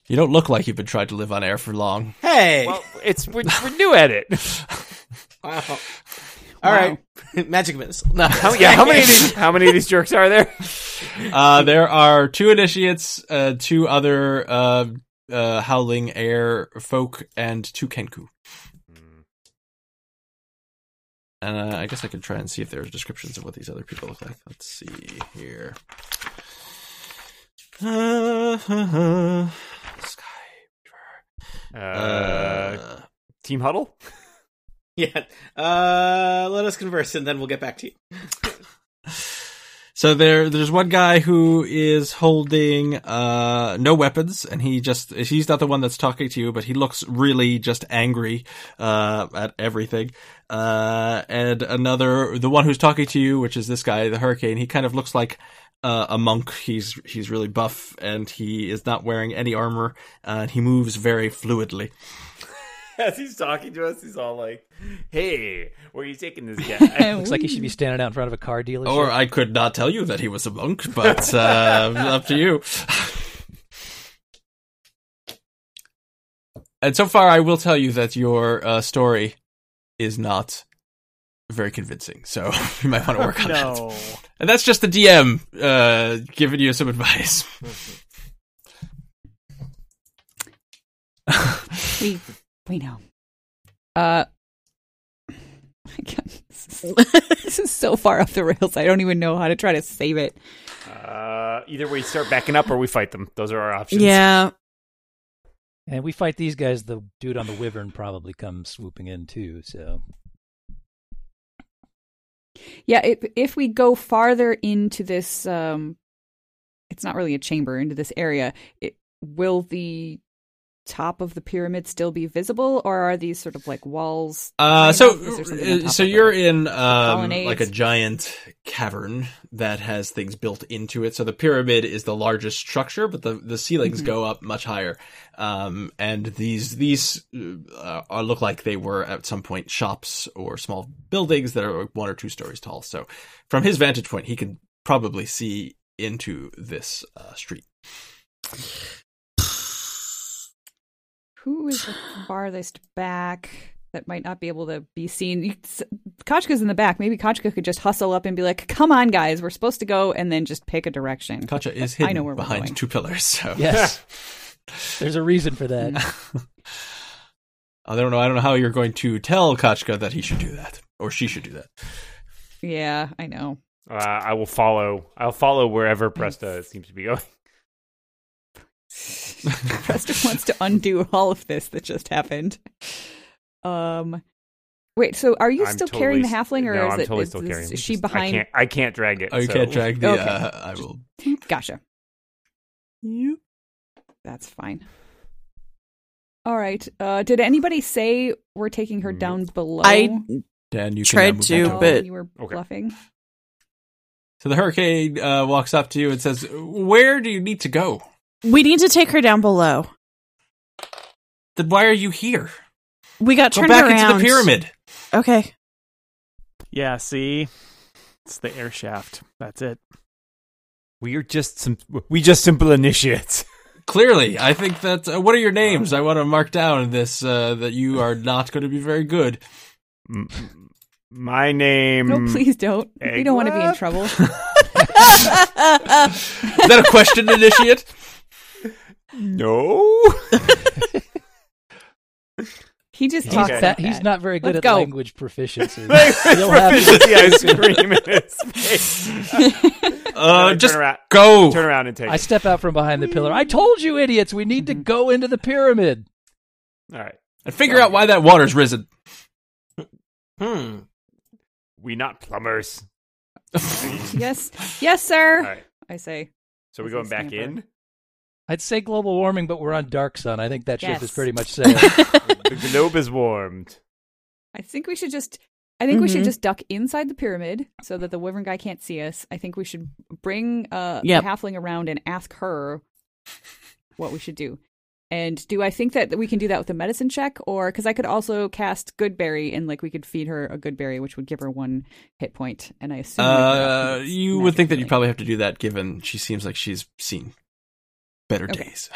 Speaker 2: You don't look like you've been trying to live on air for long.
Speaker 5: Hey.
Speaker 4: Well, it's we're, we're new at it.
Speaker 5: wow. All right. [laughs] Magic missile. No.
Speaker 4: How, yeah, how many of these? How many of these jerks are there?
Speaker 2: Uh, there are two initiates, uh, two other uh, uh, howling air folk, and two kenku. And uh, I guess I can try and see if there are descriptions of what these other people look like. Let's see here. Uh, [laughs]
Speaker 4: Uh,
Speaker 2: uh,
Speaker 4: team huddle.
Speaker 5: Yeah. Uh, let us converse and then we'll get back to you.
Speaker 2: So there, there's one guy who is holding uh no weapons, and he just he's not the one that's talking to you, but he looks really just angry uh at everything. Uh, and another, the one who's talking to you, which is this guy, the hurricane, he kind of looks like uh, a monk. He's he's really buff, and he is not wearing any armor, uh, and he moves very fluidly.
Speaker 8: [laughs] As he's talking to us, he's all like, "Hey, where are you taking this
Speaker 4: [laughs]
Speaker 8: guy?"
Speaker 3: Looks like he should be standing out in front of a car dealership.
Speaker 2: Or
Speaker 8: uh,
Speaker 2: I could not tell you that he was a monk, but uh, up to you. And so far, I will tell you that your uh, story is not very convincing, so [laughs] you might want to work on that.
Speaker 1: [laughs] No.
Speaker 2: And that's just the DM uh, giving you some advice.
Speaker 6: We we know. Uh, [laughs] I can't- this is, this is so far off the rails. I don't even know how to try to save it.
Speaker 8: Uh, either we start backing up or we fight them. Those are our options.
Speaker 7: Yeah.
Speaker 3: and we fight these guys. The dude on the wyvern probably comes swooping in too.
Speaker 8: [laughs]
Speaker 3: So
Speaker 6: Yeah, if if we go farther into this, um, it's not really a chamber into this area. It, will the top of the pyramid still be visible, or are these sort of like walls?
Speaker 2: Uh,
Speaker 6: Is there
Speaker 2: so,
Speaker 6: something on top
Speaker 2: uh, so
Speaker 6: of it?
Speaker 2: you're in um,
Speaker 6: Colonnades?
Speaker 2: like a giant cavern that has things built into it. So the pyramid is the largest structure, but the the ceilings
Speaker 6: Mm-hmm.
Speaker 2: go up much higher. Um, and these these uh, are, look like they were at some point shops or small buildings that are one or two stories tall. So from his vantage point, he can probably see into this uh, street.
Speaker 6: Who is the farthest back that might not be able to be seen? You- s- Kochka's in the back. Maybe Kochka could just hustle up and be like, "Come on, guys, we're supposed to go," and then just pick a direction.
Speaker 2: Kacha is
Speaker 6: I know
Speaker 2: hidden
Speaker 6: where we're
Speaker 2: behind
Speaker 6: going.
Speaker 2: two pillars. So
Speaker 3: yes, there's a reason for that.
Speaker 2: I don't know. I don't know how you're going to tell Kachka that he should do that or she should do that.
Speaker 6: Yeah,
Speaker 8: [laughs]
Speaker 6: I know. [laughs]
Speaker 8: Uh, I will follow. I'll follow wherever Presta seems to be going.
Speaker 6: Preston wants to undo all of this that just happened. Um, wait. So, are you
Speaker 8: I'm
Speaker 6: still
Speaker 8: totally
Speaker 6: carrying the
Speaker 8: s-
Speaker 6: halfling, or
Speaker 8: no,
Speaker 6: is
Speaker 8: I'm
Speaker 6: it
Speaker 8: totally
Speaker 6: is-
Speaker 8: still
Speaker 6: is-
Speaker 8: carrying him.
Speaker 6: is she
Speaker 8: Just- I
Speaker 6: behind?
Speaker 8: can't, I can't drag it.
Speaker 2: Oh, you
Speaker 8: so-
Speaker 2: can't drag the.
Speaker 6: Okay.
Speaker 2: Uh, I will.
Speaker 6: Gotcha. That's fine. All right. Uh, did anybody say we're taking her
Speaker 8: Mm.
Speaker 6: down below?
Speaker 7: I
Speaker 2: Dan, you
Speaker 7: Tried
Speaker 2: can now move back
Speaker 7: to,
Speaker 6: Oh,
Speaker 2: over.
Speaker 7: but-
Speaker 6: you were
Speaker 8: Okay.
Speaker 6: bluffing.
Speaker 2: So the hurricane uh, walks up to you and says, "Where do you need to go?
Speaker 7: we need to take her down below.
Speaker 2: Then why are you here?
Speaker 7: We got
Speaker 2: Go
Speaker 7: turned
Speaker 2: back
Speaker 7: around.
Speaker 2: into the pyramid."
Speaker 7: Okay.
Speaker 1: Yeah, see? It's the air shaft. That's it.
Speaker 8: We are just some. We just simple initiates.
Speaker 2: Clearly, I think that. Uh, what are your names? I want to mark down this uh, that you are not going to be very good.
Speaker 8: M- m- My name.
Speaker 6: No, please don't. we
Speaker 8: egg
Speaker 6: don't want to be in
Speaker 8: lab?
Speaker 6: trouble.
Speaker 2: Is that a
Speaker 8: [laughs]
Speaker 2: question, initiate?
Speaker 8: No.
Speaker 6: He just
Speaker 3: He's,
Speaker 6: talks
Speaker 8: Okay.
Speaker 6: like
Speaker 3: that, he's
Speaker 6: that.
Speaker 3: not very good
Speaker 6: Let's
Speaker 3: at
Speaker 6: go.
Speaker 3: language
Speaker 8: [laughs]
Speaker 3: proficiency. He'll have-
Speaker 8: Proficiency, I scream in his face.
Speaker 2: Uh,
Speaker 8: turn
Speaker 2: just
Speaker 8: around-
Speaker 2: go.
Speaker 8: Turn around and take.
Speaker 3: I
Speaker 8: it.
Speaker 3: step out from behind the pillar. I told you, idiots, we need to
Speaker 6: Mm-hmm.
Speaker 3: go into the pyramid.
Speaker 8: All right.
Speaker 2: and figure out why that water's risen.
Speaker 8: [laughs]
Speaker 5: Hmm.
Speaker 8: We not plumbers.
Speaker 6: yes, yes, sir.
Speaker 8: All right.
Speaker 6: I say.
Speaker 8: So we
Speaker 6: This
Speaker 8: going
Speaker 6: is
Speaker 8: back in.
Speaker 6: Stanford.
Speaker 3: I'd say global warming, but we're on dark sun. I think that ship
Speaker 6: Yes.
Speaker 3: is pretty much safe.
Speaker 8: The globe is warmed.
Speaker 6: I think we should just. I think we should
Speaker 2: Mm-hmm.
Speaker 7: Mhm.
Speaker 6: just duck inside the pyramid so that the wyvern guy can't see us. I think we should bring uh,
Speaker 7: Yep.
Speaker 6: the halfling around and ask her what we should do. And do I think that we can do that with a medicine check, or because I could also cast Goodberry and like we could feed her a Goodberry, which would give her one hit point. And I assume I could
Speaker 2: Uh,
Speaker 6: upkeep
Speaker 2: you would think that you
Speaker 6: magically.
Speaker 2: probably have to do that, given she seems like she's seen better
Speaker 6: Okay.
Speaker 2: days.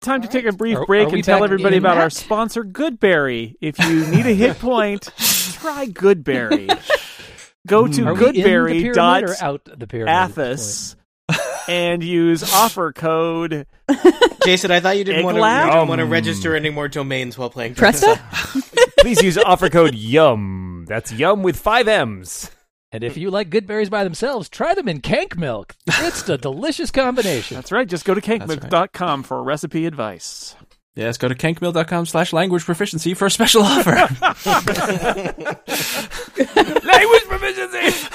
Speaker 1: time to take a brief
Speaker 3: Are-
Speaker 1: break
Speaker 3: are we
Speaker 1: and tell
Speaker 3: back
Speaker 1: everybody
Speaker 3: in
Speaker 1: about our
Speaker 6: that?
Speaker 1: sponsor, Goodberry. If you need a hit
Speaker 3: [laughs]
Speaker 1: point, try Goodberry. Go to
Speaker 3: Hmm. Are we in the pyramid or
Speaker 1: goodberry.athos
Speaker 3: out the pyramid? at this [laughs]
Speaker 1: and use offer code.
Speaker 5: Jason, I thought you didn't want
Speaker 1: Egglac?
Speaker 5: to
Speaker 4: Yum.
Speaker 5: want to register any more domains while playing
Speaker 6: Presta?
Speaker 4: Please use offer code YUM. That's YUM with five M's.
Speaker 3: point? And if you like good berries by themselves, try them in Kank milk.
Speaker 1: [laughs]
Speaker 3: It's a delicious combination.
Speaker 1: That's right. Just go to
Speaker 2: right.
Speaker 1: cankmilk.com for recipe advice.
Speaker 2: [laughs] Yes, go to kankmill.com slash language proficiency for a special [laughs] offer.
Speaker 4: Language proficiency!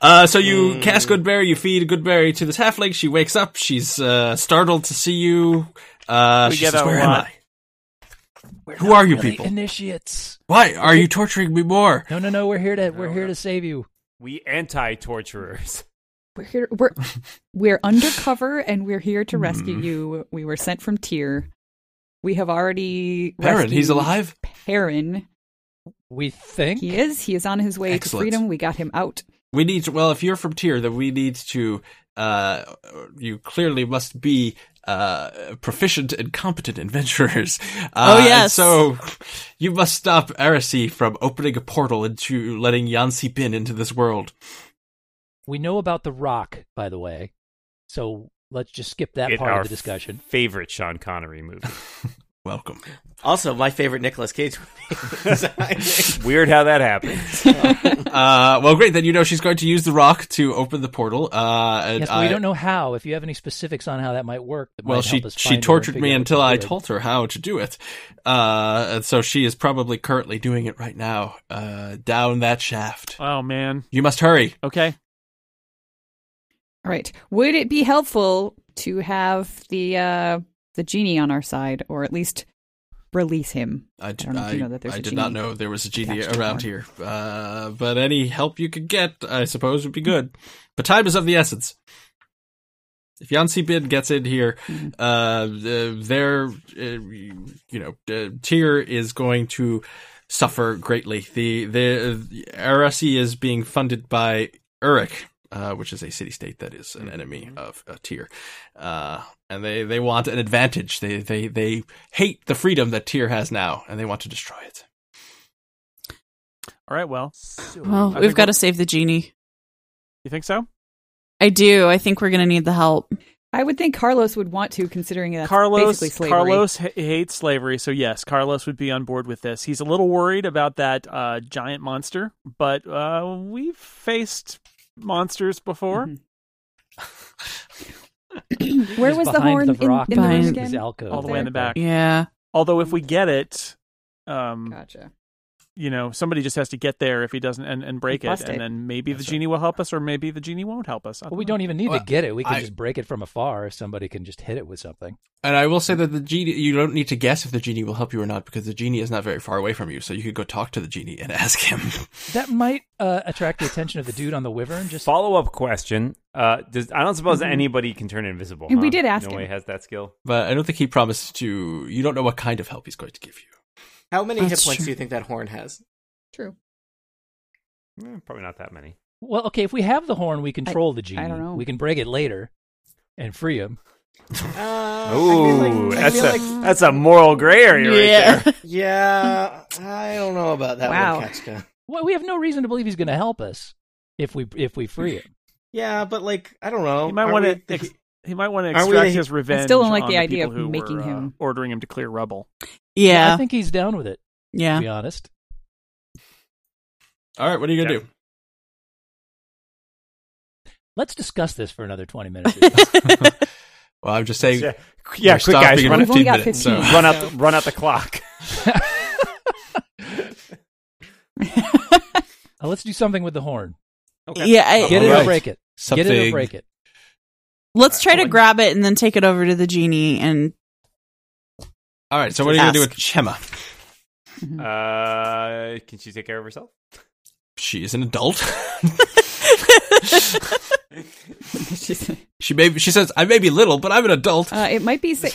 Speaker 2: Uh, so you cast Goodberry, you feed Goodberry to the halfling. She wakes up. She's uh, startled to see you. Uh,
Speaker 1: We
Speaker 2: she
Speaker 1: get
Speaker 2: says,
Speaker 1: a
Speaker 2: "Where am
Speaker 1: lot.
Speaker 2: I? Who are you
Speaker 3: Really
Speaker 2: people?
Speaker 3: initiates.
Speaker 2: Why are you torturing me more?"
Speaker 3: No, no, no. We're here to we're here to save you.
Speaker 4: We anti torturers.
Speaker 6: We're here. We're we're undercover, and we're here to rescue you. We were sent from Tyr. We have already.
Speaker 2: Perrin, he's
Speaker 6: rescued
Speaker 2: alive?
Speaker 6: Perrin,
Speaker 3: We think.
Speaker 6: he is. He is on his way
Speaker 2: Excellent.
Speaker 6: to freedom. We got him out.
Speaker 2: We need to, well, if you're from Tyr, then we need to. Uh, you clearly must be uh, proficient and competent adventurers. Uh,
Speaker 7: Oh,
Speaker 2: and
Speaker 7: yes.
Speaker 2: So you must stop Arasi from opening a portal into letting Yansi Bin into this world.
Speaker 3: We know about the rock, by the way. So let's just skip that
Speaker 4: In
Speaker 3: part
Speaker 4: our
Speaker 3: of the discussion.
Speaker 4: Favorite Sean Connery movie.
Speaker 2: Welcome.
Speaker 5: [laughs] Also, my favorite Nicolas Cage movie. [laughs] is Isaac.
Speaker 4: Weird how that happened.
Speaker 2: Uh, well, great. Then you know she's going to use the rock to open the portal. Uh, and
Speaker 3: yes, but we
Speaker 2: I-
Speaker 3: don't know how. If you have any specifics on how that might work, that
Speaker 2: Well,
Speaker 3: might
Speaker 2: she
Speaker 3: help us
Speaker 2: she
Speaker 3: find her and
Speaker 2: tortured
Speaker 3: figure
Speaker 2: me
Speaker 3: out what
Speaker 2: until
Speaker 3: to
Speaker 2: I
Speaker 3: do.
Speaker 2: told her how to do it, uh, and so she is probably currently doing it right now uh, down that shaft.
Speaker 1: [laughs] Oh, man.
Speaker 2: You must hurry.
Speaker 1: Okay.
Speaker 6: All right. Would it be helpful to have the uh the genie on our side, or at least release him?
Speaker 2: I, d-
Speaker 6: don't know if you know that there's
Speaker 2: I
Speaker 6: a
Speaker 2: did not
Speaker 6: genie
Speaker 2: know there was a genie
Speaker 6: attached to
Speaker 2: around
Speaker 6: the
Speaker 2: here, uh, but any help you could get, I suppose, would be good. But time is of the essence. If Yancy Bin gets in here, uh, uh, their, uh, you know, uh, tier is going to suffer greatly. The the Arasi is being funded by Uruk, uh, which is a city state that is an enemy of uh, Tyr, uh, and they, they want an advantage. They they they hate the freedom that Tyr has now, and they want to destroy it.
Speaker 1: All right. Well,
Speaker 7: Well,
Speaker 1: I
Speaker 7: we've
Speaker 1: think
Speaker 7: got to
Speaker 1: we'll-
Speaker 7: save the genie.
Speaker 1: you think so?
Speaker 7: I do. I think we're going to need the help.
Speaker 6: I would think Carlos would want to, considering that
Speaker 1: Carlos
Speaker 6: basically slavery.
Speaker 1: Carlos h- hates slavery, so yes, Carlos would be on board with this. He's a little worried about that uh, giant monster, but uh, we've faced monsters before.
Speaker 6: Mhm. Where
Speaker 3: He's
Speaker 6: was the
Speaker 3: behind
Speaker 6: horn in,
Speaker 3: rock
Speaker 6: in the room
Speaker 7: behind
Speaker 6: again?
Speaker 3: his alcove
Speaker 1: All the way in the
Speaker 3: there.
Speaker 1: back.
Speaker 7: Yeah.
Speaker 1: Although if we get it, um,
Speaker 6: Gotcha.
Speaker 1: you know, somebody just has to get there if he doesn't and, and break it,
Speaker 6: Bust
Speaker 1: and
Speaker 6: it.
Speaker 1: then maybe the genie will help us, or maybe the genie won't help us. I
Speaker 3: Well, we
Speaker 1: know.
Speaker 3: don't even need
Speaker 2: Well,
Speaker 3: to get it. We can
Speaker 2: I-
Speaker 3: just break it from afar. If somebody can just hit it with something.
Speaker 2: And I will say that the genie, you don't need to guess if the genie will help you or not because the genie is not very far away from you. So you could go talk to the genie and [laughs] ask him.
Speaker 3: That might uh, attract the attention of the dude on the wyvern. Just
Speaker 4: Follow up question. Uh, does I don't suppose anybody can turn invisible.
Speaker 6: And we
Speaker 4: huh?
Speaker 6: did ask
Speaker 4: Nobody
Speaker 6: him.
Speaker 4: has that skill.
Speaker 2: but I don't think he promised to, you don't know what kind of help he's going to give you.
Speaker 5: How many
Speaker 7: That's
Speaker 5: hit points
Speaker 7: true.
Speaker 5: do you think that horn has?
Speaker 3: [laughs]
Speaker 6: True.
Speaker 4: Eh, probably not that many.
Speaker 3: well, okay. If we have the horn, we control the genie.
Speaker 6: I don't know.
Speaker 3: We can break it later and free him.
Speaker 5: Uh,
Speaker 4: Ooh,
Speaker 5: I feel like,
Speaker 4: that's a
Speaker 5: I feel like-
Speaker 4: that's a moral gray area right [laughs] there.
Speaker 5: yeah. I don't know about that
Speaker 6: Wow.
Speaker 5: one, Kachka.
Speaker 3: Well, we have no reason to believe he's going to help us if we if we free him.
Speaker 5: Yeah, but like I don't know.
Speaker 1: He might
Speaker 5: Are
Speaker 1: want
Speaker 5: we
Speaker 1: to.
Speaker 5: the-
Speaker 1: ex- he might want to
Speaker 5: Aren't we
Speaker 1: extract
Speaker 5: the-
Speaker 1: his revenge.
Speaker 6: don't like
Speaker 1: on
Speaker 6: the idea
Speaker 1: people
Speaker 6: of
Speaker 1: who
Speaker 6: making
Speaker 1: were, uh,
Speaker 6: him-
Speaker 1: ordering him to clear rubble.
Speaker 3: I
Speaker 7: Yeah.
Speaker 3: think he's down with it.
Speaker 7: Yeah.
Speaker 3: To be honest,
Speaker 2: All right, what are you going to
Speaker 4: Yeah.
Speaker 2: do?
Speaker 3: let's discuss this for another twenty minutes. or so.
Speaker 2: Well, I'm just saying.
Speaker 4: [laughs] Yeah, yeah
Speaker 2: we're
Speaker 4: quick guys,
Speaker 2: stopping
Speaker 4: run,
Speaker 2: in
Speaker 6: We've
Speaker 2: 15
Speaker 6: only got
Speaker 2: minutes.
Speaker 6: 15.
Speaker 2: So.
Speaker 4: run out the, run out the clock.
Speaker 3: Uh, let's do something with the horn.
Speaker 2: [laughs]
Speaker 7: Yeah. [laughs] I, uh,
Speaker 3: Get it
Speaker 2: Alright.
Speaker 3: or break it.
Speaker 2: Something.
Speaker 3: Get it or break it.
Speaker 7: Let's try to grab it and then take it over to the genie. And
Speaker 2: All right, so what are you going to do
Speaker 7: Ask.
Speaker 2: with Chema?
Speaker 4: Uh, can she take care of herself?
Speaker 2: She is an adult. [laughs] she may. She says, "I may be little, but I'm an adult."
Speaker 6: Uh, it might be. Sa-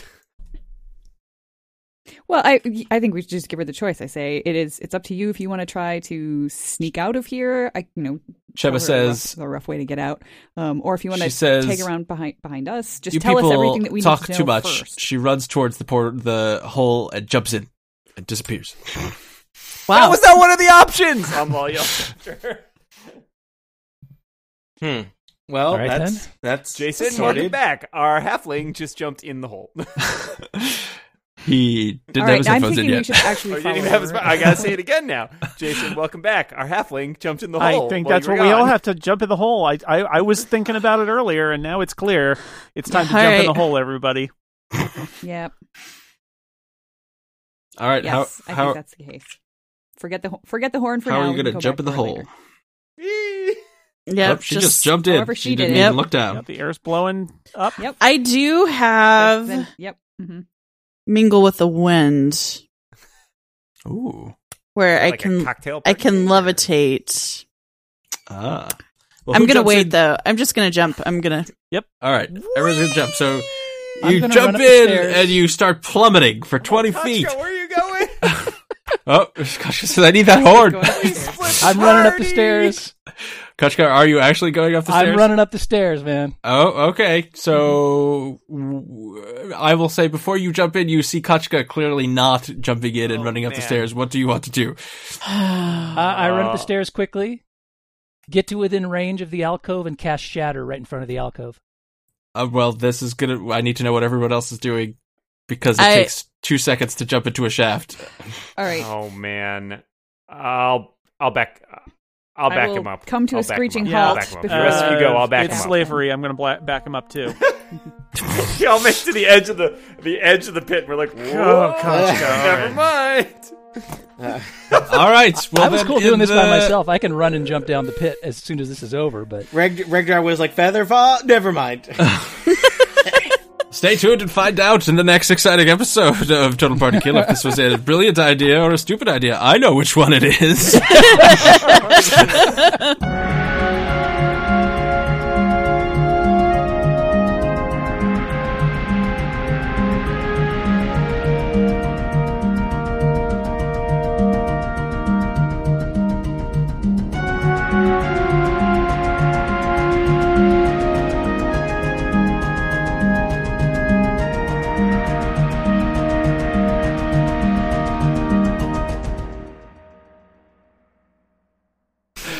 Speaker 6: Well, I I think we should just give her the choice. I say it is. It's up to you if you want to try to sneak out of here. I you know. tell
Speaker 2: Sheba
Speaker 6: her a
Speaker 2: says-
Speaker 6: rough, a rough way to get out, um, or if you want
Speaker 2: She
Speaker 6: to
Speaker 2: says,
Speaker 6: take around behind behind us. Just
Speaker 2: you
Speaker 6: tell us
Speaker 2: people
Speaker 6: everything that we
Speaker 2: talk
Speaker 6: need to know
Speaker 2: too much.
Speaker 6: first.
Speaker 2: She runs towards the port, the hole, and jumps in and disappears.
Speaker 7: Wow.
Speaker 4: That was not one of the options.
Speaker 8: I'm all y'all after.
Speaker 5: Hmm. Well,
Speaker 3: All right,
Speaker 5: that's
Speaker 3: then.
Speaker 5: that's
Speaker 4: Jason, welcome
Speaker 5: sorted.
Speaker 4: back. Our halfling just jumped in the hole. [laughs]
Speaker 2: he didn't
Speaker 6: All
Speaker 2: have
Speaker 6: right,
Speaker 2: his
Speaker 6: I'm
Speaker 2: headphones in
Speaker 6: thinking we
Speaker 2: yet.
Speaker 6: should actually.
Speaker 4: Oh, you
Speaker 6: follow
Speaker 4: didn't even have a
Speaker 6: her.
Speaker 4: spot. I gotta say it again now. Jason, welcome back. Our halfling jumped in the hole.
Speaker 1: I think
Speaker 4: while
Speaker 1: that's
Speaker 4: you
Speaker 1: what
Speaker 4: were
Speaker 1: we all
Speaker 4: gone.
Speaker 1: have to jump in the hole. I, I I was thinking about it earlier, and now it's clear. It's time to
Speaker 7: All
Speaker 1: jump in the
Speaker 7: right.
Speaker 1: hole, everybody.
Speaker 6: Yeah.
Speaker 2: All right,
Speaker 6: Yes.
Speaker 2: how
Speaker 6: I think
Speaker 2: how,
Speaker 6: that's the case. Forget the ho- forget the horn for
Speaker 2: how
Speaker 6: now.
Speaker 2: are you
Speaker 6: we can
Speaker 2: going to
Speaker 6: go
Speaker 2: jump
Speaker 6: back
Speaker 2: in the
Speaker 6: to it
Speaker 2: hole?
Speaker 6: later.
Speaker 7: Yep.
Speaker 2: Nope, she just, jumped
Speaker 6: however
Speaker 2: in.
Speaker 6: she
Speaker 2: She didn't
Speaker 6: did it.
Speaker 7: Yep.
Speaker 2: even look down.
Speaker 1: Yep, the air's blowing up.
Speaker 6: Yep.
Speaker 7: I do have
Speaker 6: Then- yep. hmm
Speaker 7: mingle with the wind
Speaker 2: Ooh,
Speaker 7: where I
Speaker 4: Like a
Speaker 7: can
Speaker 4: cocktail
Speaker 7: I
Speaker 4: party.
Speaker 7: can levitate.
Speaker 2: ah. Well,
Speaker 7: I'm
Speaker 2: who
Speaker 7: gonna
Speaker 2: jumps
Speaker 7: wait
Speaker 2: in?
Speaker 7: though. I'm just gonna jump. I'm gonna
Speaker 2: All right, everyone's gonna jump. So
Speaker 3: I'm
Speaker 2: you
Speaker 3: gonna run
Speaker 2: jump
Speaker 3: up
Speaker 2: in
Speaker 3: the stairs.
Speaker 2: and you start plummeting for 20
Speaker 4: Kochka,
Speaker 2: feet.
Speaker 4: Oh, where are you going?
Speaker 2: [laughs] Oh, Koshka says, "I need that horn." [laughs]
Speaker 6: Go upstairs.
Speaker 3: I'm running up the
Speaker 4: Party!
Speaker 3: stairs.
Speaker 2: Koshka, are you actually going up the stairs?
Speaker 3: I'm running up the stairs, man.
Speaker 2: Oh, okay. So w- I will say before you jump in, you see Kochka clearly not jumping in and
Speaker 4: Oh,
Speaker 2: running up the
Speaker 4: man.
Speaker 2: stairs. What do you want to do?
Speaker 3: Uh, I run up the stairs quickly, get to within range of the alcove, and cast Shatter right in front of the alcove.
Speaker 2: Uh, well, this is gonna. I need to know what everyone else is doing because it
Speaker 7: I-
Speaker 2: takes two seconds to jump into a shaft.
Speaker 6: All right.
Speaker 4: Oh man, I'll I'll back I'll
Speaker 6: I
Speaker 4: back
Speaker 6: will
Speaker 4: him up.
Speaker 6: come to a
Speaker 4: I'll back him up.
Speaker 6: screeching
Speaker 1: halt
Speaker 4: I'll back him up.
Speaker 6: before-
Speaker 4: The rest of you go. I'll back
Speaker 1: Uh, it's
Speaker 4: him [laughs] up.
Speaker 1: slavery. I'm going to bla- back him up
Speaker 4: [laughs]
Speaker 1: too.
Speaker 8: Y'all make it to the edge of the the edge of the pit. And we're like,
Speaker 4: Oh,
Speaker 8: whoa,
Speaker 5: gosh,
Speaker 8: never mind.
Speaker 2: All right. Well,
Speaker 3: [laughs] I was
Speaker 2: then
Speaker 3: cool
Speaker 2: in
Speaker 3: doing this by
Speaker 2: the-
Speaker 3: myself. I can run and jump down the pit as soon as this is over, but
Speaker 5: Reg Regdar was like feather fall. Never mind.
Speaker 2: Stay tuned and find out in the next exciting episode of Total Party Kill if this was a brilliant idea or a stupid idea. I know which one it
Speaker 3: [laughs]
Speaker 2: is.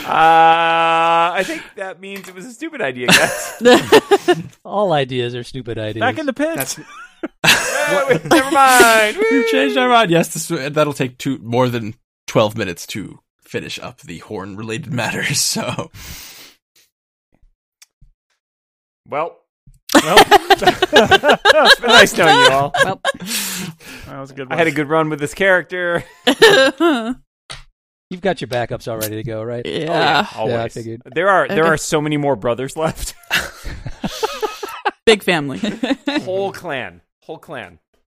Speaker 4: Uh, I think that means it was a stupid idea, [laughs] guys.
Speaker 3: all ideas are stupid ideas.
Speaker 1: Back in the pit.
Speaker 4: Wait, wait, never mind.
Speaker 2: We've changed our mind. Yes, this uh, that'll take two more than twelve minutes to finish up the horn related matters. [laughs] So
Speaker 4: [laughs] Well, well, [laughs] it's been nice knowing you all.
Speaker 6: Well,
Speaker 1: That was a good.
Speaker 4: [laughs] I
Speaker 1: One.
Speaker 4: had a good run with this character.
Speaker 7: [laughs]
Speaker 2: Oh,
Speaker 7: yeah.
Speaker 3: You've got your backups all ready to go, right?
Speaker 4: Oh, Always.
Speaker 3: Yeah, I figured.
Speaker 4: There are there
Speaker 7: Okay.
Speaker 4: are so many more
Speaker 3: [laughs]
Speaker 4: brothers left.
Speaker 7: Big family.
Speaker 2: [laughs]
Speaker 4: whole clan, whole clan.